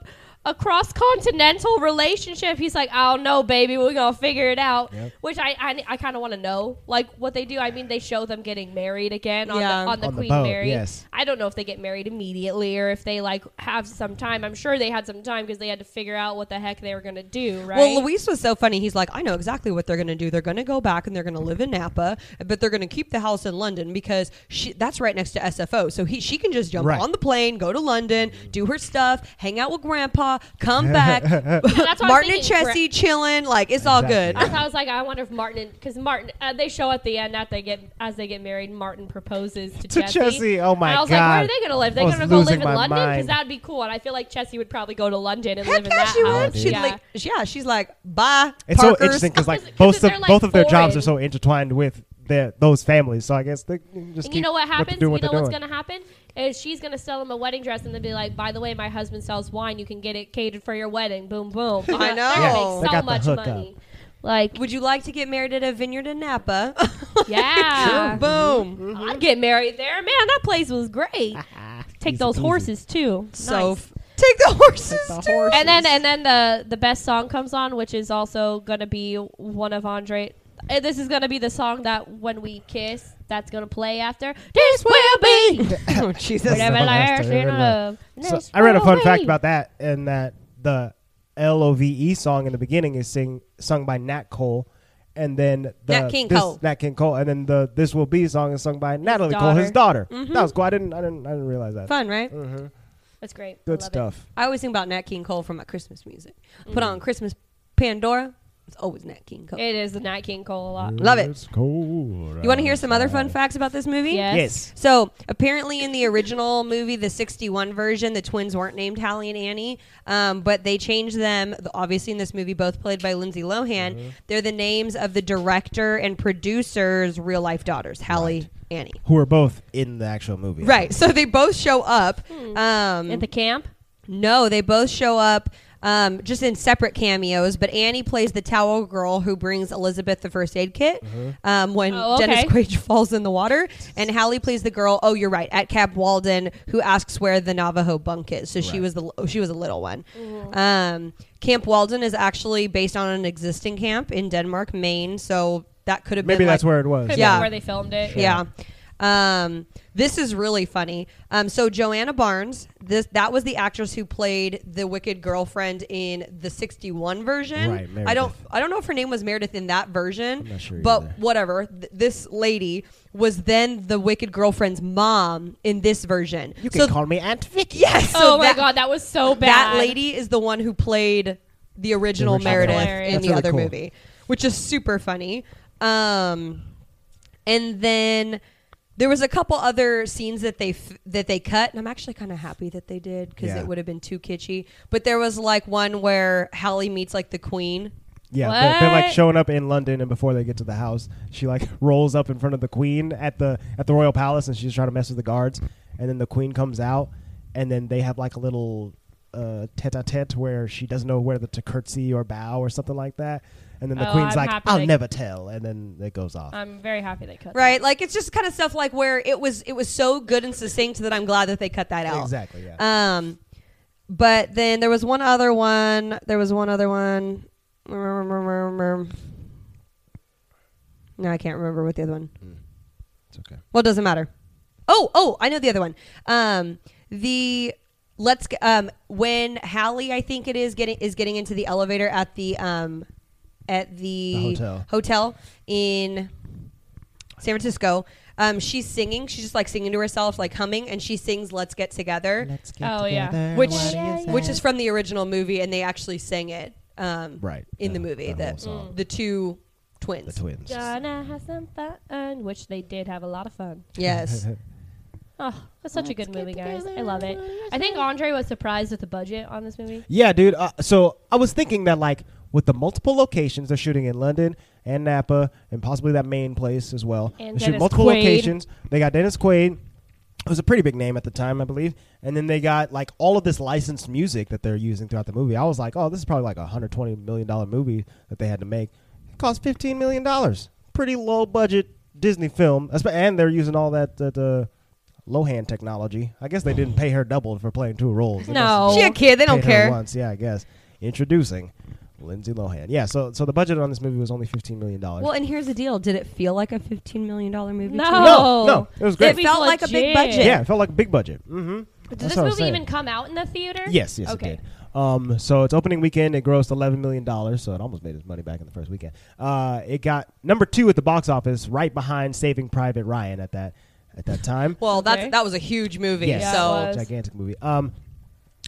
Speaker 3: a cross continental relationship?" He's like, "I don't know, baby. We're gonna figure it out."
Speaker 4: Yep.
Speaker 3: Which I I, I kind of want to know, like what they do. I mean, they show them getting married again on
Speaker 2: Yeah.
Speaker 3: the on the
Speaker 4: On the
Speaker 3: Queen
Speaker 4: boat,
Speaker 3: Mary.
Speaker 4: yes.
Speaker 3: I don't know if they get married immediately or if they like have some time. I'm sure they had some time because they had to figure out what the heck they were gonna do, right?
Speaker 2: Well, Luis was so funny. He's like, I know exactly what they're going to do. They're going to go back and they're going to live in Napa, but they're going to keep the house in London because she, that's right next to SFO. So he, she can just jump
Speaker 4: Right.
Speaker 2: on the plane, go to London, do her stuff, hang out with Grandpa,
Speaker 4: *laughs*
Speaker 2: come back.
Speaker 3: that's what I'm
Speaker 2: Martin and
Speaker 3: thinking.
Speaker 2: Chessie chilling. Like, it's all good.
Speaker 4: Exactly.
Speaker 3: I was like, I wonder if Martin, because Martin, uh, they show at the end that they get as they get married, Martin proposes
Speaker 4: *laughs*
Speaker 3: to,
Speaker 4: To Chessie, oh my
Speaker 3: And I was like, where are
Speaker 4: God.
Speaker 3: they gonna live?
Speaker 4: I
Speaker 3: They're
Speaker 4: was
Speaker 3: gonna go
Speaker 4: losing
Speaker 3: live in
Speaker 4: my
Speaker 3: London because
Speaker 4: mind.
Speaker 3: that'd be cool. And I feel like Chessie would probably go to London and
Speaker 2: Heck
Speaker 3: live in
Speaker 2: yeah,
Speaker 3: that
Speaker 2: she
Speaker 3: house.
Speaker 2: would. She'd
Speaker 3: yeah.
Speaker 2: like, yeah, she's like, bye,
Speaker 4: It's
Speaker 2: Parkers.
Speaker 4: so interesting because
Speaker 3: *laughs* Cause-
Speaker 4: like
Speaker 3: 'cause
Speaker 4: both of
Speaker 3: they're, like,
Speaker 4: both of their jobs
Speaker 3: foreign.
Speaker 4: are so intertwined with their those families. So I guess they can just
Speaker 3: and you
Speaker 4: keep
Speaker 3: know what
Speaker 4: they're
Speaker 3: happens?
Speaker 4: doing
Speaker 3: you know
Speaker 4: they're
Speaker 3: what's
Speaker 4: doing.
Speaker 3: gonna happen is she's gonna sell him a wedding dress and then be like, by the way, my husband sells wine. You can get it catered for your wedding. Boom, boom.
Speaker 2: *laughs* I
Speaker 3: They're gonna
Speaker 2: know.
Speaker 3: make
Speaker 4: They got
Speaker 3: so
Speaker 4: the
Speaker 3: much
Speaker 4: hookup.
Speaker 3: money. Like,
Speaker 2: Would you like to get married at a vineyard in Napa?
Speaker 3: *laughs* yeah. Mm-hmm.
Speaker 2: Boom.
Speaker 3: I'd get married there, man. That place was great. Take
Speaker 4: Ah, Easy
Speaker 3: those
Speaker 4: peasy.
Speaker 3: horses too.
Speaker 2: So
Speaker 3: Nice.
Speaker 2: f- take the horses. too.
Speaker 3: and then and then the the best song comes on, which is also gonna be one of Andre. uh, This is gonna be the song that when we kiss, that's gonna play after. This will be
Speaker 2: *laughs* oh,
Speaker 4: *laughs*
Speaker 2: Jesus.
Speaker 3: *laughs* whatever
Speaker 4: Someone has to
Speaker 3: lasting
Speaker 4: hear
Speaker 3: love.
Speaker 4: So
Speaker 3: This
Speaker 4: I read a
Speaker 3: will
Speaker 4: fun
Speaker 3: be.
Speaker 4: fact about that, and that the L O V E song in the beginning is sing sung by Nat Cole, and then the
Speaker 2: Nat King
Speaker 4: this,
Speaker 2: Cole.
Speaker 4: Nat King Cole, and then the This Will Be song is sung by Natalie Cole, his daughter. That was cool. I didn't, I didn't, I didn't realize that.
Speaker 2: Mm-hmm. Fun, right?
Speaker 4: Mm-hmm.
Speaker 3: That's great. I
Speaker 4: Good
Speaker 3: love it.
Speaker 4: stuff.
Speaker 2: I always think about Nat King Cole for my Christmas music. Put on Christmas Pandora. It's always Nat King Cole.
Speaker 3: Mm. It is the Nat King Cole a lot.
Speaker 2: Uh, Love it.
Speaker 4: It's cool.
Speaker 2: You want to hear some other fun facts about this movie?
Speaker 3: Yes.
Speaker 4: Yes.
Speaker 2: So apparently, in the original movie, the '61 version, the twins weren't named Hallie and Annie, um, but they changed them. th- Obviously, in this movie, both played by Lindsay Lohan, they're the names of the director and producer's real life daughters, Hallie, Annie.
Speaker 4: Who are both in the actual movie?
Speaker 2: Right. So they both show up. Um,
Speaker 3: At the camp.
Speaker 2: No, they both show up um, just in separate cameos, but Annie plays the towel girl who brings Elizabeth the first aid kit
Speaker 4: Mm-hmm.
Speaker 2: um, when
Speaker 3: Oh, okay.
Speaker 2: Dennis Quaid *laughs* falls in the water. And Hallie plays the girl, oh, you're right, at Cab Walden who asks where the Navajo bunk is. So she was the l- she was a little one. Um, camp Walden is actually based on an existing camp in Denmark, Maine. So that could have
Speaker 4: Maybe
Speaker 2: been
Speaker 4: that's
Speaker 2: like,
Speaker 4: where it was.
Speaker 3: Could be
Speaker 2: Yeah.
Speaker 3: Where they filmed it.
Speaker 2: yeah. Um, this is really funny. Um, so Joanna Barnes, this that was the actress who played the wicked girlfriend in the '61 version.
Speaker 4: Right,
Speaker 2: I don't
Speaker 4: Meredith.
Speaker 2: I don't know if her name was Meredith in that version,
Speaker 4: I'm not sure
Speaker 2: but
Speaker 4: either.
Speaker 2: whatever. Th- this lady was then the wicked girlfriend's mom in this version.
Speaker 4: You can
Speaker 2: so
Speaker 4: call me Aunt
Speaker 2: *laughs*
Speaker 4: Vicky.
Speaker 2: yes. so
Speaker 3: oh my
Speaker 2: that-
Speaker 3: god, that was so bad.
Speaker 2: that lady is the one who played the original
Speaker 4: The
Speaker 2: Meredith
Speaker 4: original.
Speaker 3: That's
Speaker 2: in
Speaker 3: hilarious.
Speaker 2: the
Speaker 4: That's really
Speaker 2: other
Speaker 4: cool.
Speaker 2: movie, which is super funny. Um, and then there was a couple other scenes that they f- that they cut, and I'm actually kind of happy that they did because
Speaker 4: Yeah.
Speaker 2: it would have been too kitschy. But there was like one where Hallie meets like the Queen.
Speaker 4: Yeah, they're, they're like
Speaker 3: What?
Speaker 4: showing up in London, and before they get to the house, she like *laughs* rolls up in front of the queen at the at the royal palace, and she's trying to mess with the guards. And then the queen comes out, and then they have like a little uh, tete-a-tete where she doesn't know whether to curtsy or bow or something like that. And then the
Speaker 3: Oh,
Speaker 4: queen's
Speaker 3: I'm
Speaker 4: like,
Speaker 3: happy
Speaker 4: "I'll
Speaker 3: they-
Speaker 4: never tell," and then it goes off.
Speaker 3: I'm very happy they cut.
Speaker 2: Right, like it's just kind of stuff like where it was it was so good and succinct that I'm glad that they cut that out.
Speaker 4: Exactly. Yeah.
Speaker 2: Um, but then there was one other one. There was one other one. No, I can't remember what the other one.
Speaker 4: it's okay.
Speaker 2: Well, it doesn't matter. Oh, oh, I know the other one. Um, the let's g- um when Hallie, I think it is getting is getting into the elevator at the um at the,
Speaker 4: The hotel.
Speaker 2: hotel in San Francisco. Um, she's singing. She's just like singing to herself, like humming, and she sings "Let's Get Together."
Speaker 4: Let's
Speaker 3: That. Oh yeah,
Speaker 2: Which-
Speaker 3: Yeah, yeah, yeah.
Speaker 2: which is from the original movie, and they actually sang it um,
Speaker 4: Right,
Speaker 2: in the
Speaker 4: yeah,
Speaker 2: movie.
Speaker 4: that whole
Speaker 2: The,
Speaker 4: song.
Speaker 2: the two twins.
Speaker 4: the twins.
Speaker 3: Gonna have some fun, which they did have a lot of fun.
Speaker 4: *laughs*
Speaker 2: Yes.
Speaker 3: Oh, that's such a good movie, guys. I love it. I think Andre was surprised with the budget on this movie.
Speaker 4: Yeah, dude. Uh, so I was thinking that like with the multiple locations they're shooting in London and Napa and possibly that main place as well.
Speaker 3: And
Speaker 4: they shoot
Speaker 3: Dennis
Speaker 4: multiple
Speaker 3: Quaid.
Speaker 4: locations. They got Dennis Quaid. It was a pretty big name at the time, I believe. And then they got like all of this licensed music that they're using throughout the movie. I was like, oh, this is probably like a hundred twenty million dollar movie that they had to make. It cost fifteen million dollars. Pretty low budget Disney film. That's- And they're using all that that uh, Lohan technology. I guess
Speaker 2: *sighs*
Speaker 4: they didn't pay her double for playing two roles. They must have
Speaker 3: No.
Speaker 2: She a kid. They don't
Speaker 4: paid her
Speaker 2: care.
Speaker 4: Once, yeah, I guess. Introducing Lindsay Lohan. Yeah, so so the budget on this movie was only fifteen million dollars.
Speaker 2: Well, and here's the deal. Did it feel like a $15 million movie?
Speaker 3: No,
Speaker 2: to you?
Speaker 4: No, no, it was great.
Speaker 2: It felt like a big budget.
Speaker 4: yeah, it felt like a big budget. Mm-hmm.
Speaker 3: Did this movie even come out in the theater?
Speaker 4: Yes, yes,
Speaker 3: Okay.
Speaker 4: it did. Um, so its opening weekend, it grossed eleven million dollars, so it almost made its money back in the first weekend. Uh, it got number two at the box office, right behind Saving Private Ryan at that at that time.
Speaker 2: Well, that's,
Speaker 3: Okay.
Speaker 2: that was a huge movie.
Speaker 4: Yes.
Speaker 3: Yeah, it
Speaker 2: so,
Speaker 3: was.
Speaker 4: gigantic movie. Um,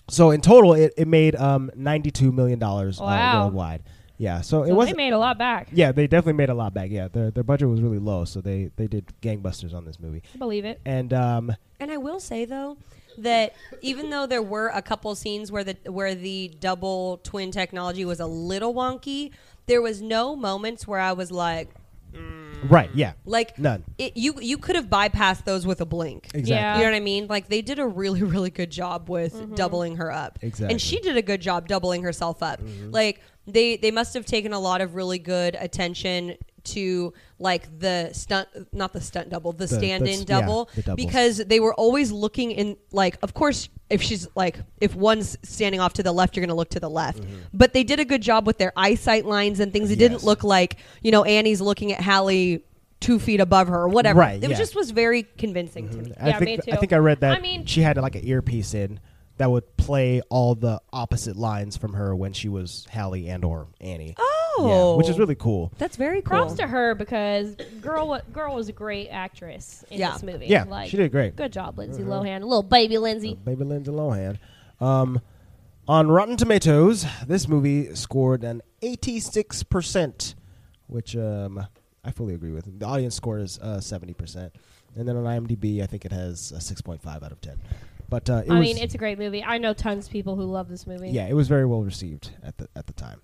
Speaker 4: so in total, it, it made um ninety two million dollars uh,
Speaker 3: Wow.
Speaker 4: worldwide. Yeah, so it
Speaker 3: So
Speaker 4: was
Speaker 3: they made a lot back.
Speaker 4: Yeah, they definitely made a lot back. Yeah, their their budget was really low, so they they did gangbusters on this movie.
Speaker 3: I believe it.
Speaker 4: And um,
Speaker 2: and I will say, though, that even though there were a couple scenes where the, where the double twin technology was a little wonky, there was no moments where I was like,
Speaker 4: right, yeah,
Speaker 2: like
Speaker 4: None.
Speaker 2: It, you you could have bypassed those with a blink.
Speaker 4: exactly.
Speaker 2: You know
Speaker 3: Yeah.
Speaker 2: what I mean? Like they did a really, *laughs* really good job with doubling her up.
Speaker 4: Exactly. Mm-hmm.
Speaker 2: And she did a good job doubling herself up. Like they they must have taken a lot of really good attention to like the stunt not the stunt double, the,
Speaker 4: the
Speaker 2: stand in
Speaker 4: s- yeah,
Speaker 2: double.
Speaker 4: the doubles.
Speaker 2: because they were always looking in like of course if she's like if one's standing off to the left, you're gonna look to the left. But they did a good job with their eyesight lines and things. It
Speaker 4: Mm-hmm. Yes.
Speaker 2: didn't look like, you know, Annie's looking at Hallie two feet above her or whatever.
Speaker 4: Right,
Speaker 2: It was
Speaker 4: yeah. Mm-hmm.
Speaker 2: just was very convincing to me.
Speaker 4: I
Speaker 3: Yeah,
Speaker 4: think
Speaker 3: me
Speaker 4: I
Speaker 3: too.
Speaker 4: think I read that
Speaker 3: I mean-
Speaker 4: she had like an earpiece in that would play all the opposite lines from her when she was Hallie and or Annie.
Speaker 2: Oh,
Speaker 4: yeah, which is really cool.
Speaker 2: that's very cool.
Speaker 3: Props to her because girl, wa- girl was a great actress in
Speaker 2: Yeah.
Speaker 3: this movie.
Speaker 4: Yeah,
Speaker 3: like,
Speaker 4: she did great. Uh-huh. Uh,
Speaker 3: Good job, Lindsay Lohan. Little baby Lindsay.
Speaker 4: Baby Lindsay Lohan. Um, on Rotten Tomatoes, this movie scored an 86%, which um, I fully agree with. The audience score is uh, 70%. And then on IMDb, I think it has a 6.5 out of 10. But uh, it
Speaker 3: I
Speaker 4: was,
Speaker 3: mean, it's a great movie. I know tons of people who love this movie.
Speaker 4: yeah, it was very well received at the at the time.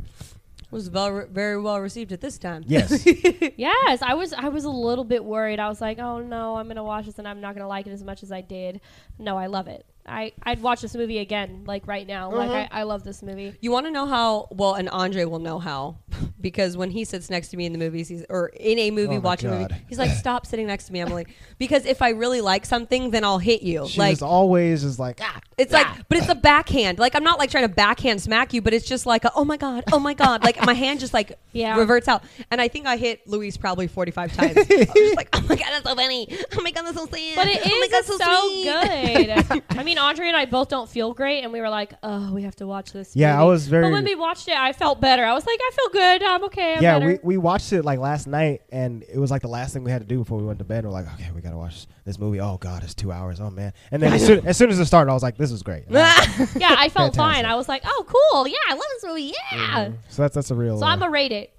Speaker 2: was vel- very well received at this time.
Speaker 3: *laughs*
Speaker 4: Yes,
Speaker 3: Yes, I was. I was a little bit worried. I was like, "Oh no, I'm gonna watch this and I'm not gonna like it as much as I did." No, I love it. I I'd watch this movie again, like right now.
Speaker 4: Uh-huh.
Speaker 3: Like I, I love
Speaker 4: *laughs*
Speaker 3: this movie.
Speaker 2: *laughs* You want to know how? Well, and Andre will know how *laughs* because when he sits next to me in the movies, he's or in a movie
Speaker 4: Oh my
Speaker 2: watching a movie,
Speaker 4: God.
Speaker 2: he's like, *laughs* "Stop sitting next to me, Emily," because if I really like something, then I'll hit you.
Speaker 4: she
Speaker 2: like,
Speaker 4: was always just like ah,
Speaker 2: It's
Speaker 3: Yeah.
Speaker 2: like, but it's a backhand. Like I'm not like trying to backhand smack you, but it's just like, a, oh my god, oh my god. Like my hand just like
Speaker 3: *laughs* Yeah.
Speaker 2: reverts out, and I think I hit Luis probably 45
Speaker 4: *laughs*
Speaker 2: times. I was just like, oh my god, that's so funny. Oh my god, that's so sad.
Speaker 3: But it is
Speaker 2: oh my
Speaker 3: it's
Speaker 4: *laughs*
Speaker 3: so good. I mean, Andre and I both don't feel great, and we were like, "Oh, we have to watch this."
Speaker 4: Yeah, I
Speaker 3: movie."
Speaker 4: was very-
Speaker 3: But when we watched it, I felt better. I was like, "I feel good. I'm okay. I'm
Speaker 4: yeah,
Speaker 3: better."
Speaker 4: we, we watched it like last night, and it was like the last thing we had to do before we went to bed. We're like, okay, we gotta watch this movie. Oh god, it's two hours. Oh man! And then as soon, as soon as it started, I was like, this is great. And
Speaker 3: *laughs*
Speaker 4: I-
Speaker 3: yeah,
Speaker 4: *laughs*
Speaker 3: I felt
Speaker 4: Fantastic.
Speaker 3: fine. I was like, "Oh, cool. Yeah, I love this movie. Yeah."
Speaker 4: so that's that's a real. uh,
Speaker 3: So I'm a rate it.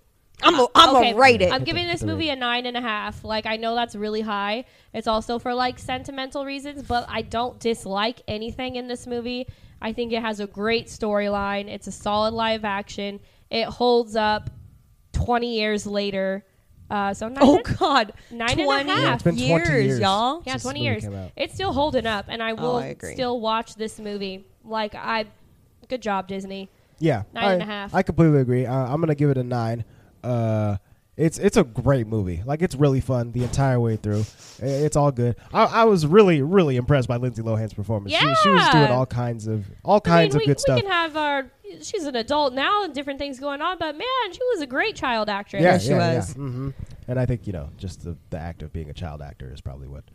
Speaker 2: I'm a, I'm
Speaker 3: Okay,
Speaker 2: a rate it.
Speaker 3: I'm
Speaker 4: Hit
Speaker 3: giving
Speaker 4: the- hit
Speaker 3: this
Speaker 4: the
Speaker 3: movie a nine and a half. Like I know that's really high. It's also for like sentimental reasons, but I don't dislike anything in this movie. I think it has a great storyline. It's a solid live action. It holds up twenty years later. Uh, so nine
Speaker 2: oh
Speaker 3: and-
Speaker 2: god,
Speaker 3: Nine and a
Speaker 2: 20
Speaker 3: half.
Speaker 4: It's been 20
Speaker 2: years,
Speaker 4: years.
Speaker 2: y'all.
Speaker 3: yeah,
Speaker 4: since the
Speaker 3: twenty
Speaker 4: movie
Speaker 3: years.
Speaker 4: came out.
Speaker 3: It's still holding up, and I will
Speaker 2: Oh, I agree.
Speaker 3: still watch this movie. Like I, good job Disney.
Speaker 4: yeah
Speaker 3: Nine
Speaker 4: I,
Speaker 3: and a half.
Speaker 4: I completely agree. Uh, I'm gonna give it a nine. Uh, it's it's a great movie. Like it's really fun the entire way through. I- It's all good. I, I was really really impressed by Lindsay Lohan's performance. She, she was doing
Speaker 3: Yeah.
Speaker 4: all kinds of all
Speaker 3: I mean,
Speaker 4: kinds
Speaker 3: we,
Speaker 4: of good
Speaker 3: we
Speaker 4: stuff.
Speaker 3: can have our. She's an adult now, and different things going on. But man, she was a great child actress.
Speaker 4: yeah,
Speaker 2: she
Speaker 4: yeah,
Speaker 2: was.
Speaker 4: hmm And I think you know, just the, the act of being a child actor is probably what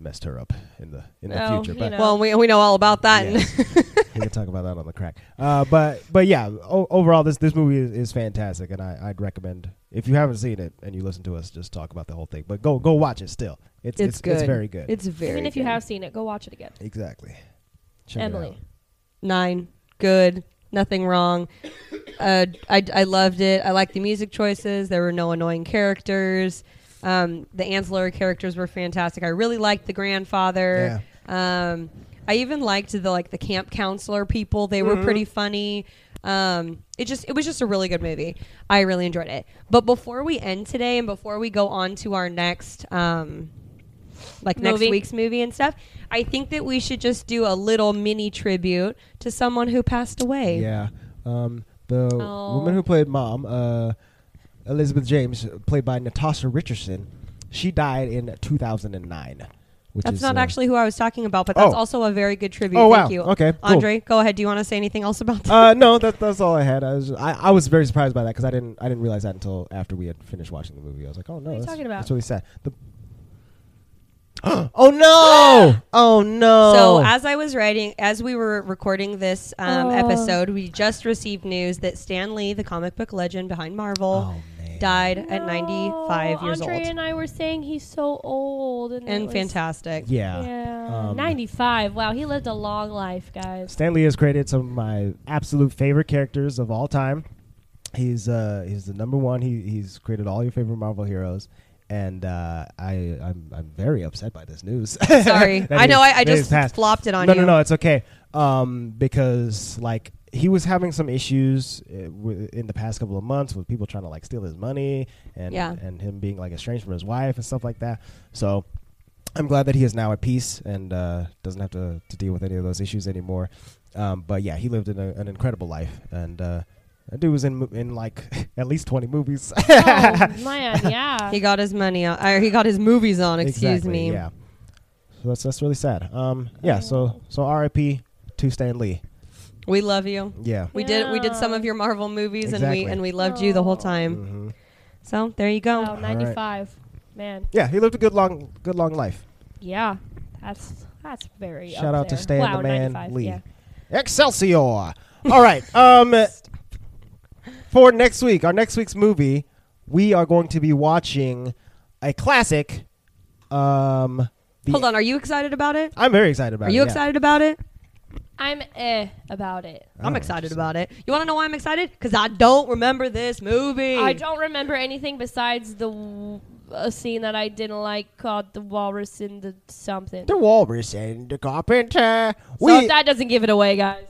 Speaker 4: messed her up in the in the
Speaker 3: Oh,
Speaker 4: future.
Speaker 3: you
Speaker 4: But
Speaker 3: know.
Speaker 2: Well, we we know all about that. *laughs* and-
Speaker 4: we can talk about that on the crack. Uh, but but yeah, o- overall, this this movie is, is fantastic, and I, I'd recommend if you haven't seen it and you listen to us just talk about the whole thing. But go go watch it. Still, it's it's,
Speaker 2: it's good.
Speaker 4: very good.
Speaker 2: It's very.
Speaker 3: Even if you
Speaker 2: good.
Speaker 3: have seen it, go watch it again.
Speaker 4: exactly. Check it
Speaker 3: Emily.
Speaker 4: out.
Speaker 2: nine good nothing wrong uh, I, I loved it i liked the music choices there were no annoying characters um, the ancillary characters were fantastic i really liked the grandfather um, i even liked the like the camp counselor people they were pretty funny um, it just it was just a really good movie i really enjoyed it but before we end today and before we go on to our next um, like
Speaker 3: Movie.
Speaker 2: next week's movie and stuff. I think that we should just do a little mini tribute to someone who passed away.
Speaker 4: Yeah. Um, the
Speaker 3: Oh.
Speaker 4: woman who played mom, uh, Elizabeth James, played by Natasha Richardson, she died in 2009. Which
Speaker 2: That's
Speaker 4: is,
Speaker 2: not
Speaker 4: uh,
Speaker 2: actually who I was talking about, but that's
Speaker 4: Oh.
Speaker 2: also a very good tribute.
Speaker 4: Oh,
Speaker 2: Thank
Speaker 4: wow.
Speaker 2: you.
Speaker 4: Okay, cool.
Speaker 2: Andre, go ahead. Do you want to say anything else about that?
Speaker 4: *laughs* Uh, no, that, that's all I had. I was I, I was very surprised by that because I didn't I didn't realize that until after we had finished watching the movie. I was like, oh no,
Speaker 3: are you
Speaker 4: that's,
Speaker 3: talking about?
Speaker 4: that's really sad. The *gasps* oh
Speaker 3: *gasps*
Speaker 4: no! oh no!
Speaker 2: So as I was writing, as we were recording this um,
Speaker 3: Oh.
Speaker 2: episode, we just received news that Stan Lee, the comic book legend behind Marvel,
Speaker 4: Oh, man.
Speaker 2: died at 95 years
Speaker 3: Andre
Speaker 2: old.
Speaker 3: and I were saying he's so old and, it
Speaker 2: And
Speaker 3: was-
Speaker 2: fantastic.
Speaker 4: yeah,
Speaker 3: Yeah,
Speaker 4: Um,
Speaker 3: 95. Wow, he lived a long life,
Speaker 2: *laughs*
Speaker 3: guys.
Speaker 4: Stanley has created some of my absolute favorite characters of all time. He's uh, he's the number one. He, he's created all your favorite Marvel heroes, and uh, I I'm, I'm very upset by this news.
Speaker 2: Sorry.
Speaker 4: *laughs* That
Speaker 2: I know
Speaker 4: is-
Speaker 2: I, I
Speaker 4: that is
Speaker 2: just
Speaker 4: past.
Speaker 2: flopped it on
Speaker 4: no,
Speaker 2: you.
Speaker 4: No, no, it's okay. Um, because like he was having some issues uh, wi- in the past couple of months with people trying to like steal his money and
Speaker 2: Yeah.
Speaker 4: and him being like estranged from his wife and stuff like that. So I'm glad that he is now at peace and uh, doesn't have to, to deal with any of those issues anymore. Um, but yeah, he lived in a, an incredible life and. Uh, that dude was in mo- in like *laughs* at least twenty movies. *laughs*
Speaker 3: oh, man, yeah.
Speaker 2: He got his money on, or he got his movies on. Excuse
Speaker 4: Exactly,
Speaker 2: me.
Speaker 4: Yeah. So that's that's really sad. Um. Yeah. So so R.I.P. to Stan Lee.
Speaker 2: We love you.
Speaker 4: Yeah.
Speaker 2: We did we did some of
Speaker 3: Yeah.
Speaker 2: your Marvel movies
Speaker 4: Exactly.
Speaker 2: and we and we loved you the whole
Speaker 3: Aw.
Speaker 2: time.
Speaker 4: Mhm.
Speaker 2: So there you go.
Speaker 3: Wow, 95. Man,
Speaker 4: Yeah. He lived a good long good long life.
Speaker 3: yeah. That's that's very
Speaker 4: Shout
Speaker 3: up
Speaker 4: out to
Speaker 3: there.
Speaker 4: Stan
Speaker 3: wow,
Speaker 4: the Man
Speaker 3: 95,
Speaker 4: Lee.
Speaker 3: Yeah.
Speaker 4: Excelsior. All right. *laughs* Um. For next week, our next week's movie, we are going to be watching a classic. Um. the-
Speaker 2: Hold on, are you excited about it?
Speaker 4: I'm very excited about
Speaker 2: Are
Speaker 4: it.
Speaker 2: you
Speaker 4: yeah.
Speaker 2: excited about it?
Speaker 3: I'm eh about it.
Speaker 2: I'm
Speaker 4: Oh,
Speaker 2: excited
Speaker 4: interesting.
Speaker 2: about it. You want to know why I'm excited? Because I don't remember this movie.
Speaker 3: I don't remember anything besides the w- a scene that I didn't like called the walrus in the something.
Speaker 4: The Walrus and the Carpenter.
Speaker 3: so if that doesn't give it away, guys.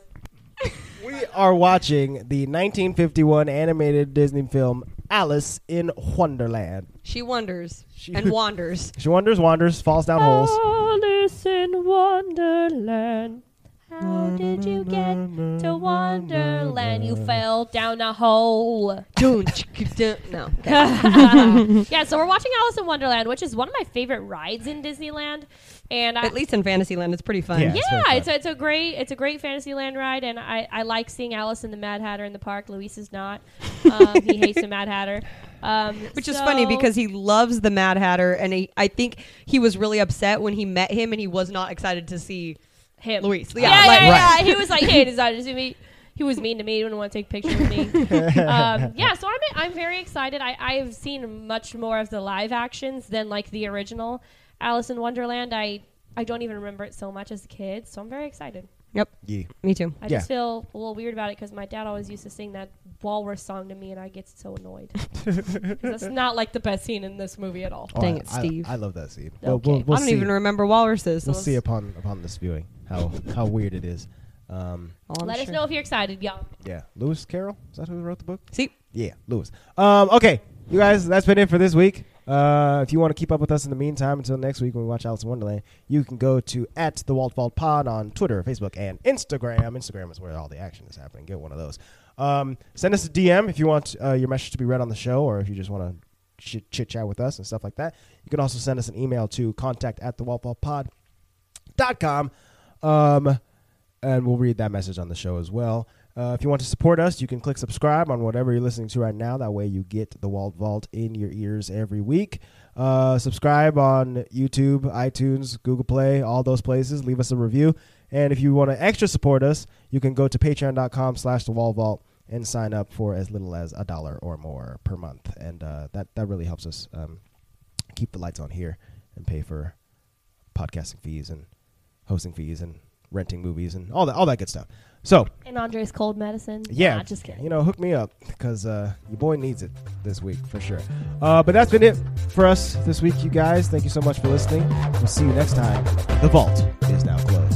Speaker 4: We are watching the 1951 animated Disney film Alice in Wonderland.
Speaker 2: She wonders
Speaker 4: She- *laughs*
Speaker 2: and wanders.
Speaker 4: She wanders, wanders, falls down
Speaker 3: Ah.
Speaker 4: holes.
Speaker 3: Alice in Wonderland. How did you get to Wonderland. You fell down a hole. *laughs*
Speaker 7: no.
Speaker 3: yeah, so we're watching Alice in Wonderland, which is one of my favorite rides in Disneyland. And I,
Speaker 7: At least in Fantasyland, it's pretty fun.
Speaker 4: Yeah. It's very
Speaker 3: yeah,
Speaker 4: fun.
Speaker 3: it's a, it's a great it's a great Fantasyland ride, and I, I like seeing Alice and the Mad Hatter in the park. Luis is not; um, he hates the Mad Hatter, um,
Speaker 7: *laughs* Which is funny
Speaker 3: so-
Speaker 7: because he loves the Mad Hatter, and he, I think he was really upset when he met him, and he was not excited to see.
Speaker 3: him.
Speaker 7: Luis,
Speaker 3: Yeah,
Speaker 7: yeah,
Speaker 3: yeah,
Speaker 7: like-
Speaker 3: yeah,
Speaker 7: Right.
Speaker 3: He was like,
Speaker 7: *laughs*
Speaker 3: hey, decided to me. He was mean to me. He didn't want to take pictures with me.
Speaker 7: *laughs*
Speaker 3: um, yeah, so I'm, I'm very excited. I, I've seen much more of the live actions than like the original Alice in Wonderland. I, I don't even remember it so much as a kid, so I'm very excited.
Speaker 7: Yep,
Speaker 4: Yeah.
Speaker 7: me too.
Speaker 3: I
Speaker 4: Yeah.
Speaker 3: just feel a little weird about it because my dad always used to sing that walrus song to me, and I get so
Speaker 7: *laughs*
Speaker 3: annoyed. 'Cause That's not like the best scene in this movie at all.
Speaker 4: Oh,
Speaker 7: Dang
Speaker 4: I-
Speaker 7: it,
Speaker 4: I-
Speaker 7: Steve.
Speaker 4: I, love that scene.
Speaker 3: Okay.
Speaker 4: We'll, we'll, we'll
Speaker 7: I don't
Speaker 4: see.
Speaker 7: even remember walruses. so
Speaker 4: We'll see
Speaker 7: that's
Speaker 4: upon upon this viewing how how weird it is. Um,
Speaker 7: all Oh, I'm
Speaker 3: Let us
Speaker 7: sure.
Speaker 3: know if you're excited, y'all.
Speaker 4: yeah, Lewis Carroll is that who wrote the book?
Speaker 7: See,
Speaker 4: Yeah, Lewis. Um, okay, you guys, that's been it for this week. Uh, if you want to keep up with us in the meantime until next week when we watch Alice in Wonderland, you can go to at the Walt Vault Pod on Twitter, Facebook, and Instagram. Instagram is where all the action is happening. Get one of those. Um, send us a DM if you want uh, your message to be read on the show, or if you just want to chit chat with us and stuff like that. You can also send us an email to contact at the Walt Vault Pod dot com. Um, and we'll read that message on the show as well. Uh, if you want to support us, you can click subscribe on whatever you're listening to right now. That way, you get the Walt Vault in your ears every week. Uh, subscribe on YouTube, iTunes, Google Play, all those places. Leave us a review. And if you want to extra support us, you can go to patreon.com slash the Walt Vault and sign up for as little as a dollar or more per month. And uh, that, that really helps us um, keep the lights on here and pay for podcasting fees and hosting fees and renting movies and all that all that good stuff. So
Speaker 3: And Andre's cold medicine.
Speaker 4: yeah,
Speaker 3: Nah, just kidding.
Speaker 4: You know, hook me up because uh, your boy needs it this week for sure. Uh, but that's been it for us this week, you guys. Thank you so much for listening. We'll see you next time. The vault is now closed.